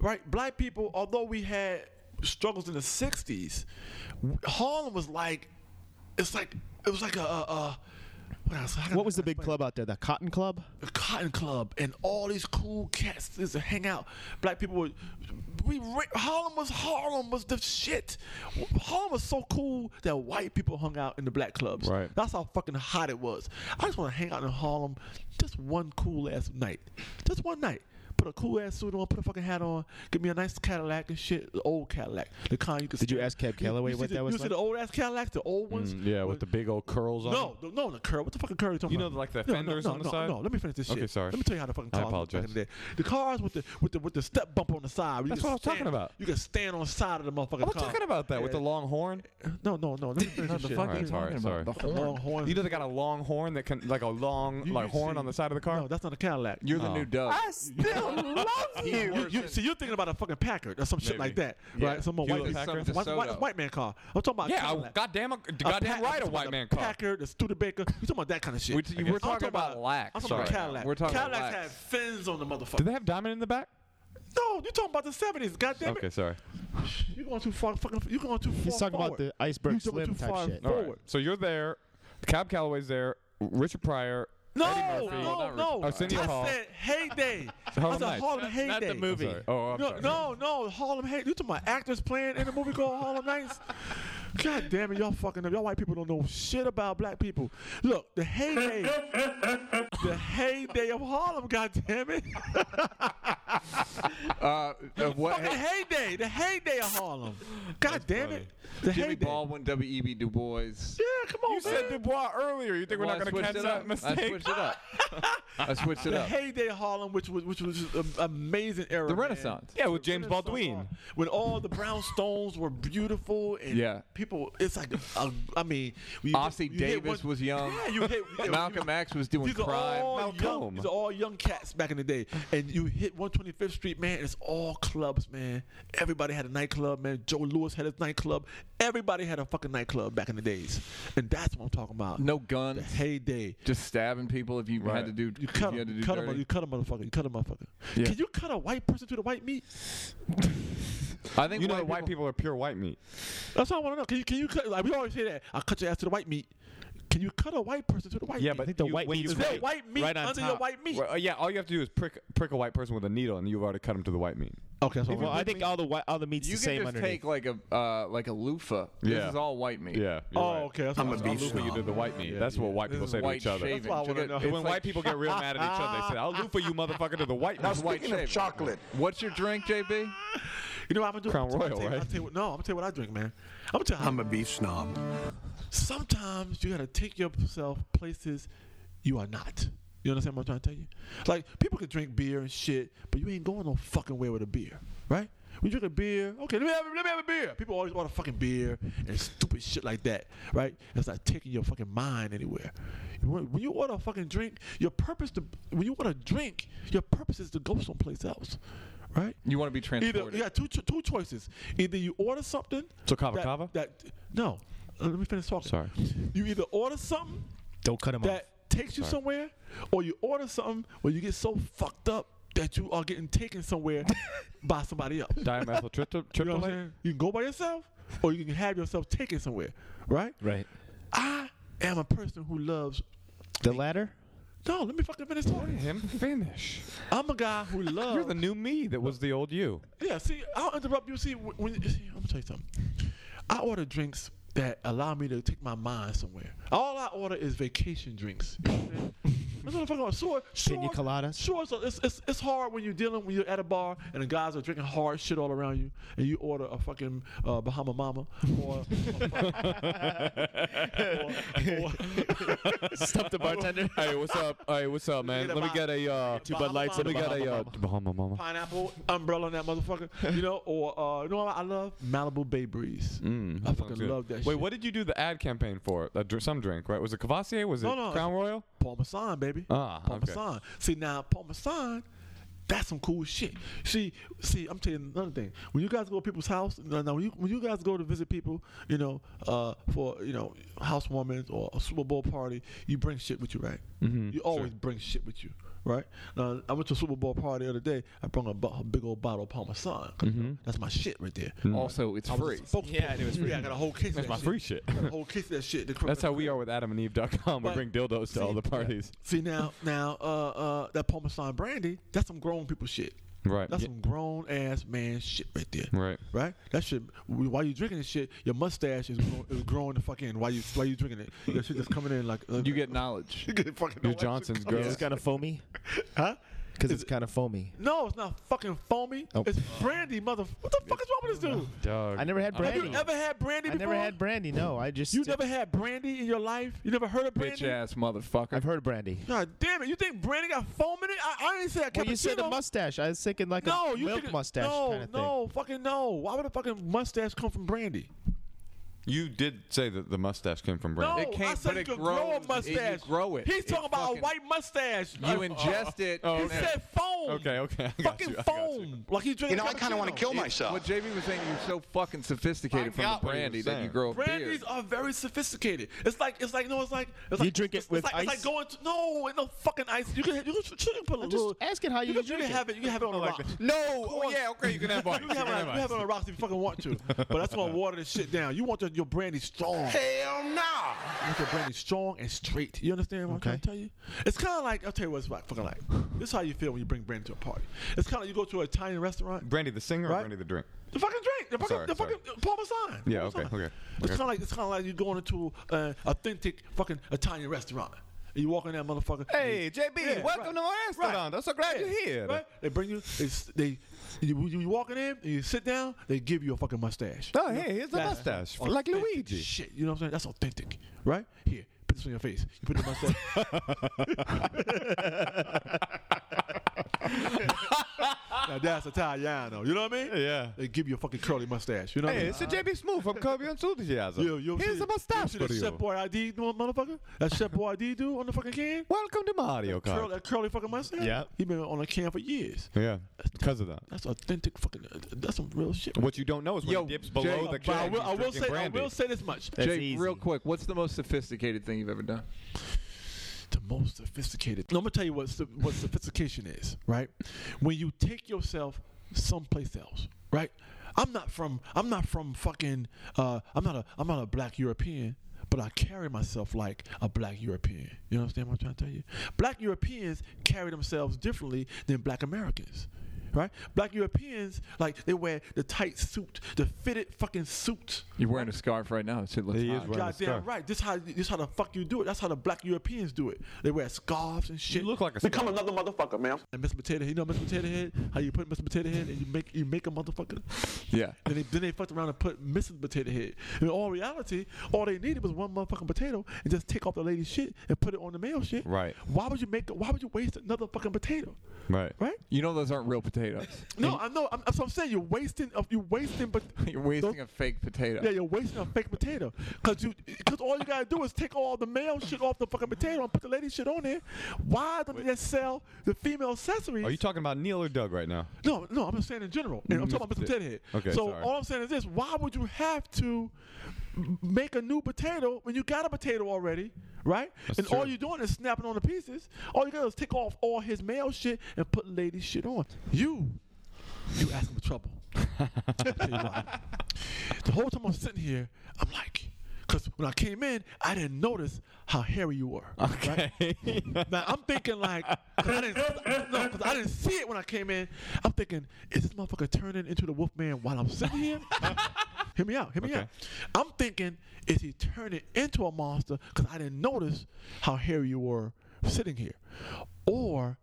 Speaker 8: right? Black people, although we had struggles in the '60s, Harlem was like it's like it was like a uh. uh what, else? How can I-
Speaker 11: What was the big club out there? The Cotton Club?
Speaker 8: the Cotton Club and all these cool cats used to hang out. Black people would. We ra- Harlem was Harlem was the shit. Harlem was so cool that white people hung out in the black clubs.
Speaker 2: Right.
Speaker 8: That's how fucking hot it was. I just want to hang out in Harlem, just one cool ass night, just one night. Put a cool ass suit on, put a fucking hat on, give me a nice Cadillac and shit, the old Cadillac, the kind you could.
Speaker 11: Did you ask Cab Calloway
Speaker 8: see
Speaker 11: what
Speaker 8: the-
Speaker 11: that was
Speaker 8: You see
Speaker 11: like?
Speaker 8: the old ass Cadillacs, the old ones.
Speaker 2: Mm, yeah, with the big old curls on.
Speaker 8: No, no, no, the curl. What the fucking curl are you talking
Speaker 2: You know,
Speaker 8: about?
Speaker 2: like the
Speaker 8: No, no,
Speaker 2: fenders
Speaker 8: no,
Speaker 2: on the
Speaker 8: no,
Speaker 2: side?
Speaker 8: No, let me finish this
Speaker 2: Okay,
Speaker 8: shit.
Speaker 2: sorry.
Speaker 8: Let me tell you how the fucking
Speaker 2: I
Speaker 8: cars look back in
Speaker 2: apologize.
Speaker 8: the day. The cars with the with the with the step bump on the side.
Speaker 2: That's what I was talking about.
Speaker 8: You can stand on the side of the motherfucking
Speaker 2: I'm
Speaker 8: car.
Speaker 2: talking about that with the long horn.
Speaker 8: No, no, no. Let me finish this
Speaker 1: the
Speaker 8: shit.
Speaker 1: fuck are you
Speaker 2: Sorry,
Speaker 1: talking
Speaker 2: sorry.
Speaker 1: about? The
Speaker 8: The
Speaker 1: horn.
Speaker 8: long horn.
Speaker 2: You know they got a long horn that can like a long
Speaker 8: You-
Speaker 2: like
Speaker 8: you
Speaker 2: horn
Speaker 8: see-
Speaker 2: on the side of the car.
Speaker 8: No, that's not a Cadillac.
Speaker 1: You're the
Speaker 2: Oh.
Speaker 1: new Doug.
Speaker 13: still love
Speaker 8: You, you, see, you're thinking about a fucking Packard or some shit
Speaker 2: Maybe.
Speaker 8: like that,
Speaker 1: Yeah.
Speaker 8: right? Some more
Speaker 2: Hewlett
Speaker 8: white,
Speaker 2: Packard.
Speaker 8: white, white,
Speaker 1: DeSoto.
Speaker 8: white man car. I'm talking about a
Speaker 2: yeah, I,
Speaker 8: Cadillac.
Speaker 2: goddamn, a,
Speaker 8: A
Speaker 2: goddamn
Speaker 8: Pack-
Speaker 2: right, a
Speaker 8: I'm talking
Speaker 2: white
Speaker 8: about
Speaker 2: man car.
Speaker 8: Packard, the Studebaker. You're talking about that kind of shit.
Speaker 1: We-
Speaker 2: I
Speaker 1: we're
Speaker 2: guess.
Speaker 8: I'm
Speaker 1: talking about lax.
Speaker 8: I'm talking about
Speaker 1: right now.
Speaker 8: Cadillac.
Speaker 1: We're talking
Speaker 8: Cadillacs
Speaker 1: about
Speaker 8: had
Speaker 1: lax.
Speaker 8: fins on the motherfucker.
Speaker 2: Did they have diamond in the back?
Speaker 8: No, you're talking about the seventies. Goddamn
Speaker 2: Okay,
Speaker 8: it!
Speaker 2: sorry.
Speaker 8: You're going too far. Fucking, you're going too far.
Speaker 11: He's talking about
Speaker 8: forward.
Speaker 11: the iceberg
Speaker 8: You're going
Speaker 11: slim
Speaker 8: too
Speaker 11: type
Speaker 8: far
Speaker 11: shit.
Speaker 2: All right.
Speaker 8: Forward.
Speaker 2: So you're there. Cab Calloway's there. Richard Pryor.
Speaker 8: No,
Speaker 1: Murphy. No,
Speaker 8: no,
Speaker 1: not
Speaker 8: no.
Speaker 11: Oh,
Speaker 2: Arsenio
Speaker 8: I
Speaker 2: Hall.
Speaker 8: said heyday. I
Speaker 2: Harlem
Speaker 8: said
Speaker 2: Nights.
Speaker 8: Harlem heyday.
Speaker 13: Not the
Speaker 2: I'm
Speaker 13: movie.
Speaker 2: sorry.
Speaker 1: uh,
Speaker 2: Oh, I'm
Speaker 8: No,
Speaker 2: sorry.
Speaker 8: no, no, Harlem Hate. You talking about actors playing in a movie called Harlem Nights? God damn it, y'all fucking up. Y'all white people don't know shit about black people. Look, the heyday, the heyday of Harlem. God damn it,
Speaker 1: Uh, uh, what?
Speaker 8: fucking heyday, the heyday of Harlem. God damn it, the
Speaker 1: Jimmy
Speaker 8: heyday.
Speaker 1: Baldwin, W.E.B. Du Bois.
Speaker 8: Yeah, come on,
Speaker 2: You
Speaker 8: man.
Speaker 2: said Dubois earlier. You think
Speaker 1: Well,
Speaker 2: we're
Speaker 1: I
Speaker 2: not going
Speaker 1: switched it
Speaker 2: to catch that
Speaker 1: up.
Speaker 2: mistake?
Speaker 1: I switched it up. I switched it
Speaker 8: the
Speaker 1: up.
Speaker 8: heyday of Harlem, which was which was an amazing era.
Speaker 1: The
Speaker 8: man.
Speaker 1: Renaissance.
Speaker 2: Yeah, with James
Speaker 8: Renaissance
Speaker 2: Baldwin.
Speaker 8: art. When all the brownstones were beautiful and
Speaker 1: Yeah.
Speaker 8: people, it's like, a, I mean, you-
Speaker 1: Ossie
Speaker 8: you hit
Speaker 1: Davis
Speaker 8: one-
Speaker 1: was young.
Speaker 8: Yeah, you hit you-
Speaker 1: Malcolm X was doing
Speaker 8: These are
Speaker 1: crime.
Speaker 8: all young.
Speaker 2: Malcolm.
Speaker 8: These are all young cats back in the day, and you hit 125th Street, man. It's all clubs, man. Everybody had a nightclub, man. Joe Lewis had his nightclub. Everybody had a fucking nightclub back in the days, and that's what I'm talking about.
Speaker 1: No
Speaker 8: The
Speaker 1: guns.
Speaker 8: heyday.
Speaker 1: Just stabbing people if you had
Speaker 2: Right.
Speaker 1: to do.
Speaker 8: You cut,
Speaker 1: if you had to
Speaker 8: him,
Speaker 1: do
Speaker 8: you, cut
Speaker 1: dirty.
Speaker 8: him, you cut a motherfucker. You cut a motherfucker.
Speaker 1: Yeah.
Speaker 8: Can you cut a white person to the white meat?
Speaker 1: I think
Speaker 2: You know
Speaker 1: white
Speaker 2: that white people are pure white meat.
Speaker 8: That's what I want to know. Can you, can you cut? Like we always say that. I cut your ass to the white meat. Can you cut a white person to the white
Speaker 2: Yeah,
Speaker 8: meat?
Speaker 2: but you- when you
Speaker 8: is there
Speaker 2: rape-
Speaker 8: white meat under your white meat?
Speaker 2: Well, uh, yeah, all you have to do is prick prick a white person with a needle, and you've already cut him to the white meat.
Speaker 11: Okay,
Speaker 2: so
Speaker 11: Well, I think all the white, all the meat's
Speaker 1: you
Speaker 11: the
Speaker 1: can
Speaker 11: same
Speaker 1: just
Speaker 11: underneath.
Speaker 1: take like a uh, like a loofah. This
Speaker 2: Yeah.
Speaker 1: is all white meat.
Speaker 2: Yeah. you're
Speaker 8: oh,
Speaker 2: right.
Speaker 1: I'm a beef.
Speaker 2: I'll loofah you to the white meat. That's what white people
Speaker 1: is
Speaker 2: say to
Speaker 1: white
Speaker 2: each other.
Speaker 1: shaving. That's why I wanna
Speaker 2: It's
Speaker 1: know.
Speaker 2: like-
Speaker 1: It's
Speaker 2: When
Speaker 1: like-
Speaker 2: white people get real mad at each other, they say, "I'll loofah you, motherfucker, to the white."
Speaker 1: That's
Speaker 2: meat."
Speaker 1: white shaving. What's your drink, JB?
Speaker 8: You know what I'm gonna do?
Speaker 2: Crown
Speaker 8: I'm gonna
Speaker 2: Royal,
Speaker 8: tell you-
Speaker 2: right?
Speaker 8: I'll tell you what, no, I'm gonna tell you what I drink, man. I'm gonna tell you. I'm a beef snob. Sometimes you gotta take yourself places you are not. You understand what I'm trying to tell you? Like people can drink beer and shit, but you ain't going no fucking way with a beer, right? We drink a beer. Okay, let me have a, let me have a beer. People always want a fucking beer and stupid shit like that, right? That's not taking your fucking mind anywhere. You want- When you order a fucking drink, your purpose to when you want to drink, your purpose is to go someplace else, right?
Speaker 1: You want to be transported.
Speaker 8: Either, yeah, two, cho- two choices. Either you order something.
Speaker 2: So kava
Speaker 8: that,
Speaker 2: kava?
Speaker 8: That no. Uh, Let me finish talking. Sorry. You either order something.
Speaker 11: Don't cut him
Speaker 8: that
Speaker 11: off.
Speaker 8: takes you
Speaker 11: Sorry.
Speaker 8: somewhere, or you order something where you get so fucked up that you are getting taken somewhere by somebody else. You know what I'm
Speaker 2: Dimethyltryptophan.
Speaker 8: saying? You can go by yourself, or you can have yourself taken somewhere. Right.
Speaker 2: Mm.
Speaker 11: Right.
Speaker 8: I am a person who loves
Speaker 11: The latter.
Speaker 8: No, let me fucking finish talking.
Speaker 2: him finish.
Speaker 8: I'm a guy who loves.
Speaker 2: You're the new me that was the old you.
Speaker 8: Yeah, see, I'll interrupt you. See, wh- when see, I'm gonna tell you something. I order drinks that allow me to take my mind somewhere. All I order is vacation drinks. You know what I'm saying? That's what the fuck I'm sure. Pina
Speaker 11: coladas.
Speaker 8: Sure, so it's, it's it's hard when you're dealing when you're at a bar and the guys are drinking hard shit all around you, and you order a fucking uh, Bahama Mama or.
Speaker 11: Stop the bartender.
Speaker 2: hey, what's up? Hey, what's up, man?
Speaker 8: Get a
Speaker 2: Let me
Speaker 8: Bah-
Speaker 2: get a uh,
Speaker 8: two Bud Lights
Speaker 2: Let me
Speaker 8: and a
Speaker 2: get a
Speaker 8: Bahama
Speaker 2: uh, Bahama Mama.
Speaker 8: pineapple umbrella on that motherfucker. You know, or uh, you know what I love? Malibu Bay Breeze.
Speaker 2: Mm,
Speaker 8: I
Speaker 2: that
Speaker 8: fucking
Speaker 2: sounds good.
Speaker 8: love that
Speaker 2: Wait,
Speaker 8: shit.
Speaker 2: what did you do the ad campaign for? That dr- some drink, right? Was it Cavassier? Was it
Speaker 8: no, no,
Speaker 2: Crown Royal?
Speaker 8: Parmesan, baby.
Speaker 2: Ah, okay.
Speaker 8: Parmesan. See now, Parmesan. That's some cool shit. See, see, I'm telling you another thing. When you guys go to people's house, no, no, when you when you guys go to visit people, you know, uh, for you know, housewarming or a Super Bowl party, you bring shit with you, right?
Speaker 2: Mhm,
Speaker 8: You always bring shit with you, right? Now, I went to a Super Bowl party the other day. I brought a, bu- a big old bottle of Parmesan. 'cause, you know,
Speaker 2: Mhm.
Speaker 8: That's my shit right there.
Speaker 2: Mm.
Speaker 1: Also, it's
Speaker 8: I was a
Speaker 1: free.
Speaker 8: spokesperson.
Speaker 11: Yeah, and it was free.
Speaker 8: Yeah, I got a whole case. of
Speaker 2: That's
Speaker 8: that
Speaker 2: my free shit.
Speaker 8: I got a whole case of that shit. The cr-
Speaker 2: That's how we are with AdamandEve.com. We
Speaker 8: But-
Speaker 2: bring dildos to all the parties.
Speaker 8: See now, now uh, uh, that Parmesan brandy, that's some grown people shit.
Speaker 2: Right.
Speaker 8: That's
Speaker 2: Yeah.
Speaker 8: some grown ass man shit right there.
Speaker 2: Right.
Speaker 8: Right. That shit. While you drinking this shit, your mustache is, grow, is growing the fuck in. While you while you drinking it, that shit just coming in like uh,
Speaker 1: You get knowledge.
Speaker 8: you get fucking.
Speaker 2: Your Johnson's
Speaker 11: Because
Speaker 2: gross.
Speaker 11: it's kind of foamy.
Speaker 8: Huh?
Speaker 11: Because it's kind of foamy.
Speaker 8: No, it's not fucking foamy.
Speaker 11: Oh.
Speaker 8: It's brandy, mother. What the fuck is wrong with this dude?
Speaker 2: Dog.
Speaker 11: I never had brandy.
Speaker 8: Have you ever had brandy
Speaker 11: I
Speaker 8: before?
Speaker 11: never had brandy. No, I just.
Speaker 8: You never had brandy in your life? You never heard of
Speaker 1: Bitch
Speaker 8: brandy?
Speaker 1: ass motherfucker.
Speaker 11: I've heard of brandy.
Speaker 8: God damn it! You think brandy got foam in it? I, I didn't say a
Speaker 11: Well, you said a
Speaker 8: cappuccino.
Speaker 11: mustache. I was thinking like
Speaker 8: no,
Speaker 11: a
Speaker 8: you
Speaker 11: milk
Speaker 8: think-
Speaker 11: mustache
Speaker 8: no,
Speaker 11: kind of thing.
Speaker 8: No, fucking no. Why would a fucking mustache come from brandy?
Speaker 2: You did say that the mustache came from
Speaker 8: No,
Speaker 2: brandy.
Speaker 1: It can't-
Speaker 8: I said
Speaker 1: but
Speaker 8: you
Speaker 1: it
Speaker 8: could
Speaker 1: grows.
Speaker 8: grow a
Speaker 1: It- you
Speaker 8: mustache.
Speaker 1: grow it.
Speaker 8: He's
Speaker 1: It
Speaker 8: talking about a
Speaker 1: fucking-
Speaker 8: white mustache.
Speaker 1: You ingest it.
Speaker 2: Oh,
Speaker 8: He
Speaker 2: okay.
Speaker 8: said foam.
Speaker 2: Okay, okay. I got
Speaker 8: Fucking
Speaker 2: you. I got you.
Speaker 8: foam. Like he drinking. cappuccino.
Speaker 1: It- What JB was saying, you're so fucking sophisticated
Speaker 2: I
Speaker 1: from the
Speaker 2: got what he was
Speaker 1: brandy that you
Speaker 2: saying.
Speaker 1: grow a
Speaker 8: Brandies
Speaker 1: beard.
Speaker 8: are very sophisticated. It's like it's like no, it's like it's
Speaker 11: You
Speaker 8: like,
Speaker 11: drink it
Speaker 8: it's, it's
Speaker 11: with
Speaker 8: like, It's
Speaker 11: ice?
Speaker 8: like going to no, ain't no fucking ice. You can you can, you can put a
Speaker 11: I'm
Speaker 8: little.
Speaker 11: just asking how you,
Speaker 8: you, can,
Speaker 11: drink
Speaker 8: you can
Speaker 11: it.
Speaker 8: have it. You can have it on a rock.
Speaker 2: No. Oh, yeah. Okay. You can have ice.
Speaker 8: You can have, it, on- you have it on a rocks if you fucking want to, but that's gonna water this shit down. You want your, your brandy strong.
Speaker 5: Hell no!
Speaker 8: You want your brandy strong and straight. You understand what I'm trying to tell you? It's kind of like I'll tell you what it's like, fucking like. This is how you feel when you bring brandy to a party. It's kind of you go to an Italian restaurant.
Speaker 2: Brandy the singer or
Speaker 8: Right?
Speaker 2: brandy the drink?
Speaker 8: The fucking drink. The fucking,
Speaker 2: Sorry,
Speaker 8: the
Speaker 2: sorry.
Speaker 8: fucking parmesan.
Speaker 2: Yeah,
Speaker 8: Parmesan.
Speaker 2: okay, okay,
Speaker 8: It's
Speaker 2: okay.
Speaker 8: kind of like it's kind of like you going into an authentic fucking Italian restaurant. And you walk in that motherfucker. and you- Yeah, right.
Speaker 2: to my
Speaker 8: restaurant.
Speaker 2: I'm so glad
Speaker 8: Yeah, Right? They bring you. They, s- they you, you walking in and you sit down. They give you a fucking mustache.
Speaker 2: Oh,
Speaker 8: You know,
Speaker 2: hey, here's a
Speaker 8: that's
Speaker 2: mustache,
Speaker 8: authentic
Speaker 2: like Luigi.
Speaker 8: Shit, you know what I'm saying? That's authentic, right? Here, put this on your face. You put the mustache. now that's Italiano. You know what I mean?
Speaker 2: Yeah.
Speaker 8: They give you a fucking curly mustache. You know what I
Speaker 2: Hey,
Speaker 8: mean?
Speaker 2: it's a JB Smooth from Curb Your Enthusiasm.
Speaker 8: You- you ever
Speaker 2: Here's
Speaker 8: see-
Speaker 2: a mustache
Speaker 8: you ever
Speaker 2: for
Speaker 8: see that
Speaker 2: you.
Speaker 8: Chef Boy ID, doing, motherfucker. That Chef Boy ID dude on the fucking can.
Speaker 2: Welcome to Mario
Speaker 8: Curl,
Speaker 2: Kart.
Speaker 8: that curly fucking mustache.
Speaker 2: Oh, Yeah.
Speaker 8: he been on the can for years.
Speaker 2: Yeah, because of that.
Speaker 8: That's authentic fucking. uh, That's some real shit.
Speaker 2: What you don't know is when
Speaker 1: Yo,
Speaker 2: it dips below
Speaker 1: Jay,
Speaker 2: the
Speaker 8: But I
Speaker 2: can.
Speaker 8: will, I
Speaker 2: he's
Speaker 8: will
Speaker 2: drinking
Speaker 8: say,
Speaker 2: brandy.
Speaker 8: I will say this much:
Speaker 11: That's
Speaker 1: Jay,
Speaker 11: easy.
Speaker 1: real quick, what's the most sophisticated thing you've ever done?
Speaker 8: the most sophisticated. I'm gonna tell you what so- what sophistication is, right? When you take yourself someplace else, right? I'm not from I'm not from fucking uh, I'm not a I'm not a black European, but I carry myself like a black European. You understand what I'm trying to tell you? Black Europeans carry themselves differently than black Americans. Right? Black Europeans, like they wear the tight suit, the fitted fucking suit.
Speaker 1: You're wearing a scarf right now. Shit looks hot.
Speaker 8: Goddamn right. This how this how the fuck you do it. That's how the black Europeans do it. They wear scarves and shit. You
Speaker 2: look like a
Speaker 7: Become another motherfucker, man.
Speaker 8: And Mr. Potato Head, you know Mr. Potato Head? How you put Mr. Potato Head and you make you make a motherfucker?
Speaker 1: Yeah.
Speaker 8: Then they then they fucked around and put Mrs. Potato Head. In all reality, all they needed was one motherfucking potato and just take off the lady's shit and put it on the male shit.
Speaker 2: Right.
Speaker 8: Why would you make why would you waste another fucking potato?
Speaker 2: Right.
Speaker 8: Right?
Speaker 1: You know those aren't real potatoes.
Speaker 8: No, I know. I'm, that's what I'm saying. You're wasting. Of you're wasting. But
Speaker 1: You're wasting a fake potato.
Speaker 8: yeah, you're wasting a fake potato. Cause you, cause all you gotta do is take all the male shit off the fucking potato and put the lady shit on there. Why don't they just sell the female accessories?
Speaker 2: Are you talking about Neil or Doug right now?
Speaker 8: No, no, I'm just saying in general. And I'm talking about Mr.
Speaker 2: Mr.
Speaker 8: Potato Head.
Speaker 2: Okay,
Speaker 8: So
Speaker 2: sorry.
Speaker 8: all I'm saying is this: Why would you have to m- make a new potato when you got a potato already, right?
Speaker 2: That's
Speaker 8: and all
Speaker 2: true.
Speaker 8: you're doing is snapping on the pieces. All you got to do is take off all his male shit and put lady shit on. You, you asking for trouble. I'll tell you why. The whole time I'm sitting here, I'm like. Cause when I came in, I didn't notice how hairy you were. Okay. now I'm thinking like, 'cause I didn't, no, 'cause I didn't see it when I came in. I'm thinking, is this motherfucker turning into the Wolfman while I'm sitting here? hear me out. Hear me out. I'm thinking, is he turning into a monster? Because I didn't notice how hairy you were sitting here, or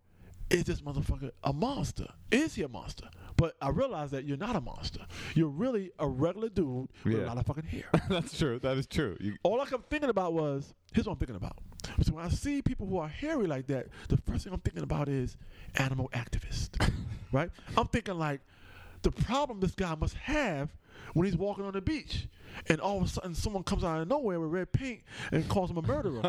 Speaker 8: is this motherfucker a monster? Is he a monster? But I realize that you're not a monster. You're really a regular dude with a
Speaker 2: Yeah.
Speaker 8: lot of fucking hair.
Speaker 2: That's true. That is true. You,
Speaker 8: All I kept thinking about was here's what I'm thinking about. So when I see people who are hairy like that, the first thing I'm thinking about is animal activist, right? I'm thinking like the problem this guy must have when he's walking on the beach, and all of a sudden someone comes out of nowhere with red paint and calls him a murderer,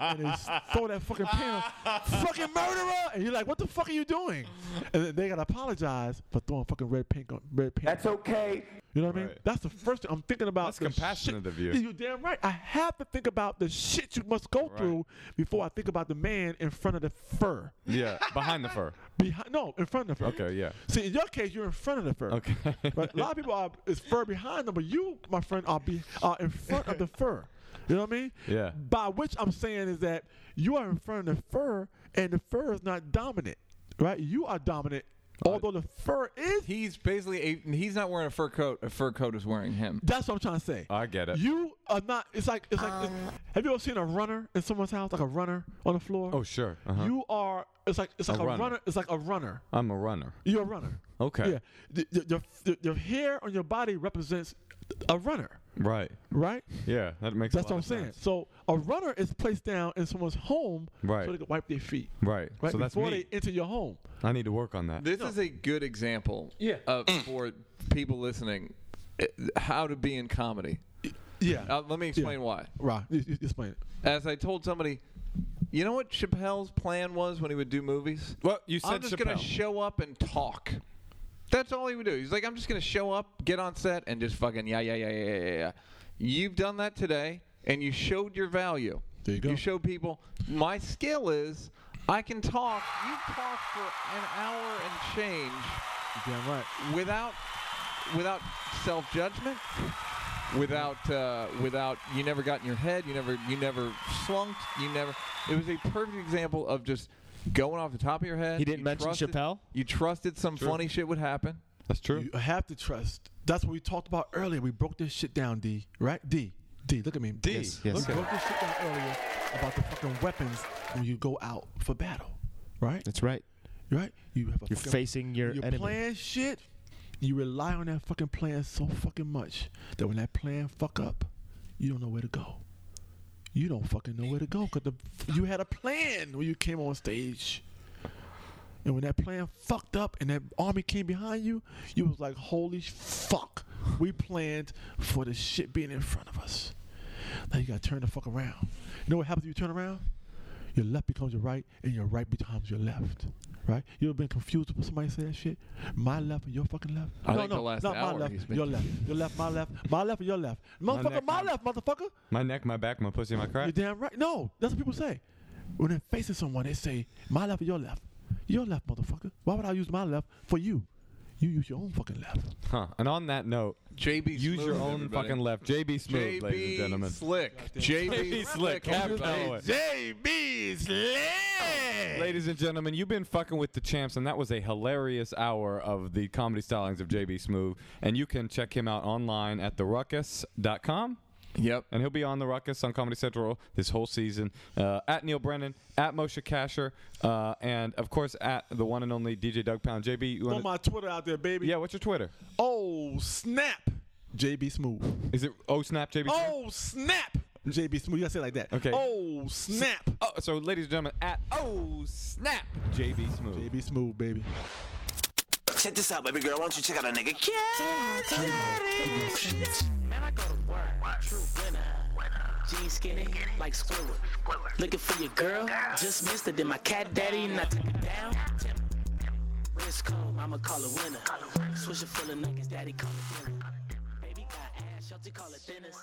Speaker 8: and they s- throw that fucking paint, on, fucking murderer, and you're like, what the fuck are you doing? And then they gotta apologize for throwing fucking red paint on red paint. That's okay. You know what I mean? That's the first thing I'm thinking about.
Speaker 2: That's
Speaker 8: the
Speaker 2: compassionate of you.
Speaker 8: Yeah, You're damn right. I have to think about the shit you must go through before I think about the man in front of the fur.
Speaker 2: yeah, behind the fur.
Speaker 8: Behind, no, in front of the fur.
Speaker 2: Okay, yeah.
Speaker 8: See, in your case, you're in front of the fur. Okay. Right? A lot of people are is fur behind them, but you, my friend, are be are in front of the fur. You know what I mean?
Speaker 2: Yeah.
Speaker 8: By which I'm saying is that you are in front of the fur, and the fur is not dominant, right? You are dominant, although the fur is.
Speaker 1: He's basically a, he's not wearing a fur coat. A fur coat is wearing him.
Speaker 8: That's what I'm trying to say.
Speaker 2: I get it.
Speaker 8: You are not. It's like it's like. it's- have you ever seen a runner in someone's house, like a runner on the floor?
Speaker 2: Oh, sure. Uh-huh.
Speaker 8: You are. It's like it's
Speaker 2: A
Speaker 8: like a,
Speaker 2: runner.
Speaker 8: runner. It's like a runner.
Speaker 2: I'm a runner.
Speaker 8: You're a runner.
Speaker 2: Okay.
Speaker 8: Yeah. The- the- Your, your, your hair on your body represents a runner,
Speaker 2: Right.
Speaker 8: right?
Speaker 2: Yeah, that makes.
Speaker 8: That's
Speaker 2: a lot
Speaker 8: what I'm
Speaker 2: of
Speaker 8: saying.
Speaker 2: sense.
Speaker 8: So a runner is placed down in someone's home
Speaker 2: Right.
Speaker 8: so they can wipe their feet.
Speaker 2: Right.
Speaker 8: Right.
Speaker 2: So that's
Speaker 8: Before
Speaker 2: me.
Speaker 8: they enter your home.
Speaker 2: I need to work on that.
Speaker 1: This is a good example
Speaker 2: Yeah.
Speaker 1: of, for people listening uh, how to be in comedy.
Speaker 8: Yeah.
Speaker 1: Uh, let me explain why.
Speaker 8: Right. You, you- you explain it.
Speaker 1: As I told somebody, you know what Chappelle's plan was when he would do movies?
Speaker 2: Well, you
Speaker 1: I'm
Speaker 2: said
Speaker 1: just gonna
Speaker 2: Chappelle.
Speaker 1: show up and talk. That's all he would do. He's like, I'm just gonna show up, get on set, and just fucking yeah, yeah, yeah, yeah, yeah, yeah. You've done that today, and you showed your value.
Speaker 8: There you go.
Speaker 1: You show people my skill is I can talk. You talk for an hour and change
Speaker 8: Damn right.
Speaker 1: without without self judgment, without uh, without you never got in your head, you never you never slunked, you never. It was a perfect example of just going off the top of your head.
Speaker 11: He didn't
Speaker 1: You
Speaker 11: mention
Speaker 1: trusted-
Speaker 11: Chappelle?
Speaker 1: You trusted some funny shit would happen.
Speaker 2: That's true.
Speaker 8: You have to trust. That's what we talked about earlier. We broke this shit down, D. Right? D. D. Look at me. D.
Speaker 2: Yes, yes.
Speaker 8: Look, we broke this shit down earlier about the fucking weapons when you go out for battle. Right?
Speaker 11: That's right.
Speaker 8: Right? You have a
Speaker 11: You're
Speaker 8: fucking-
Speaker 11: facing your
Speaker 8: you
Speaker 11: enemy.
Speaker 8: plan shit. You rely on that fucking plan so fucking much that when that plan fuck up, you don't know where to go. You don't fucking know where to go because you had a plan when you came on stage. And when that plan fucked up and that army came behind you, you was like, holy sh- fuck. We planned for the shit being in front of us. Now you gotta turn the fuck around. You know what happens if you turn around? Your left becomes your right and your right becomes your left. Right? You ever been confused when somebody say that shit? My left and your fucking left?
Speaker 1: I think the last
Speaker 8: not
Speaker 1: hour
Speaker 8: my left,
Speaker 1: he's been
Speaker 8: your left, your left, my left, my left and your left. Motherfucker,
Speaker 2: neck,
Speaker 8: my
Speaker 2: my-
Speaker 8: left, motherfucker.
Speaker 2: My neck, my back, my pussy, my
Speaker 8: You're
Speaker 2: crack.
Speaker 8: damn right. No, that's what people say. When they're facing someone, they say, my left or your left. Your left, motherfucker. Why would I use my left for you? You use your own fucking left.
Speaker 2: Huh. And on that note,
Speaker 1: JB
Speaker 2: use your
Speaker 1: Smooth,
Speaker 2: own
Speaker 1: everybody.
Speaker 2: fucking left. JB Smooth, ladies and
Speaker 1: JB
Speaker 2: gentlemen.
Speaker 1: Slick. JB Slick.
Speaker 2: Captain Owen.
Speaker 8: JB Slick.
Speaker 2: Ladies and gentlemen, you've been fucking with the champs, and that was a hilarious hour of the comedy stylings of JB Smooth. And you can check him out online at theruckus.com.
Speaker 1: Yep.
Speaker 2: And he'll be on The Ruckus on Comedy Central this whole season. Uh, at Neil Brennan, at Moshe Kasher, uh, and of course at the one and only DJ Doug Pound. JB, you
Speaker 8: Throw
Speaker 2: want
Speaker 8: my Twitter out there, baby.
Speaker 2: Yeah, what's your Twitter?
Speaker 8: Oh, snap. JB Smooth.
Speaker 2: Is it Oh Snap JB Smooth?
Speaker 8: Oh, snap. JB Smooth. You gotta say it like that.
Speaker 2: Okay.
Speaker 8: Oh, snap.
Speaker 2: Oh, so ladies and gentlemen, at Oh Snap JB Smooth.
Speaker 8: JB Smooth, baby.
Speaker 4: Check this out, baby girl. Why don't you check out a nigga? Get Man, I go to work. True winner. Jeans skinny, like Squirrel. Looking for your girl? Just missed it. Then my cat daddy and I took it down. Wrist cold, I'ma call a winner. Swisher full of niggas, daddy call it dinner. Baby got ass, shelter call it thinners.